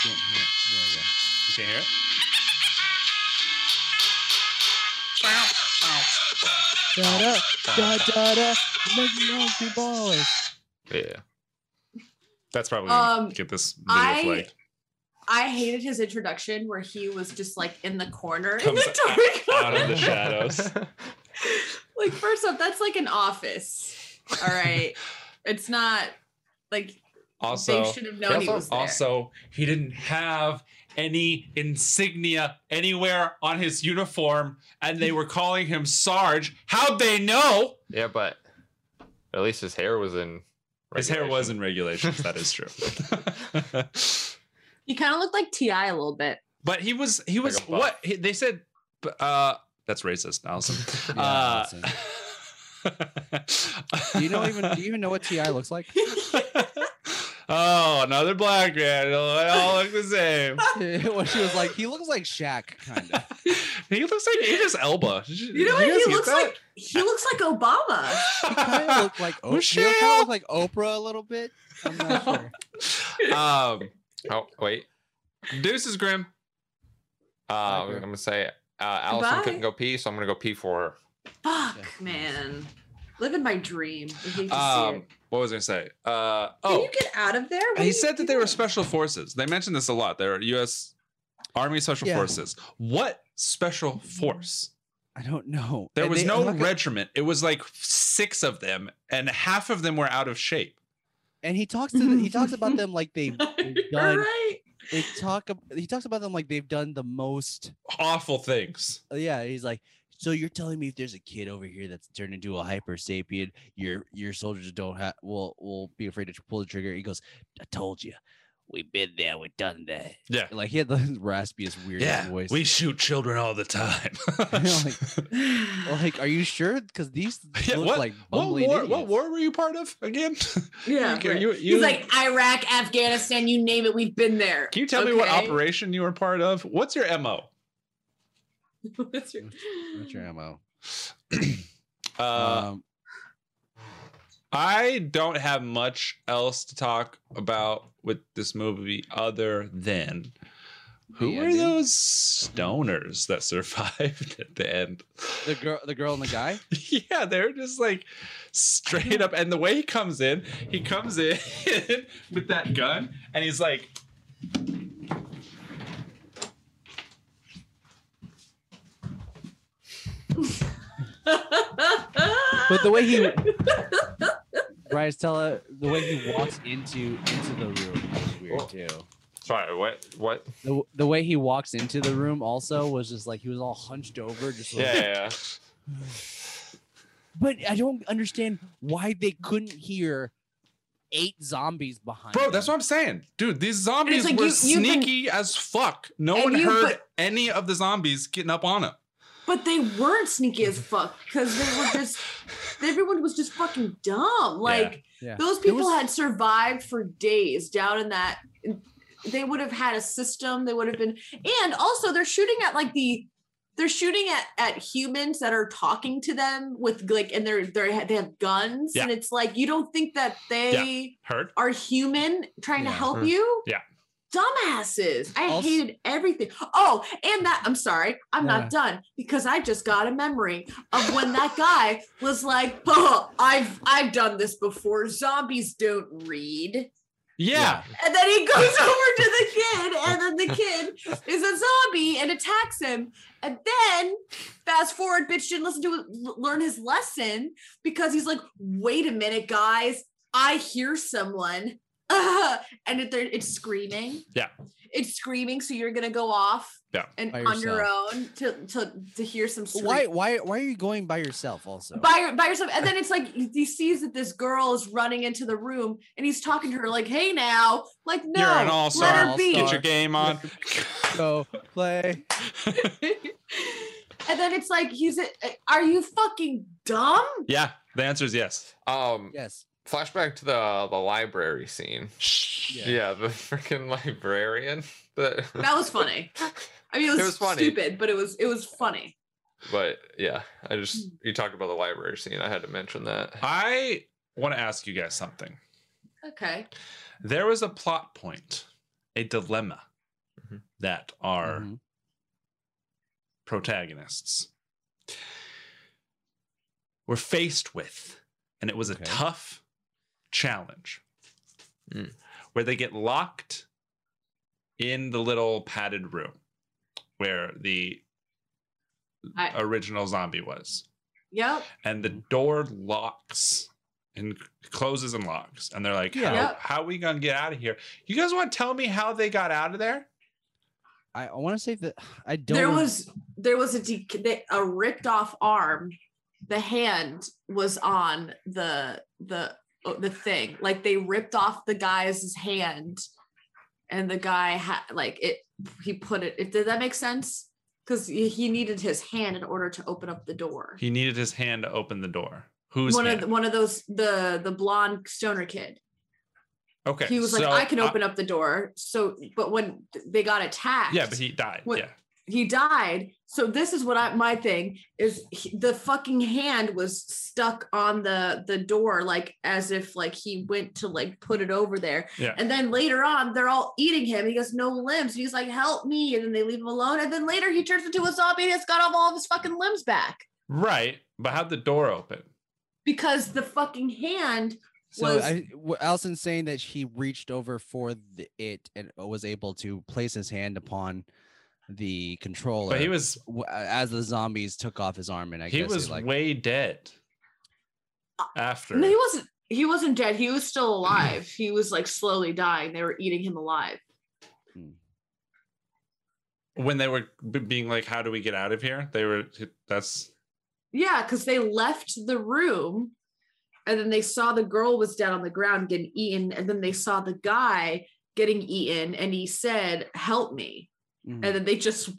Speaker 6: Yeah, yeah, yeah, yeah.
Speaker 3: You can't hear it.
Speaker 6: Da da da da da. Make me know if you ballin'.
Speaker 2: Yeah.
Speaker 3: That's probably gonna
Speaker 1: Um,
Speaker 3: get this video
Speaker 1: I-
Speaker 3: flagged.
Speaker 1: I hated his introduction where he was just like in the corner in
Speaker 3: Comes
Speaker 1: the dark.
Speaker 3: out of [LAUGHS] the shadows.
Speaker 1: like, first off, that's like an office. All right. it's not like they
Speaker 3: Also,
Speaker 1: should have known he was there.
Speaker 3: also, he didn't have any insignia anywhere on his uniform, and they were calling him Sarge. How'd they know?
Speaker 2: [LAUGHS] yeah, but at least his hair was in.
Speaker 3: His hair was in
Speaker 2: regulation.
Speaker 3: regulations. That is true.
Speaker 1: he kind of looked like T.I. a little bit.
Speaker 3: but he was he was
Speaker 2: Like a buff.
Speaker 3: what he, they said. Uh, that's racist, Allison.
Speaker 6: Yeah,
Speaker 3: uh, [LAUGHS]
Speaker 6: Do you know even? Do you even know what Ti looks like? [LAUGHS]
Speaker 3: oh, another black man. They all look the same.
Speaker 6: when she was like, he looks like Shaq, kind of.
Speaker 3: [LAUGHS] he looks like Idris Elba. Did
Speaker 1: You know what?
Speaker 3: did guys
Speaker 1: He
Speaker 3: get
Speaker 1: looks
Speaker 3: that?
Speaker 1: like he looks like Obama.
Speaker 6: Kind of
Speaker 3: [LAUGHS]
Speaker 6: look like Oprah. She kind of
Speaker 3: Michelle!
Speaker 6: look like Oprah a little bit. I'm not
Speaker 3: [LAUGHS]
Speaker 6: sure.
Speaker 3: um,
Speaker 2: Oh wait.
Speaker 3: Deuce is grim.
Speaker 2: Uh, I was
Speaker 6: Agree.
Speaker 2: gonna say uh, Allison
Speaker 1: Goodbye.
Speaker 2: couldn't go pee, so I'm gonna go pee for her.
Speaker 1: Fuck,
Speaker 6: Yeah.
Speaker 1: man. Living my dream. I hate to see
Speaker 3: Um,
Speaker 1: it.
Speaker 3: what was I gonna say? Uh,
Speaker 1: Can
Speaker 3: oh,
Speaker 1: you get out of there? What are
Speaker 3: he
Speaker 1: you
Speaker 3: said that they were
Speaker 1: doing?
Speaker 3: special forces. They mentioned this a lot. They're U.S. Army special
Speaker 6: Yeah.
Speaker 3: forces. What special force?
Speaker 6: I don't know.
Speaker 3: There
Speaker 6: And
Speaker 3: was
Speaker 6: they- I'm
Speaker 3: no
Speaker 6: not gonna-
Speaker 3: regiment. It was like six of them, and half of them were out of shape.
Speaker 6: And he talks to the, he talks about them like
Speaker 3: [LAUGHS]
Speaker 6: they've
Speaker 1: [LAUGHS] You're
Speaker 6: done. [LAUGHS]
Speaker 1: right.
Speaker 6: they talk. ab- He talks about them like they've done the most.
Speaker 3: Awful things.
Speaker 6: Uh, Yeah, he's like. So you're telling me if there's a kid over here that's turned into a hyper sapien, your your soldiers don't have will will be afraid to pull the trigger. He goes, I told you, we've been there, we've done that.
Speaker 3: Yeah.
Speaker 6: Like he had the [LAUGHS] raspiest, weirdest voice. [LAUGHS]
Speaker 3: shoot children all
Speaker 1: [LAUGHS]
Speaker 3: the time. [LAUGHS]
Speaker 6: like, are you sure? Because these
Speaker 3: [LAUGHS] Yeah,
Speaker 6: look
Speaker 3: what-
Speaker 6: like
Speaker 3: what
Speaker 6: bumbling
Speaker 3: war? What
Speaker 6: idiots.
Speaker 3: war were you part of again?
Speaker 1: yeah.
Speaker 3: Can
Speaker 1: right.
Speaker 3: you- you-
Speaker 1: He's like Iraq, Afghanistan, you name it, we've been there.
Speaker 3: Can you tell me what
Speaker 1: Okay? [LAUGHS]
Speaker 3: operation you were part of? What's your mo?
Speaker 1: That's your- [LAUGHS]
Speaker 6: What's your ammo?
Speaker 3: [CLEARS THROAT] Uh,
Speaker 6: um,
Speaker 3: I don't have much else to talk about with this movie other than who
Speaker 6: The
Speaker 3: were
Speaker 6: ending?
Speaker 3: those stoners that survived [LAUGHS] at the end?
Speaker 6: the girl, the girl, and the guy.
Speaker 3: yeah, they're just like straight up. And the way he comes in, he comes in [LAUGHS] with that gun and he's like,
Speaker 6: But the way [LAUGHS] he, Bryce, tell her the way he walks into into the room was weird
Speaker 3: Oh.
Speaker 2: Well-
Speaker 6: too.
Speaker 2: Sorry, what? What?
Speaker 6: The, the way he walks into the room also was just like he was all hunched over, just like,
Speaker 2: Yeah, yeah,
Speaker 1: [LAUGHS]
Speaker 2: yeah.
Speaker 6: But I don't understand why they couldn't hear eight zombies behind.
Speaker 3: Bro,
Speaker 6: him.
Speaker 3: that's what I'm saying. Dude, these zombies
Speaker 1: like
Speaker 3: were
Speaker 1: you- you've been-
Speaker 3: sneaky as fuck. No
Speaker 1: And
Speaker 3: one
Speaker 1: you-
Speaker 3: heard
Speaker 1: but-
Speaker 3: any of the zombies getting up on him.
Speaker 1: But they weren't sneaky as fuck because they were
Speaker 6: [LAUGHS]
Speaker 1: just everyone was just fucking dumb. Like
Speaker 6: Yeah.
Speaker 1: those
Speaker 6: There
Speaker 1: people
Speaker 6: was-
Speaker 1: had survived for days down in that. They would have had a system. They would have been, and also they're shooting at like the they're shooting at at humans that are talking to them with like and they're they're they have guns and it's like you don't think that they
Speaker 3: Heard?
Speaker 1: are human trying to
Speaker 6: Yeah.
Speaker 1: help
Speaker 2: Mhm.
Speaker 1: you?
Speaker 3: Yeah.
Speaker 1: Dumbasses. I
Speaker 6: Also-
Speaker 1: hated everything. Oh, and that I'm sorry, I'm
Speaker 6: Yeah.
Speaker 1: not done because I just got a memory of when that guy was like, oh, I've I've done this before. Zombies don't read.
Speaker 9: Yeah.
Speaker 1: And then he goes over
Speaker 6: [LAUGHS]
Speaker 1: to the kid, and then the kid is a zombie and attacks him. And then fast forward, bitch didn't listen to l- learn his lesson because he's like, wait a minute, guys, I hear someone. [LAUGHS] and it, they're- it's screaming.
Speaker 3: Yeah.
Speaker 1: It's screaming. So you're gonna go off
Speaker 3: Yeah.
Speaker 1: and
Speaker 6: By
Speaker 1: on your own to to to hear some scream
Speaker 6: Why? Why? Why are you going by yourself? Also,
Speaker 1: by, your- by yourself. And then it's like he sees that this girl is running into the room and he's talking to her like, hey now, like no,
Speaker 3: You're an
Speaker 1: let
Speaker 3: all-star.
Speaker 1: her be.
Speaker 3: Get your game on.
Speaker 6: go play.
Speaker 1: [LAUGHS] and then it's like he's a, are you fucking dumb?
Speaker 3: yeah, the answer is yes.
Speaker 2: Um,
Speaker 6: Yes.
Speaker 2: flashback to the the library scene. Yeah, the [LAUGHS] freaking librarian. That, [LAUGHS]
Speaker 1: That was funny. I mean it was,
Speaker 2: was funny.
Speaker 1: stupid, but it was it was funny.
Speaker 2: but yeah, I just
Speaker 1: Hmm.
Speaker 2: you talked about the library scene. I had to mention that.
Speaker 3: I want to ask you guys something.
Speaker 1: Okay.
Speaker 3: There was a plot point, a dilemma
Speaker 2: Mhm.
Speaker 3: that our
Speaker 6: Mhm.
Speaker 3: protagonists were faced with, and it was a
Speaker 6: Okay.
Speaker 3: tough challenge
Speaker 2: Mm.
Speaker 3: where they get locked in the little padded room where the
Speaker 1: I-
Speaker 3: original zombie was
Speaker 1: Yep.
Speaker 3: and the door locks and closes and locks and they're like
Speaker 6: Yeah.
Speaker 3: how,
Speaker 1: Yep.
Speaker 3: how we gonna get out of here you guys want to tell me how they got out of there
Speaker 6: I, I want to say that I don't.
Speaker 1: there
Speaker 6: rem-
Speaker 1: was there was a de- they- a ripped off arm. The hand was on the the oh, the thing. Like they ripped off the guy's hand, and the guy had like it. He put it. it did that make sense? Because he he needed his hand in order to open up the door.
Speaker 3: he needed his hand to open the door who's
Speaker 1: One of the, one of those the the blonde stoner kid.
Speaker 3: okay
Speaker 1: he was like,
Speaker 3: so
Speaker 1: I can
Speaker 3: I-
Speaker 1: open up the door. So, but when they got attacked,
Speaker 3: Yeah, but he died.
Speaker 1: What-
Speaker 3: Yeah.
Speaker 1: he died. So this is what I my thing is he- the fucking hand was stuck on the the door like as if like he went to like put it over there.
Speaker 3: Yeah.
Speaker 1: And then later on they're all eating him. He goes no limbs. And he's like help me and then they leave him alone and then later he turns into a zombie and has got all of his fucking limbs back
Speaker 3: Right. But how'd the door open?
Speaker 1: because the fucking hand
Speaker 6: So
Speaker 1: was-
Speaker 6: I, w- Allison's saying that he reached over for the, it and uh, was able to place his hand upon the controller.
Speaker 3: But he was
Speaker 6: w- as the zombies took off his arm, and I
Speaker 3: he
Speaker 6: guess
Speaker 3: was
Speaker 6: like,
Speaker 3: way dead after.
Speaker 1: Uh, no he wasn't he wasn't dead. He was still alive. He was like slowly dying. They were eating him alive.
Speaker 3: when they were b- being like, "How do we get out of here?" They were. That's
Speaker 1: Yeah, because they left the room and then they saw the girl was down on the ground getting eaten. And then they saw the guy getting eaten and he said, Help me.
Speaker 6: Mhm.
Speaker 1: And then they just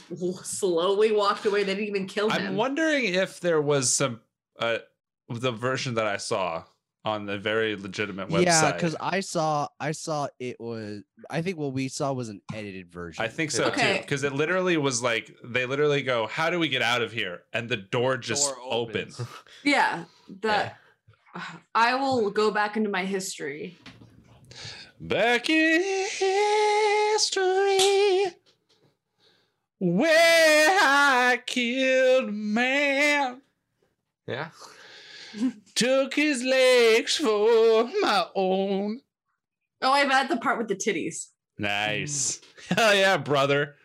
Speaker 1: slowly walked away. They didn't even kill him.
Speaker 3: I'm wondering if there was some uh the version that I saw on the very legitimate website.
Speaker 6: yeah, because I saw, I saw it was. I think what we saw was an edited version.
Speaker 3: I think so
Speaker 1: Okay.
Speaker 3: too, because it literally was like they literally go, "How do we get out of here?" and the door just
Speaker 8: Door
Speaker 3: opens.
Speaker 8: opens.
Speaker 1: yeah, that I will go back into my history.
Speaker 3: Back in history, where I killed a man,
Speaker 2: Yeah.
Speaker 3: took his legs for my own.
Speaker 1: Oh, I bet the part with the titties.
Speaker 3: Nice. Hell yeah, brother.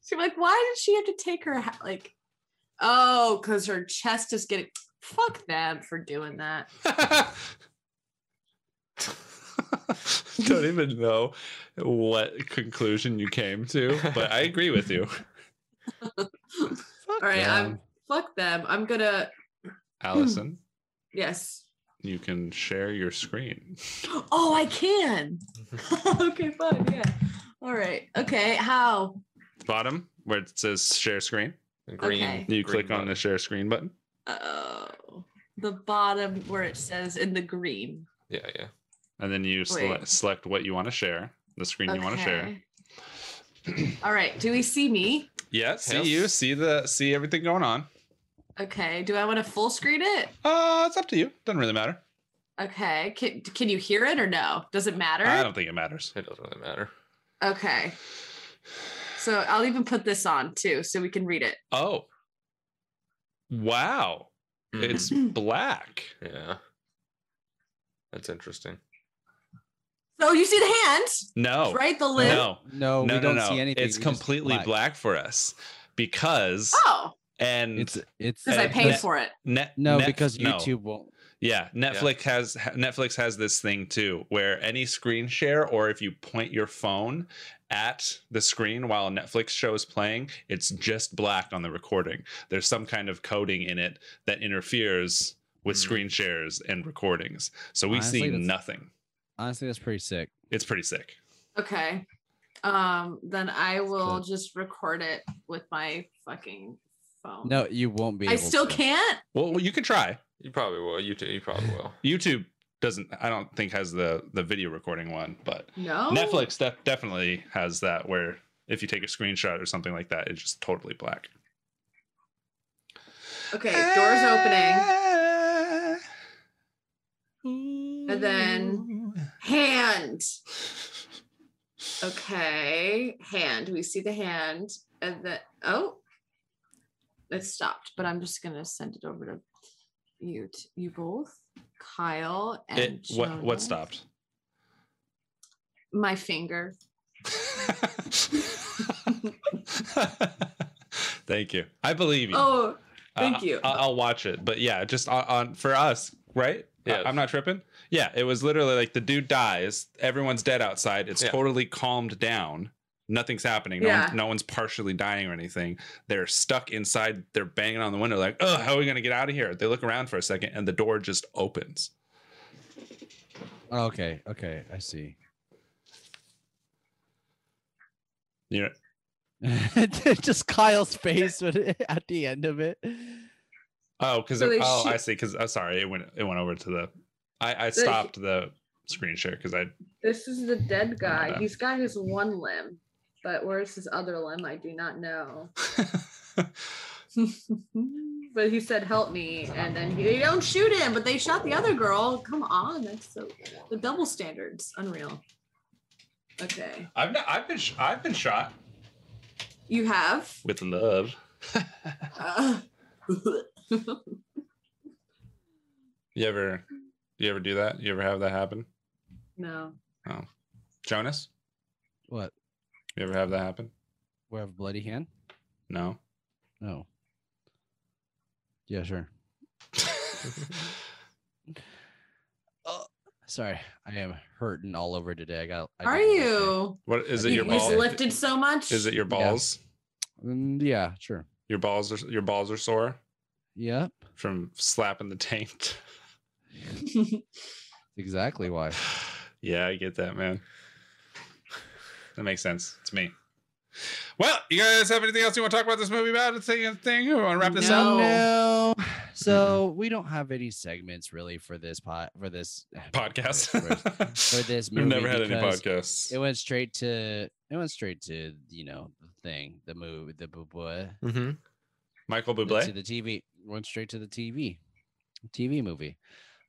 Speaker 1: So you're like, why did she have to take her ha- like? Oh, because her chest is getting. Fuck them for doing that.
Speaker 3: [LAUGHS] Don't even know what conclusion you came to, but I agree with
Speaker 2: [LAUGHS]
Speaker 3: you.
Speaker 1: All right,
Speaker 6: Yeah.
Speaker 1: I'm fuck them. I'm gonna
Speaker 3: Allison,
Speaker 1: yes.
Speaker 3: you can share your screen.
Speaker 1: Oh, I can. [LAUGHS] okay, fine. Yeah. All right. Okay. How?
Speaker 3: Bottom where it says share screen,
Speaker 2: Green.
Speaker 1: Okay.
Speaker 3: you
Speaker 2: green
Speaker 3: click on
Speaker 2: button.
Speaker 3: the share screen button.
Speaker 1: Oh, the bottom where it says in the green.
Speaker 2: Yeah, yeah.
Speaker 3: and then you sele-
Speaker 1: Wait.
Speaker 3: select what you want to share, the screen you want to share.
Speaker 1: Okay. [CLEARS THROAT] All right. Do we see me?
Speaker 3: Yeah, see
Speaker 2: Yes.
Speaker 3: you, see the see everything going on.
Speaker 1: Okay. Do I want to full screen it?
Speaker 3: Uh, it's up to you. Doesn't really matter.
Speaker 1: Okay. Can, can you hear it or no? Does it matter?
Speaker 3: I don't think it matters.
Speaker 2: It doesn't really matter.
Speaker 1: Okay. So I'll even put this on too so we can read it.
Speaker 3: Oh, wow! It's
Speaker 2: Mm.
Speaker 3: black.
Speaker 2: yeah. That's interesting.
Speaker 1: So Oh, you see the hand,
Speaker 3: No,
Speaker 1: right? The lid.
Speaker 3: Oh. no, no,
Speaker 6: No, Oh, we
Speaker 3: no,
Speaker 6: don't
Speaker 3: no.
Speaker 6: see anything.
Speaker 3: It's
Speaker 6: we just- Ah!
Speaker 3: completely black. for us because
Speaker 1: Oh,
Speaker 3: and
Speaker 6: It's it's
Speaker 1: because I
Speaker 3: And
Speaker 1: paid
Speaker 3: that-
Speaker 1: for it.
Speaker 3: net
Speaker 6: no
Speaker 3: Net-
Speaker 6: because
Speaker 3: no.
Speaker 6: YouTube won't.
Speaker 3: Yeah, Netflix has ha- Netflix has this thing too, where any screen share or if you point your phone at the screen while a Netflix show is playing, it's just black on the recording. There's some kind of coding in it that interferes with
Speaker 2: Hmm.
Speaker 3: screen shares and recordings, so we
Speaker 6: Honestly,
Speaker 3: see
Speaker 6: that's-
Speaker 3: nothing.
Speaker 6: Honestly, that's pretty sick.
Speaker 3: It's pretty sick.
Speaker 1: Okay. Um, then I will
Speaker 6: Good.
Speaker 1: just record it with my fucking phone.
Speaker 6: No, you won't be.
Speaker 1: Oh. I
Speaker 6: able
Speaker 1: still
Speaker 6: to.
Speaker 1: can't.
Speaker 3: Well, you can try.
Speaker 2: You probably will. You too. You probably
Speaker 3: [LAUGHS]
Speaker 2: will.
Speaker 3: YouTube doesn't. I don't think has the the video recording one, but
Speaker 1: No.
Speaker 3: Netflix def- definitely has that where if you take a screenshot or something like that, it's just totally black.
Speaker 1: Okay, doors opening.
Speaker 3: opening.
Speaker 1: And
Speaker 3: Mm.
Speaker 1: then- Hand. Okay, hand. We see the hand, and the oh, it stopped. But I'm just gonna send it over to you, t- you both, Kyle and
Speaker 3: it, what what
Speaker 1: Jonas.
Speaker 3: stopped? [LAUGHS]
Speaker 1: My finger.
Speaker 3: Thank you. I believe you.
Speaker 1: Oh, thank
Speaker 3: I-
Speaker 1: you.
Speaker 3: I, will Uh, watch it, but yeah, just on, on for us, right?
Speaker 2: Yeah.
Speaker 3: I, am not tripping. Yeah, it was literally like the dude dies, everyone's dead outside. It's
Speaker 2: Yeah.
Speaker 3: totally calmed down. Nothing's happening. No,
Speaker 1: Yeah.
Speaker 3: one, no one's partially dying or anything. They're stuck inside. They're banging on the window, like, "Oh, how are we gonna get out of here?" They look around for a second, and the door just opens.
Speaker 6: Oh, okay, okay, I see.
Speaker 3: You know,
Speaker 6: [LAUGHS] Just Kyle's face when it- at the end of it.
Speaker 3: Oh, because
Speaker 1: So they
Speaker 3: oh,
Speaker 1: shoot-
Speaker 3: I see. Because oh, sorry, it went it went over to the. I I
Speaker 1: So they sh-
Speaker 3: stopped the screen share because I
Speaker 1: This is the dead guy.
Speaker 3: Rhonda.
Speaker 1: He's got his one limb, but where's his other limb? I do not
Speaker 3: [LAUGHS]
Speaker 1: know. [LAUGHS] but he said, "Help me," and then he, they don't shoot him, but they shot the other girl. Come on, that's so the double standards, unreal. Okay,
Speaker 3: I've not, I've been sh- I've been shot
Speaker 1: you have.
Speaker 3: with love.
Speaker 1: Uh, [LAUGHS]
Speaker 3: You ever you ever do that? You ever have that happen,
Speaker 1: no,
Speaker 3: Jonas?
Speaker 6: What?
Speaker 3: You ever have that happen?
Speaker 6: We have a bloody hand?
Speaker 3: No. [LAUGHS]
Speaker 6: No. Yeah, sure. Sorry, I am hurting all over today. I got. I
Speaker 1: are
Speaker 6: got a little
Speaker 1: you?
Speaker 3: what is it?
Speaker 1: You-
Speaker 3: Your
Speaker 1: you just
Speaker 3: balls?
Speaker 1: lifted so much. [LAUGHS]
Speaker 3: Is it your balls?
Speaker 6: thing. Mm, yeah, sure.
Speaker 3: Your balls are your balls are sore
Speaker 6: Yep.
Speaker 3: from slapping the taint.
Speaker 6: [LAUGHS] Exactly why.
Speaker 3: yeah, I get that, man. That makes sense. It's me. Well, you guys have anything else you want to talk about this movie about? This thing, thing? You want to
Speaker 6: [LAUGHS]
Speaker 3: wrap this up?
Speaker 1: No.
Speaker 6: No. So we don't have any segments really for this pot for this
Speaker 3: Podcast.
Speaker 6: [LAUGHS] for this
Speaker 3: [LAUGHS] We've
Speaker 6: movie.
Speaker 3: never had any
Speaker 6: because
Speaker 3: podcasts.
Speaker 6: It went straight to it went straight to you know the thing the movie the bu- bu-
Speaker 2: Mm-hmm.
Speaker 3: Michael
Speaker 6: to
Speaker 3: Bublé.
Speaker 6: the TV. Went straight to the TV, TV movie.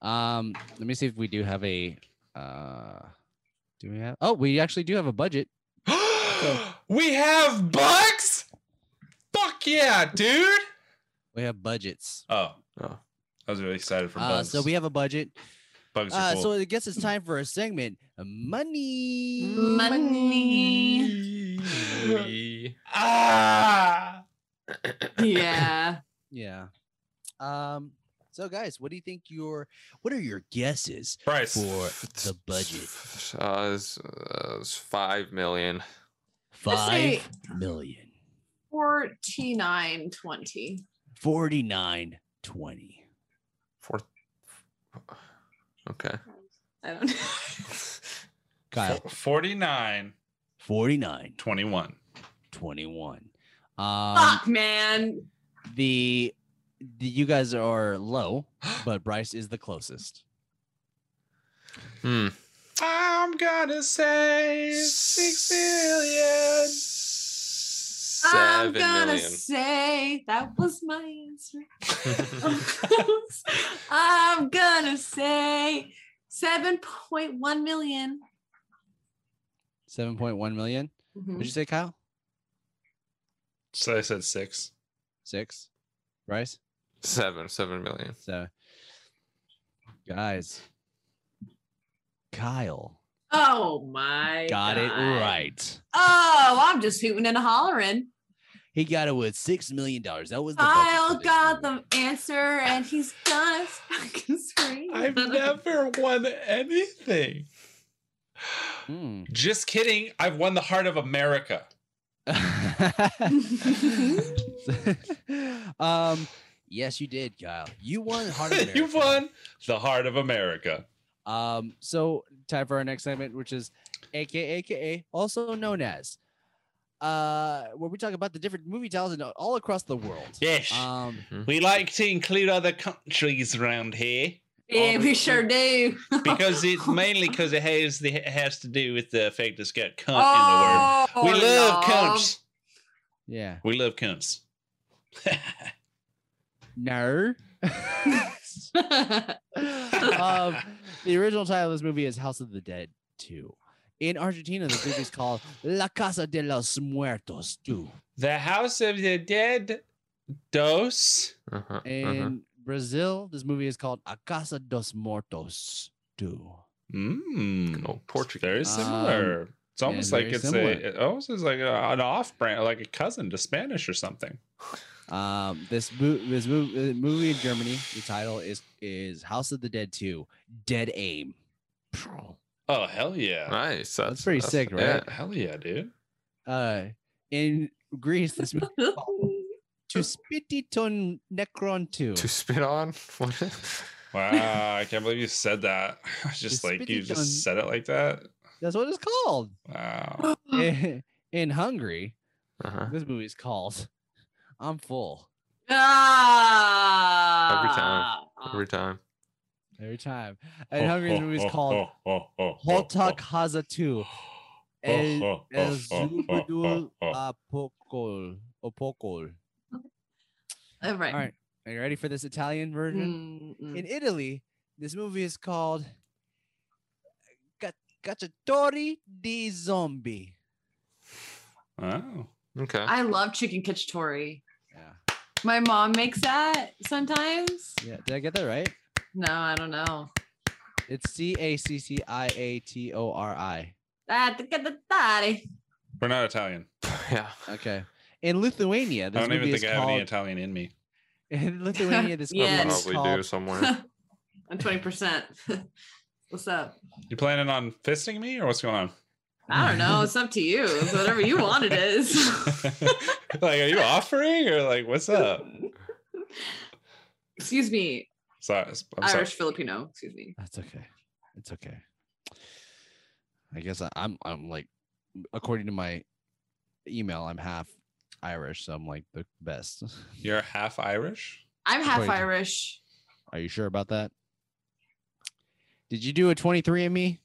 Speaker 6: Um, let me see if we do have a. Uh, do we have? Oh, we actually do have a budget.
Speaker 3: [GASPS] we have bucks. Fuck yeah, dude.
Speaker 6: We have budgets.
Speaker 3: Oh,
Speaker 2: Oh.
Speaker 3: I was really excited for
Speaker 6: Uh,
Speaker 3: bugs.
Speaker 6: so we have a budget.
Speaker 3: bugs are
Speaker 6: Uh,
Speaker 3: cool.
Speaker 6: so I guess it's time for a segment. uh, Money.
Speaker 1: Money.
Speaker 3: [LAUGHS] ah.
Speaker 1: Yeah.
Speaker 6: Yeah. Um. So guys, what do you think your? What are your guesses
Speaker 3: Bryce.
Speaker 6: for the budget?
Speaker 2: Uh, it's, uh, it's five million.
Speaker 1: say-
Speaker 6: Five million.
Speaker 1: 4920.
Speaker 6: Forty nine twenty.
Speaker 2: Four. Okay.
Speaker 1: I don't [LAUGHS] know.
Speaker 6: Kyle,
Speaker 3: 49,
Speaker 6: 49,
Speaker 3: 21.
Speaker 6: 21. Um,
Speaker 1: Fuck, man.
Speaker 6: the, the you guys are low, but Bryce is the closest.
Speaker 2: Hmm.
Speaker 3: I'm gonna say six million.
Speaker 1: I'm
Speaker 2: Seven
Speaker 1: gonna
Speaker 2: million.
Speaker 1: say that was my answer. [LAUGHS] I'm gonna say 7.1 million.
Speaker 6: 7.1 million. What'd you say, Kyle?
Speaker 10: So I said six.
Speaker 6: Six? Bryce?
Speaker 2: Seven, seven million.
Speaker 6: So, guys, Kyle
Speaker 1: Oh my.
Speaker 6: got it
Speaker 1: God.
Speaker 6: right.
Speaker 1: Oh, I'm just hooting and hollering.
Speaker 6: He got it with six million dollars. That was the budget for
Speaker 1: Kyle
Speaker 6: this
Speaker 1: got
Speaker 6: movie.
Speaker 1: the answer and he's gonna [LAUGHS] fucking scream.
Speaker 3: I've never won anything.
Speaker 6: Hmm.
Speaker 3: Just kidding. I've won the heart of America.
Speaker 6: Hmm. [LAUGHS] um, yes, you did, Kyle. You won
Speaker 3: [LAUGHS]
Speaker 6: Heart of
Speaker 3: you
Speaker 6: America.
Speaker 3: won the heart of America.
Speaker 6: Um, so time for our next segment, which is AKA, AKA, also known as, uh, where we talk about the different movie titles in- all across the world.
Speaker 3: Yes.
Speaker 6: Um,
Speaker 3: we like to include other countries around
Speaker 6: [LAUGHS]
Speaker 3: here
Speaker 1: [LAUGHS] yeah, we sure do.
Speaker 3: because it's mainly because it has the it has to do with the fact it's got cunt
Speaker 1: oh,
Speaker 3: in the word. We love
Speaker 1: love.
Speaker 3: [LAUGHS] cunts.
Speaker 6: yeah.
Speaker 3: We love cunts.
Speaker 6: No. um, the original title of this movie is House of the Dead 2. In Argentina, this movie is called La Casa de los Muertos 2.
Speaker 3: the House of the Dead Dos.
Speaker 2: Uh-huh, uh-huh.
Speaker 6: In Brazil, this movie is called A Casa dos Mortos 2.
Speaker 3: Mm.
Speaker 2: Oh,
Speaker 3: Portuguese.
Speaker 2: Portuguese.
Speaker 3: Very similar. it's
Speaker 6: Um, yeah,
Speaker 3: almost
Speaker 6: very
Speaker 3: like it's
Speaker 6: similar.
Speaker 3: a. It almost is like a, an off-brand, like a cousin to Spanish or something.
Speaker 6: Um, this mo- this mo- uh, movie in Germany, the title is is House of the Dead 2, Dead Aim.
Speaker 3: Oh hell yeah!
Speaker 2: Nice.
Speaker 6: That's pretty sick, right?
Speaker 2: yeah.
Speaker 3: Hell yeah, dude.
Speaker 6: Uh, in Greece,
Speaker 1: [LAUGHS]
Speaker 6: this movie is called To Spititon Necron 2.
Speaker 2: To spit on. What?
Speaker 3: Wow, I can't believe you said that. [LAUGHS] Just
Speaker 6: It's
Speaker 3: like you
Speaker 6: pretty done.
Speaker 3: just said it like that.
Speaker 6: That's what it's called.
Speaker 3: Wow.
Speaker 6: in in Hungary,
Speaker 2: Uh-huh.
Speaker 6: this movie is called [LAUGHS] I'm Full.
Speaker 1: Ah.
Speaker 2: Every time. Every time.
Speaker 6: Every time. [LAUGHS] And Hungary, this movie is called Holtak Haza 2.
Speaker 3: Oh,
Speaker 6: El, el uh, Zubadul Apokol. Opokol.
Speaker 1: All right. Mm,
Speaker 6: All right. Are you ready for this Italian version? In Italy, this movie is called Ca- Cacciatori di Zombie.
Speaker 3: Wow.
Speaker 2: Okay.
Speaker 1: I love chicken cacciatore.
Speaker 6: Yeah.
Speaker 1: My mom makes that sometimes.
Speaker 6: Yeah. Did I get that right?
Speaker 1: No, I don't know.
Speaker 6: It's C A C C I A T O R I.
Speaker 1: Ah, the cacciatore.
Speaker 3: We're not Italian.
Speaker 2: yeah.
Speaker 6: Okay. In Lithuania,
Speaker 3: I
Speaker 6: this
Speaker 3: don't even
Speaker 6: movie
Speaker 3: think
Speaker 6: is
Speaker 3: I have any
Speaker 6: called.
Speaker 3: Italian in me.
Speaker 6: [LAUGHS] In
Speaker 2: [LAUGHS]
Speaker 6: Lithuania, this
Speaker 1: Yes.
Speaker 6: movie is
Speaker 2: Probably do
Speaker 6: called. [LAUGHS]
Speaker 2: somewhere.
Speaker 1: I'm 20%. [LAUGHS] What's up?
Speaker 3: You planning on fisting me or what's going
Speaker 6: [LAUGHS]
Speaker 3: on? [LAUGHS]
Speaker 1: I don't know. It's up to you. It's whatever you want, it is.
Speaker 3: like, are you offering or like, what's up?
Speaker 1: Excuse me,
Speaker 3: Sorry, I'm sorry.
Speaker 1: Irish Filipino. Excuse me.
Speaker 6: That's okay. It's okay. I guess I, I'm. I'm like, according to my email, I'm half Irish, so I'm like the best. [LAUGHS]
Speaker 3: You're half Irish.
Speaker 1: I'm half
Speaker 6: Wait.
Speaker 1: Irish. [LAUGHS]
Speaker 6: Are you sure about that? Did you do a 23 and me?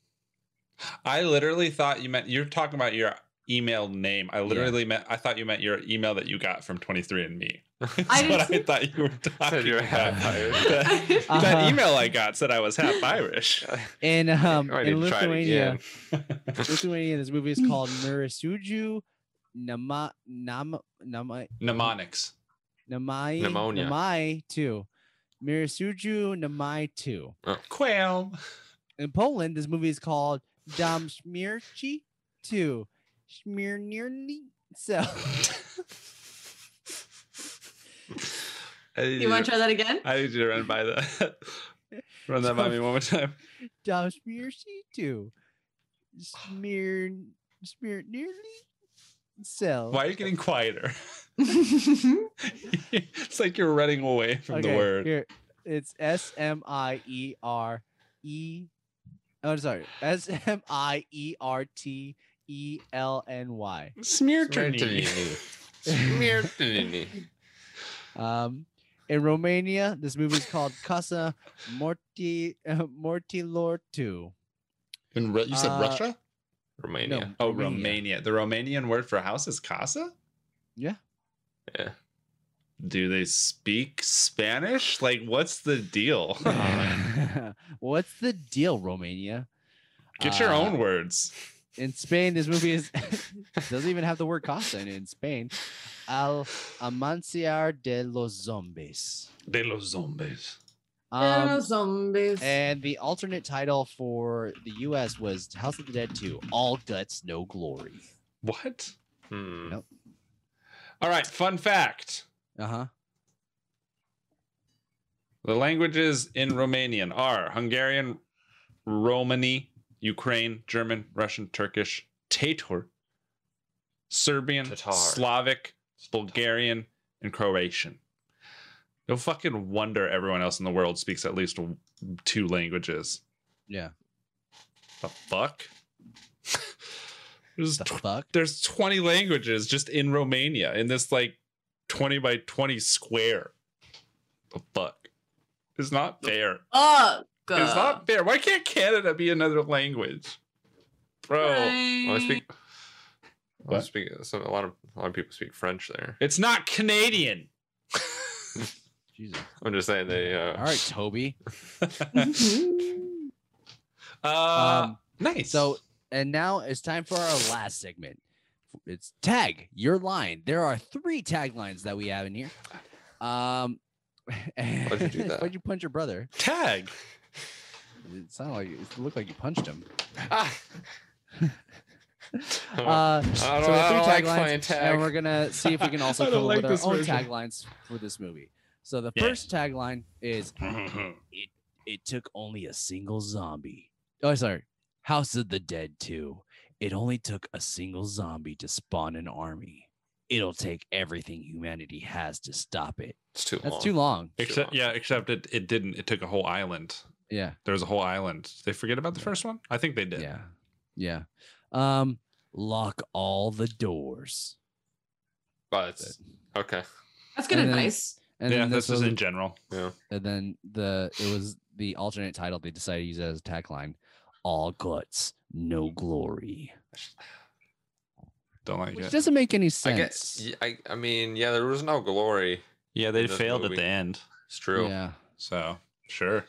Speaker 3: I literally thought you meant you're talking about your email name. I literally meant I thought you meant your email that you got
Speaker 2: [LAUGHS]
Speaker 3: from 23andMe. [LAUGHS] That's
Speaker 1: I
Speaker 3: what I
Speaker 1: didn't-
Speaker 3: thought you were talking
Speaker 2: you're
Speaker 3: about.
Speaker 2: half Irish.
Speaker 3: [LAUGHS]
Speaker 1: [LAUGHS]
Speaker 3: that,
Speaker 6: Uh,
Speaker 3: that
Speaker 6: Uh-huh.
Speaker 3: email I got said I was half Irish.
Speaker 2: [LAUGHS]
Speaker 6: In um,
Speaker 2: I
Speaker 6: in
Speaker 2: need to try it
Speaker 6: Lithuania,
Speaker 2: again. [LAUGHS]
Speaker 6: Lithuania, this movie is called Murisuju Nama Nama Nama
Speaker 3: Mnemonics.
Speaker 6: Namai
Speaker 2: Pneumonia.
Speaker 6: Namai two. Mirasuju Namai two.
Speaker 3: Quail.
Speaker 6: in Poland, this movie is called Dom Smirchi 2. Smirnirni. So, [LAUGHS]
Speaker 1: you want to try that again? [LAUGHS]
Speaker 3: I need you to run by that. [LAUGHS] run that by me one more time.
Speaker 6: Dom Smirchi 2. Smear Smirnirni. So,
Speaker 3: Why are you getting quieter? [LAUGHS] it's like you're running away from the
Speaker 6: Okay,
Speaker 3: word.
Speaker 6: Here, it's S M I E R E. Oh, sorry. S M I E R T E L N Y.
Speaker 2: Smirtini.
Speaker 1: [LAUGHS]
Speaker 2: [LAUGHS] Smirtini.
Speaker 6: Um, in Romania, this movie is
Speaker 3: [LAUGHS]
Speaker 6: called Casa Morti uh, Mortilor 2.
Speaker 11: In Ru- you said
Speaker 6: Uh,
Speaker 11: Russia?
Speaker 2: Romania.
Speaker 6: No.
Speaker 3: Oh,
Speaker 6: Romania.
Speaker 3: Romania. The Romanian word for house is casa?
Speaker 6: Yeah.
Speaker 2: Yeah.
Speaker 3: Do they speak Spanish? Like, what's the
Speaker 6: [SIGHS]
Speaker 3: deal?
Speaker 6: [LAUGHS] What's the deal, Romania?
Speaker 3: Get your
Speaker 6: Uh,
Speaker 3: own words.
Speaker 6: In Spain, this movie is [LAUGHS] doesn't even have the word casa in it. In Spain, Al Amanciar de los Zombies.
Speaker 3: De los zombies.
Speaker 1: Hello,
Speaker 6: Um,
Speaker 1: zombies.
Speaker 6: and the alternate title for the U.S. was House of the Dead 2: All Guts, No Glory.
Speaker 3: What?
Speaker 2: Hmm.
Speaker 6: Nope.
Speaker 3: All right, fun fact.
Speaker 6: Uh huh.
Speaker 3: The languages in Romanian are Hungarian, Romani, Ukraine, German, Russian, Turkish, Tatar, Serbian,
Speaker 2: Tatar.
Speaker 3: Slavic, Bulgarian, and Croatian. No fucking wonder everyone else in the world speaks at least w- two languages.
Speaker 6: Yeah.
Speaker 3: The fuck? [LAUGHS] there's,
Speaker 6: The
Speaker 3: tw-
Speaker 6: fuck.
Speaker 3: there's 20 languages just in Romania in this like 20 by 20 square. The fuck? It's not fair.
Speaker 1: Fuck.
Speaker 3: It's
Speaker 6: [LAUGHS] Uh.
Speaker 3: not fair. Why can't Canada be another language? Bro,
Speaker 2: Well, I
Speaker 1: Right.
Speaker 2: speak. I
Speaker 3: What?
Speaker 2: speak. So a lot of a lot of people speak French there.
Speaker 3: it's not Canadian.
Speaker 6: Jesus.
Speaker 2: I'm just saying they. Uh,
Speaker 6: All right, Toby. Mm-hmm.
Speaker 3: uh,
Speaker 6: Um,
Speaker 3: nice. [LAUGHS]
Speaker 6: So, and now it's time for our last segment. It's tag your line. There are three taglines that we have in here. Um,
Speaker 2: Why'd you do
Speaker 6: [LAUGHS]
Speaker 2: that?
Speaker 6: Why'd you punch your brother?
Speaker 3: tag.
Speaker 6: It sounded like it looked like you punched him. [LAUGHS]
Speaker 2: Ah.
Speaker 6: Uh, so
Speaker 2: I don't,
Speaker 6: we
Speaker 2: I don't
Speaker 6: have
Speaker 2: like
Speaker 6: three taglines,
Speaker 2: playing
Speaker 6: and we're
Speaker 2: tag.
Speaker 6: gonna see if
Speaker 3: [LAUGHS]
Speaker 6: we can also
Speaker 3: I
Speaker 6: come
Speaker 3: don't
Speaker 6: up
Speaker 3: like
Speaker 6: with
Speaker 3: this
Speaker 6: our own
Speaker 3: version.
Speaker 6: taglines for this movie. So the
Speaker 3: Yeah.
Speaker 6: first tagline is
Speaker 3: House
Speaker 6: it took only a single zombie. Oh, sorry. House of the Dead 2. It only took a single zombie to spawn an army. It'll take everything humanity has to stop it.
Speaker 2: It's too
Speaker 6: That's
Speaker 2: long.
Speaker 6: too long.
Speaker 3: except yeah, except it, it didn't. It took a whole island.
Speaker 6: Yeah.
Speaker 3: There was a whole island. Did They forget about the first one? I think they did.
Speaker 6: Yeah. Yeah. Um, lock all the doors.
Speaker 2: But it's- okay.
Speaker 1: That's good
Speaker 6: And then-
Speaker 1: advice.
Speaker 6: And
Speaker 3: yeah,
Speaker 6: then
Speaker 3: that's
Speaker 6: this
Speaker 3: just
Speaker 6: was,
Speaker 3: in general.
Speaker 6: and then the it was the alternate title they decided to use as a tagline. All guts, no glory.
Speaker 3: Don't like
Speaker 6: Which
Speaker 3: it.
Speaker 6: doesn't make any
Speaker 2: I
Speaker 6: sense.
Speaker 2: guess. y- I. I mean, yeah. There was no glory.
Speaker 3: Yeah, they
Speaker 2: in this
Speaker 3: failed
Speaker 2: movie.
Speaker 3: at the end.
Speaker 2: It's true.
Speaker 6: Yeah.
Speaker 3: So sure,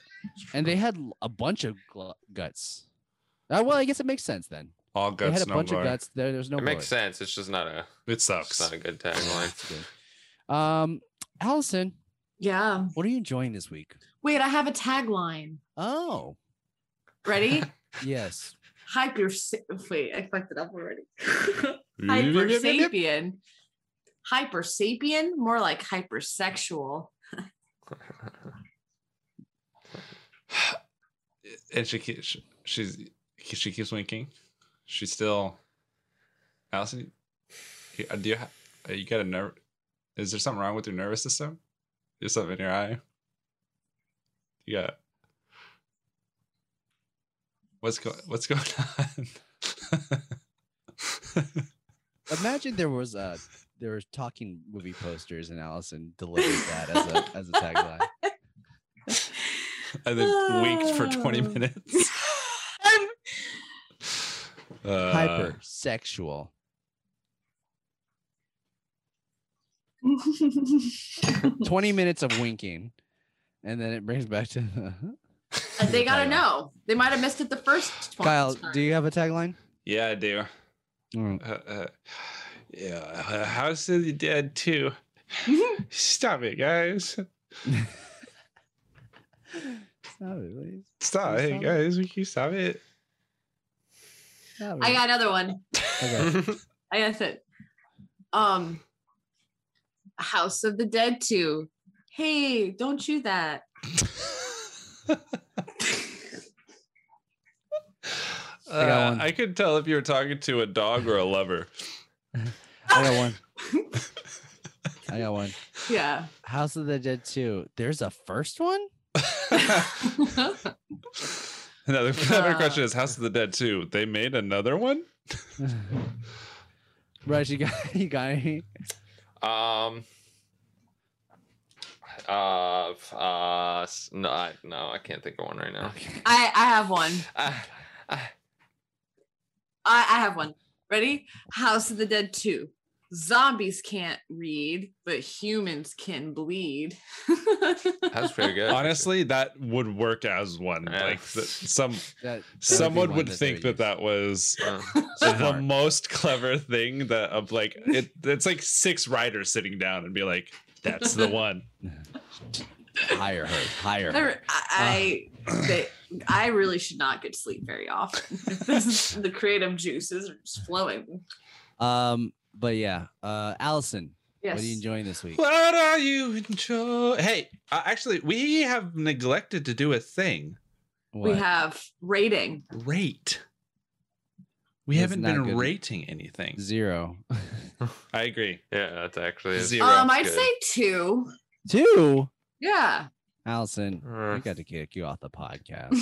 Speaker 6: and they had l- a bunch of gl- guts. Uh, well, I guess it makes sense then.
Speaker 3: all guts.
Speaker 6: they had a
Speaker 3: no
Speaker 6: bunch
Speaker 3: glory.
Speaker 6: of guts. There, there's no.
Speaker 2: it makes
Speaker 6: blood.
Speaker 2: sense. It's just not a.
Speaker 3: It
Speaker 2: It's
Speaker 3: sucks. [LAUGHS]
Speaker 2: not a good
Speaker 6: Yeah,
Speaker 2: tagline.
Speaker 6: [LAUGHS] that's good. Um, Allison,
Speaker 1: Yeah.
Speaker 6: what are you enjoying this week?
Speaker 1: Wait, I have a tagline.
Speaker 6: Oh, [LAUGHS]
Speaker 1: Ready?
Speaker 6: yes.
Speaker 1: Hyper. Wait, I fucked it up already. Hyper sapien. Hyper sapien? More like
Speaker 6: [LAUGHS]
Speaker 1: hypersexual.
Speaker 3: and she keeps she- she's she keeps winking. She's still Allison. you- Do you ha- uh, you got a nerve? Is there something wrong with your nervous system? Is something in your eye? You got what's going what's going [LAUGHS] on?
Speaker 6: Imagine there was a there was talking movie posters, and Allison delivered that as a as
Speaker 2: [LAUGHS]
Speaker 6: a tagline.
Speaker 3: and then winked for twenty
Speaker 1: Oh.
Speaker 3: minutes.
Speaker 1: Um,
Speaker 6: [LAUGHS]
Speaker 3: Uh,
Speaker 6: Hypersexual. Twenty minutes of winking, and then it brings back to the,
Speaker 1: they gotta
Speaker 6: Kyle.
Speaker 1: know. They might have missed it the first one.
Speaker 6: Kyle. Do you have a tagline?
Speaker 3: Yeah, I do.
Speaker 6: Mm.
Speaker 3: uh, uh, yeah, uh, House of the Dead
Speaker 6: [LAUGHS]
Speaker 3: too. Stop it, guys.
Speaker 6: Stop it, please.
Speaker 3: Stop it,
Speaker 6: Can you stop it?
Speaker 3: guys. We can stop it.
Speaker 6: Stop
Speaker 1: I
Speaker 6: it.
Speaker 1: got another one. [LAUGHS]
Speaker 6: Okay.
Speaker 1: I guess it. Um, House of the Dead 2. Hey, don't chew that.
Speaker 6: I got
Speaker 3: Uh,
Speaker 6: one.
Speaker 3: I could tell if you were talking to a dog or a
Speaker 6: [LAUGHS]
Speaker 3: lover.
Speaker 6: I got one.
Speaker 1: [LAUGHS]
Speaker 6: I got one.
Speaker 1: Yeah.
Speaker 6: [LAUGHS] House of the Dead 2. There's a first one?
Speaker 1: That's
Speaker 12: Another, another
Speaker 1: Uh.
Speaker 12: question is House of the Dead 2. They made another one?
Speaker 6: Rush, you got you got any?
Speaker 2: [LAUGHS] Um. Uh. f- Uh. s- No. I, no. I can't think of one right now.
Speaker 1: I, I have one.
Speaker 2: Uh, uh,
Speaker 1: I, I have one. Ready? House of the Dead 2. Zombies can't read, but humans can bleed. [LAUGHS]
Speaker 2: that's pretty good.
Speaker 12: Honestly, that would work as one.
Speaker 2: Yeah.
Speaker 12: Like th- some
Speaker 6: That
Speaker 12: someone would think that that was
Speaker 2: Uh,
Speaker 12: the most clever thing that of like it, it's like six writers sitting down and be like, that's
Speaker 6: [LAUGHS]
Speaker 12: the one.
Speaker 6: that hire her, hire her.
Speaker 1: I, I, they, I really should not get sleep very often. [LAUGHS] This is- the creative juices are just flowing.
Speaker 6: Um, but yeah, uh, Allison,
Speaker 1: Yes.
Speaker 6: what are you enjoying this week?
Speaker 3: What are you enjoy? Hey, uh, actually, we have neglected to do a thing.
Speaker 1: we
Speaker 6: What?
Speaker 1: have rating.
Speaker 3: Rate. We
Speaker 6: That's
Speaker 3: haven't
Speaker 6: not
Speaker 3: been
Speaker 6: good.
Speaker 3: rating anything.
Speaker 6: zero,
Speaker 12: I agree.
Speaker 2: yeah. That's actually is-
Speaker 12: Zero.
Speaker 1: Um, I'd
Speaker 2: good.
Speaker 1: say two.
Speaker 6: two.
Speaker 1: Yeah.
Speaker 6: Allison, we
Speaker 2: Uh,
Speaker 6: got to kick you off the podcast.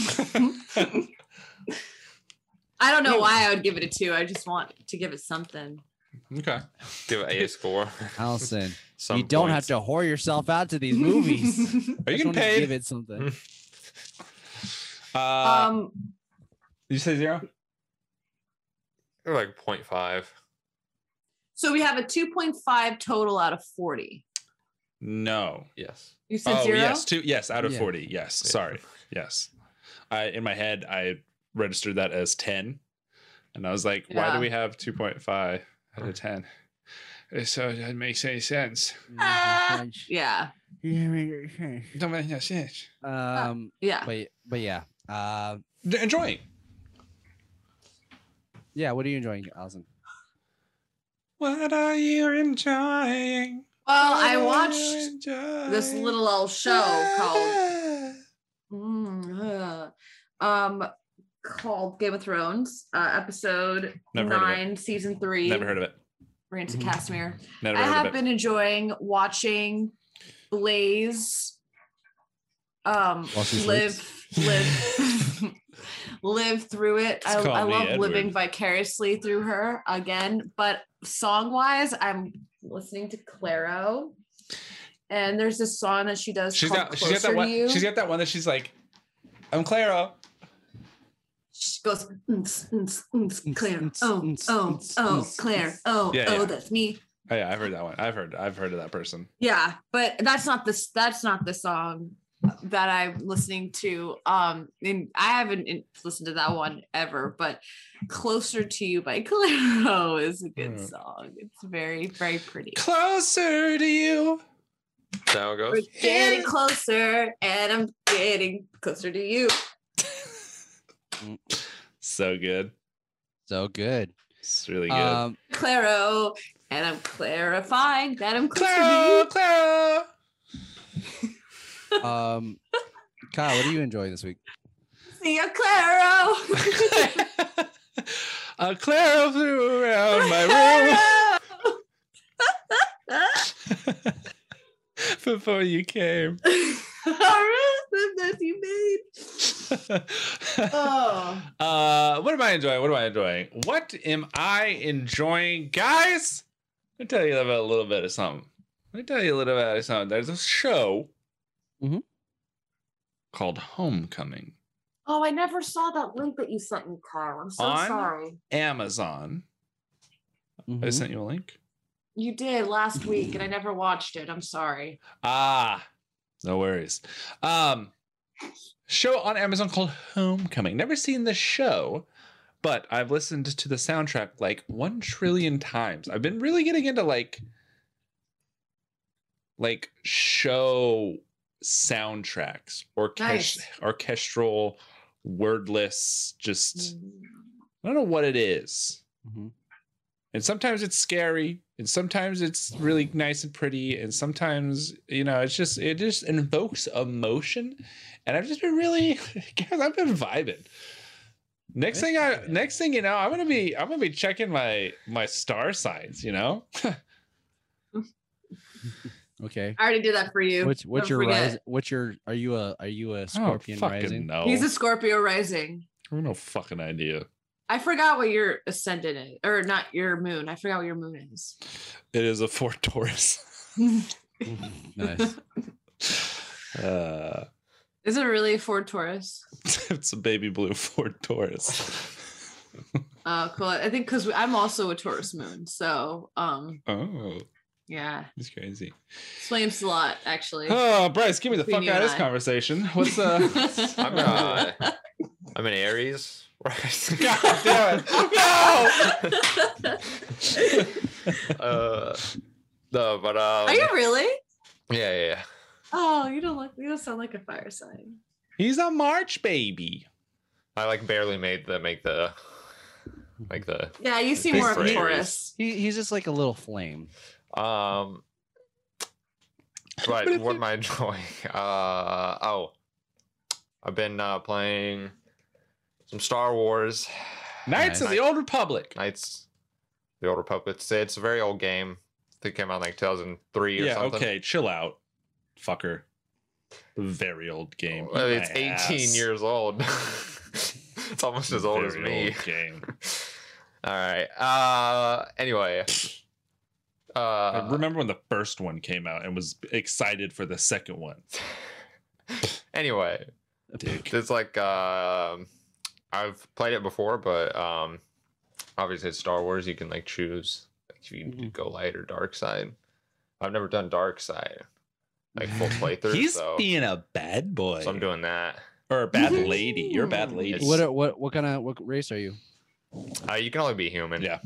Speaker 1: I don't know why I would give it a two. I just want to give it something.
Speaker 3: Okay.
Speaker 2: give it a
Speaker 6: [LAUGHS]
Speaker 2: score.
Speaker 6: Allison,
Speaker 2: [LAUGHS] Some
Speaker 6: you don't
Speaker 2: points.
Speaker 6: have to whore yourself out to
Speaker 1: [LAUGHS]
Speaker 6: these movies.
Speaker 3: Are
Speaker 6: I
Speaker 3: you
Speaker 6: just
Speaker 3: getting
Speaker 6: wanted to Give
Speaker 3: paid?
Speaker 6: it something.
Speaker 2: [LAUGHS]
Speaker 3: Uh,
Speaker 1: um,
Speaker 3: you say zero?
Speaker 2: They're like 0.5.
Speaker 1: so we have a 2.5 total out of 40.
Speaker 3: No.
Speaker 2: Yes.
Speaker 1: You said
Speaker 3: Oh
Speaker 1: zero?
Speaker 3: yes, two. Yes, out of
Speaker 6: Yeah.
Speaker 3: forty. Yes. Sorry. Yes. I in my head I registered that as ten, and I was like, why
Speaker 1: Yeah.
Speaker 3: do we have two point five out of ten? So it doesn't make any sense.
Speaker 6: Mm,
Speaker 1: Ah. Yeah.
Speaker 3: Don't make any sense.
Speaker 6: um,
Speaker 1: Yeah.
Speaker 6: but but yeah, uh,
Speaker 3: D- Enjoying.
Speaker 6: yeah. What are you enjoying, Allison?
Speaker 3: What are you enjoying?
Speaker 1: Well,
Speaker 3: What
Speaker 1: I
Speaker 3: are
Speaker 1: watched
Speaker 3: you
Speaker 1: this
Speaker 3: enjoying?
Speaker 1: little old show called
Speaker 3: Ah.
Speaker 1: Mm, uh, um called Game of Thrones, uh, episode
Speaker 3: Never heard of it.
Speaker 1: nine, season three.
Speaker 3: Never heard of it.
Speaker 1: Ransom
Speaker 3: Mhm.
Speaker 1: Casimir.
Speaker 3: Never
Speaker 1: I
Speaker 3: heard
Speaker 1: have
Speaker 3: of it.
Speaker 1: been enjoying watching Blaze um
Speaker 6: While she
Speaker 1: live live live through it. I,
Speaker 3: Just call
Speaker 1: I
Speaker 3: me
Speaker 1: love living
Speaker 3: Edward.
Speaker 1: vicariously through her again, but song wise, I'm listening to Claro. And there's this song that she does
Speaker 3: She's
Speaker 1: called
Speaker 3: got. She's got
Speaker 1: Closer
Speaker 3: that
Speaker 1: to
Speaker 3: one.
Speaker 1: You.
Speaker 3: She's got that one that she's like, I'm Clara.
Speaker 1: she goes, "Mm-ts, mm-ts, mm-ts, Claire,
Speaker 6: mm-ts,
Speaker 1: oh,
Speaker 6: mm-ts,
Speaker 1: oh,
Speaker 6: mm-ts,
Speaker 1: oh,
Speaker 6: mm-ts,
Speaker 1: Claire,
Speaker 6: mm-ts."
Speaker 1: oh,
Speaker 3: Yeah, yeah.
Speaker 1: oh, that's me.
Speaker 3: Oh, yeah, I've heard that one. I've heard. I've heard of that person.
Speaker 1: yeah but that's not this that's not the song that i'm listening to um and i haven't in- listened to that one ever but closer to you by [LAUGHS] claro is a good
Speaker 3: Mm.
Speaker 1: song it's very very pretty
Speaker 3: Closer to you.
Speaker 2: Is that how
Speaker 1: we're
Speaker 2: it
Speaker 1: [LAUGHS]
Speaker 2: goes?
Speaker 1: getting closer and i'm getting closer to you
Speaker 3: So good.
Speaker 6: So good.
Speaker 3: It's really good.
Speaker 6: Um,
Speaker 1: claro and i'm clarifying that i'm closer
Speaker 3: Clara,
Speaker 1: to
Speaker 3: Clara.
Speaker 6: um, Kyle, what are you enjoying this week?
Speaker 1: you see you
Speaker 3: [LAUGHS]
Speaker 1: claro
Speaker 3: Uh, Clara flew around my
Speaker 1: Claro!
Speaker 3: room [LAUGHS] before you
Speaker 1: [LAUGHS]
Speaker 3: came.
Speaker 1: that you made oh
Speaker 3: [LAUGHS] Uh, what am I enjoying? What am I enjoying? What am I enjoying, guys? Let me tell you about a little bit of something. Let me tell you a little bit of something. There's a show
Speaker 6: Mhm.
Speaker 3: called Homecoming
Speaker 1: Oh, I never saw that link that you sent me, Kyle. I'm so
Speaker 3: On?
Speaker 1: sorry.
Speaker 3: Amazon. I
Speaker 6: Mhm.
Speaker 3: sent you a link.
Speaker 1: You did last week, and I never watched it. I'm sorry.
Speaker 3: Ah, no worries. Um, show on Amazon called Homecoming. Never seen the show, but I've listened to the soundtrack like one trillion times. I've been really getting into like, like show soundtracks, orchest-
Speaker 1: Nice.
Speaker 3: orchestral, wordless. Just I don't know what it is.
Speaker 6: Mhm.
Speaker 3: And sometimes it's scary, and sometimes it's really nice and pretty, and sometimes you know it's just it just invokes emotion. And I've just been really, [LAUGHS] guys, I've been vibing. Next thing I, next thing you know, I'm gonna be, I'm gonna be Oh, checking my my star signs, you know.
Speaker 6: Okay.
Speaker 1: I already did that for you.
Speaker 6: What's
Speaker 1: Don't
Speaker 6: what's your
Speaker 1: forget.
Speaker 6: rise, what's your are you a are you
Speaker 2: Oh,
Speaker 6: a scorpion
Speaker 3: I don't fucking
Speaker 6: rising?
Speaker 3: know.
Speaker 1: He's a Scorpio rising.
Speaker 3: I have no fucking idea.
Speaker 1: I forgot what your ascendant is, or not your moon. I forgot what your moon is. [LAUGHS]
Speaker 3: It is a four Taurus. [LAUGHS]
Speaker 2: [LAUGHS]
Speaker 6: nice.
Speaker 3: Uh,
Speaker 1: Is it really for Taurus?
Speaker 3: it's a baby blue Ford Taurus.
Speaker 1: Oh, cool. I think because I'm also a Taurus moon, so um,
Speaker 3: [LAUGHS] oh,
Speaker 1: yeah,
Speaker 3: he's crazy.
Speaker 1: explains a lot actually.
Speaker 3: Oh, Bryce, give me the
Speaker 1: Between
Speaker 3: fuck
Speaker 1: you
Speaker 3: out of
Speaker 1: and
Speaker 3: this
Speaker 1: I.
Speaker 3: conversation.
Speaker 1: [LAUGHS]
Speaker 3: What's [LAUGHS] uh?
Speaker 2: I'm uh, I'm an Aries. [LAUGHS]
Speaker 3: God damn it! No.
Speaker 2: uh, no, but um,
Speaker 1: Are you really?
Speaker 2: yeah, yeah, yeah.
Speaker 1: Oh, you don't look. You don't sound like a fire sign.
Speaker 3: [LAUGHS] He's a March baby.
Speaker 2: I like barely made the make the like the
Speaker 1: Yeah, you seem
Speaker 2: Big
Speaker 1: more of a
Speaker 2: brain.
Speaker 1: Taurus.
Speaker 6: [LAUGHS] He, he's just like a little flame.
Speaker 2: um.
Speaker 3: [LAUGHS]
Speaker 2: Right, what [LAUGHS] am I enjoying? Uh oh, I've been uh, playing some Star Wars.
Speaker 3: Knights of the Old Republic.
Speaker 2: Knights, the Old Republic. It's, it's a very old game. I think it came out in like 2003 or
Speaker 3: Yeah,
Speaker 2: something.
Speaker 3: okay, chill out, fucker. Very old game.
Speaker 2: Well, Uh, it's
Speaker 3: My
Speaker 2: 18
Speaker 3: ass.
Speaker 2: years old. [LAUGHS] it's almost as old as
Speaker 3: Very
Speaker 2: me.
Speaker 3: old game.
Speaker 2: All right. Uh, anyway.
Speaker 3: I
Speaker 2: [LAUGHS] Uh,
Speaker 3: remember when the first one came out and was excited for the second one.
Speaker 2: [LAUGHS] anyway, it's like um I've played it before, but um, obviously it's Star Wars. You can like choose like, if you
Speaker 6: Mhm.
Speaker 2: go light or dark side. I've never done dark side, like
Speaker 6: [LAUGHS]
Speaker 2: full playthrough.
Speaker 3: He's
Speaker 2: so,
Speaker 3: being a bad boy
Speaker 2: so I'm doing that.
Speaker 3: or a bad lady. You're a bad lady.
Speaker 2: It's-
Speaker 6: What are- what what kind of what race are you?
Speaker 2: Uh, you can only be human.
Speaker 3: Yeah.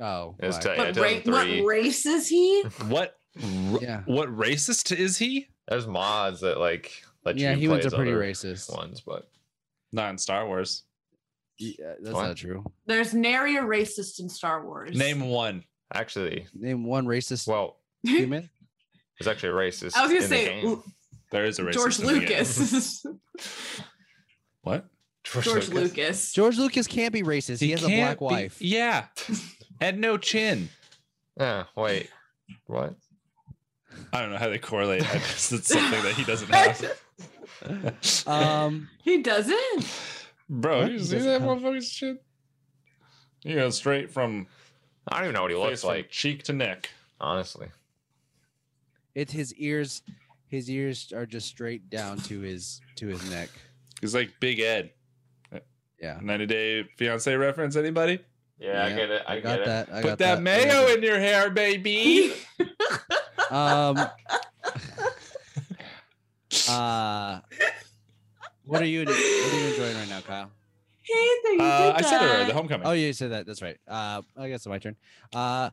Speaker 6: Oh,
Speaker 2: It's tight.
Speaker 6: black.
Speaker 2: Yeah,
Speaker 1: what, ra- what
Speaker 2: 2003.
Speaker 1: race is he?
Speaker 3: [LAUGHS] What? r-
Speaker 6: Yeah.
Speaker 3: What racist is he?
Speaker 2: There's mods that like let
Speaker 6: yeah,
Speaker 2: you play
Speaker 6: humans are
Speaker 2: as
Speaker 6: pretty
Speaker 2: other
Speaker 6: racist.
Speaker 2: ones, but
Speaker 3: Not in Star Wars.
Speaker 6: Yeah, that's
Speaker 2: What?
Speaker 6: not true.
Speaker 1: There's nary a racist in Star Wars.
Speaker 3: Name
Speaker 1: [LAUGHS]
Speaker 3: one.
Speaker 2: actually,
Speaker 6: Name one racist
Speaker 2: well,
Speaker 6: human.
Speaker 2: it's actually racist.
Speaker 1: I was gonna
Speaker 2: in the
Speaker 1: say
Speaker 2: game. [LAUGHS]
Speaker 1: L-
Speaker 3: There is a racist.
Speaker 1: George
Speaker 3: in the game. [LAUGHS]
Speaker 1: Lucas. [LAUGHS]
Speaker 3: What?
Speaker 1: George Lucas.
Speaker 6: George Lucas can't be racist. He, has a
Speaker 3: can't
Speaker 6: black
Speaker 3: be- e-,
Speaker 6: wife. [LAUGHS]
Speaker 3: Yeah. Had no chin.
Speaker 2: Yeah, wait. What?
Speaker 3: I don't know how they correlate. I guess it's something that he
Speaker 6: [LAUGHS]
Speaker 3: doesn't have.
Speaker 6: Um,
Speaker 1: He doesn't.
Speaker 3: Bro,
Speaker 6: What?
Speaker 3: you
Speaker 6: He
Speaker 3: see
Speaker 6: doesn't
Speaker 3: that
Speaker 6: have-
Speaker 3: motherfucker's chin? You go straight from
Speaker 2: I don't even know what he
Speaker 3: face
Speaker 2: looks
Speaker 3: from
Speaker 2: like,
Speaker 3: cheek to neck.
Speaker 2: honestly.
Speaker 6: it's his ears. His ears are just straight down to his to his neck.
Speaker 3: He's like Big Ed.
Speaker 6: Yeah.
Speaker 3: 90 Day Fiance reference. Anybody?
Speaker 2: Yeah,
Speaker 6: Yeah,
Speaker 2: I get it. I,
Speaker 6: got
Speaker 2: get
Speaker 6: that. I
Speaker 3: Put
Speaker 6: got
Speaker 3: that,
Speaker 6: I
Speaker 3: mayo
Speaker 6: got
Speaker 3: in your hair,
Speaker 6: [LAUGHS]
Speaker 3: baby.
Speaker 6: that. Um.
Speaker 3: [LAUGHS]
Speaker 6: uh, what are you What are you enjoying right now, Kyle?
Speaker 1: Hey, that you
Speaker 3: Uh, I
Speaker 1: did
Speaker 3: said it
Speaker 1: that.
Speaker 3: already. The homecoming.
Speaker 6: Oh, yeah, you said that. That's right. Uh, I guess it's my turn. Uh,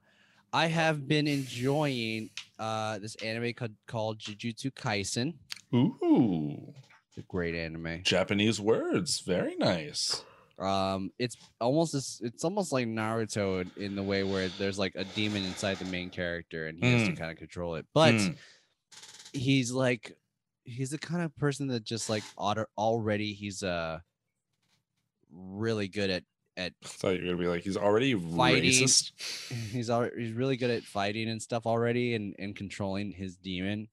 Speaker 6: I have been enjoying uh this anime called, called Jujutsu Kaisen.
Speaker 3: Ooh,
Speaker 6: It's a great anime.
Speaker 3: Japanese words. Very nice.
Speaker 6: Um, it's almost as it's almost like Naruto in, in the way where there's like a demon inside the main character and he has to kind of control it, but
Speaker 3: Mm.
Speaker 6: he's like he's the kind of person that just like auto- already he's uh really good at [CLEARS THROAT]
Speaker 3: I thought you were gonna be like, he's already
Speaker 6: Fighting.
Speaker 3: racist.
Speaker 6: he's all he's really good at fighting and stuff already and and controlling his demon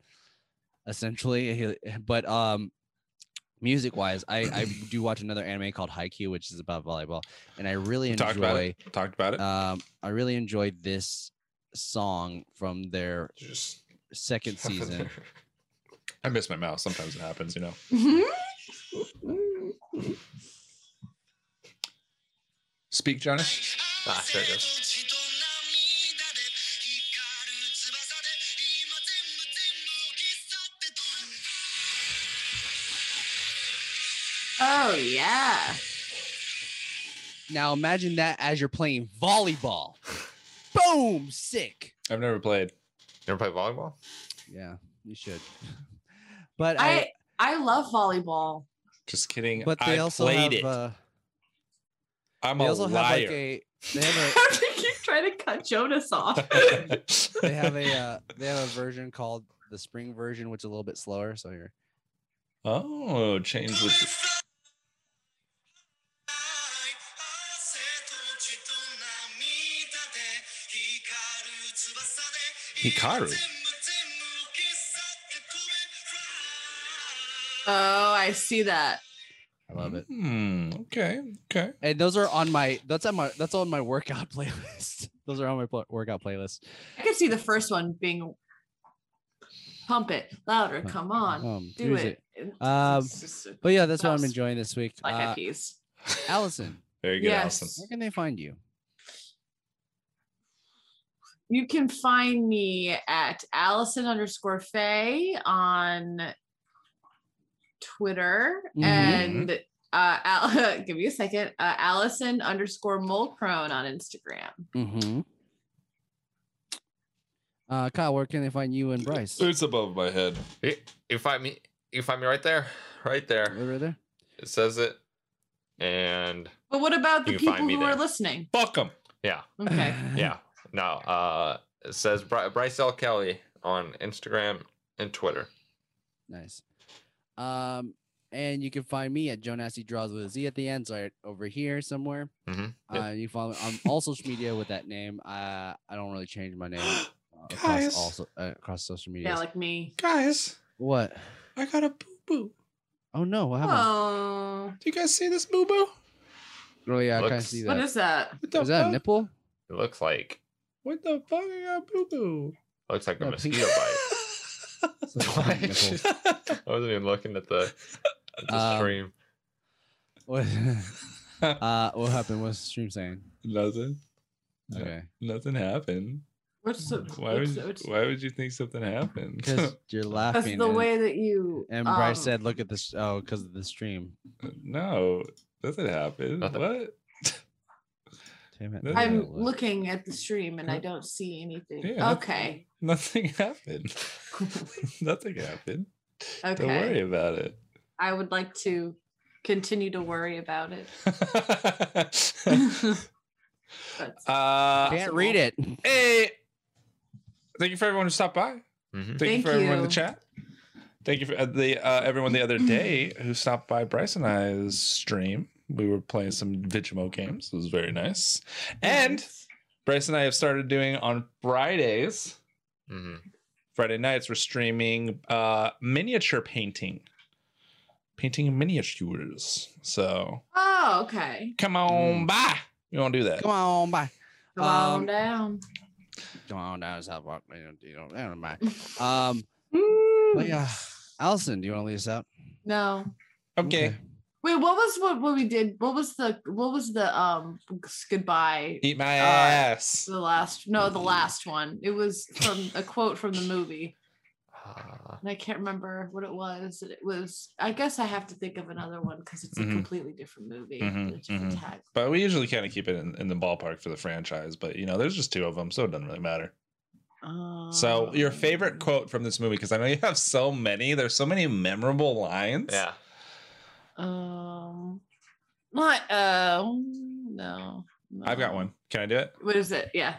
Speaker 6: essentially He- but um music wise i i do watch another anime called haikyuu which is about volleyball and i really
Speaker 3: We talked about
Speaker 6: enjoy
Speaker 3: it. Talked about it.
Speaker 6: um i really enjoyed this song from their
Speaker 3: Just
Speaker 6: second season
Speaker 3: I miss my mouse. Sometimes it happens, you know. Speak, Jonas.
Speaker 2: Ah, there it goes.
Speaker 1: [LAUGHS] Oh yeah.
Speaker 6: now imagine that as you're playing
Speaker 3: [LAUGHS]
Speaker 6: volleyball boom sick
Speaker 3: I've never played.
Speaker 2: You ever play volleyball?
Speaker 6: yeah you should [LAUGHS] but i
Speaker 1: I I love volleyball. [LAUGHS]
Speaker 3: Just kidding.
Speaker 6: but they
Speaker 3: I
Speaker 6: also
Speaker 3: played
Speaker 6: have
Speaker 3: it.
Speaker 6: uh
Speaker 3: I'm
Speaker 6: they
Speaker 3: a
Speaker 6: also
Speaker 3: liar.
Speaker 6: have like a they
Speaker 3: [LAUGHS]
Speaker 6: have
Speaker 1: How did you try to cut Jonas off?
Speaker 6: a [LAUGHS] they have a uh, they have a version called the spring version, which is a little bit slower. So here,
Speaker 3: oh, change with. Hikaru.
Speaker 1: [LAUGHS] Oh, I see that.
Speaker 6: I love it.
Speaker 3: Hmm. Okay. Okay.
Speaker 6: And those are on my that's on my that's on my workout [LAUGHS] playlist. Those are on my pl- workout playlist.
Speaker 1: I could see the first one being pump it louder. Come on.
Speaker 6: Um,
Speaker 1: do
Speaker 6: use
Speaker 1: it.
Speaker 6: Um,
Speaker 1: uh,
Speaker 6: But yeah, that's what I'm enjoying this week.
Speaker 1: Like
Speaker 6: Uh,
Speaker 1: Eyed Peas.
Speaker 6: Allison,
Speaker 3: Very good,
Speaker 1: Yes.
Speaker 3: Allison.
Speaker 6: where can they find you?
Speaker 1: You can find me at Allison underscore Faye on Twitter
Speaker 6: Mhm.
Speaker 1: and uh, Al- [LAUGHS] give me a second. Uh, Allison underscore Mulcrone on Instagram.
Speaker 6: Mm-hmm. Uh, Kyle, where can they find you and Bryce?
Speaker 3: It's above my head.
Speaker 2: You, you find me. You find me right there. Right there.
Speaker 6: Over there.
Speaker 2: It says it.
Speaker 6: [LAUGHS]
Speaker 2: And
Speaker 1: But what about the
Speaker 2: You can
Speaker 1: people
Speaker 2: find me
Speaker 1: who are
Speaker 2: there.
Speaker 1: listening?
Speaker 3: Fuck them.
Speaker 2: yeah,
Speaker 1: [LAUGHS] Okay.
Speaker 2: yeah. No. Uh, it says Bry- Bryce L Kelly on Instagram and Twitter.
Speaker 6: Nice. Um, and you can find me at Joe Nasty Draws with a Z at the end, so I- over here somewhere.
Speaker 2: Mhm,
Speaker 6: Uh, you follow me on all social media with that name. Uh, I don't really change my name uh, across
Speaker 3: Guys.
Speaker 6: all so- uh, across social media.
Speaker 1: Yeah, like me.
Speaker 3: Guys,
Speaker 6: what?
Speaker 3: I got a boo boo.
Speaker 6: Oh no! What happened?
Speaker 1: Oh,
Speaker 3: Do you guys see this boo boo?
Speaker 6: Oh yeah, I kind of
Speaker 2: Looks-
Speaker 6: see
Speaker 1: what
Speaker 6: that.
Speaker 1: is that?
Speaker 3: What the
Speaker 6: Is that a
Speaker 3: fuck?
Speaker 6: nipple?
Speaker 2: It looks like
Speaker 3: What the fuck? I got boo boo.
Speaker 2: looks like a
Speaker 6: Yeah, pink-
Speaker 2: mosquito bite.
Speaker 6: [LAUGHS] It's like a pink nipple.
Speaker 3: [LAUGHS]
Speaker 2: I wasn't even looking at the, at the
Speaker 6: Um,
Speaker 2: stream.
Speaker 6: What- [LAUGHS] uh, what happened? What's the stream saying?
Speaker 3: [LAUGHS] Nothing. No.
Speaker 6: Okay,
Speaker 3: Nothing happened.
Speaker 1: What's the,
Speaker 3: Why
Speaker 1: what's-
Speaker 3: would,
Speaker 1: what's-
Speaker 3: why would you think something happened?
Speaker 6: because you're laughing.
Speaker 1: that's the
Speaker 6: and-
Speaker 1: way that you.
Speaker 6: And Bryce
Speaker 1: um,
Speaker 6: said, "Look at this." Oh, because of the stream.
Speaker 3: no, nothing happened.
Speaker 2: Nothing.
Speaker 3: What?
Speaker 6: Damn it.
Speaker 3: I'm
Speaker 6: I
Speaker 1: I'm
Speaker 6: gotta look.
Speaker 1: looking at the stream and I
Speaker 3: Huh?
Speaker 1: don't see anything.
Speaker 3: Yeah.
Speaker 1: Okay.
Speaker 3: Nothing happened. [LAUGHS] nothing happened.
Speaker 1: Okay.
Speaker 3: Don't worry about it.
Speaker 1: [LAUGHS]
Speaker 3: [LAUGHS]
Speaker 1: I would like to continue to worry about it. That's-
Speaker 3: uh,
Speaker 6: Can't read it.
Speaker 3: hey, thank you for everyone who stopped by.
Speaker 2: Mhm.
Speaker 3: Thank, you
Speaker 1: Thank
Speaker 3: for everyone in the
Speaker 1: you.
Speaker 3: chat. Thank you for uh, the uh, everyone the
Speaker 1: [CLEARS THROAT]
Speaker 3: other day who stopped by Bryce and I's stream. We were playing some Vigimo games. It was very nice. And Bryce and I have started doing on Fridays.
Speaker 2: Mhm.
Speaker 3: Friday nights we're streaming uh miniature painting. Painting miniatures. So
Speaker 1: oh, okay.
Speaker 3: come on by. You want to do that.
Speaker 6: Come on, bye.
Speaker 1: Come
Speaker 6: Um,
Speaker 1: on down. [LAUGHS]
Speaker 6: Come on down to South Park. You don't, you don't, never mind. Um,
Speaker 1: [LAUGHS]
Speaker 6: but yeah, Allison, do you want to lead us out?
Speaker 1: No.
Speaker 3: Okay.
Speaker 1: Wait, what was what, what we did? What was the what was the um goodbye?
Speaker 3: Eat my ass.
Speaker 1: The last no, the last one. It was from a quote from the movie.
Speaker 2: Uh,
Speaker 1: And I can't remember what it was. It was I guess I have to think of another one because it's a
Speaker 3: Mhm.
Speaker 1: completely different movie.
Speaker 3: Mhm,
Speaker 1: and a different
Speaker 3: mhm.
Speaker 1: tag.
Speaker 3: But we usually kind of keep it in, in the ballpark for the franchise, but you know, there's just two of them, so it doesn't really matter. So, your favorite
Speaker 1: Um,
Speaker 3: quote from this movie, because I know you have so many, there's so many memorable lines.
Speaker 2: yeah.
Speaker 1: Um, not uh, no, no.
Speaker 3: I've got one. Can I do it?
Speaker 1: What is it? Yeah.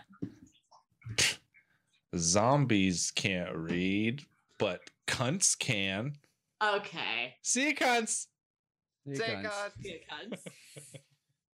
Speaker 3: Zombies can't read, but cunts can.
Speaker 1: Okay.
Speaker 3: See you, cunts.
Speaker 6: Here it
Speaker 2: Say
Speaker 6: comes.
Speaker 2: God.
Speaker 1: Good cunts.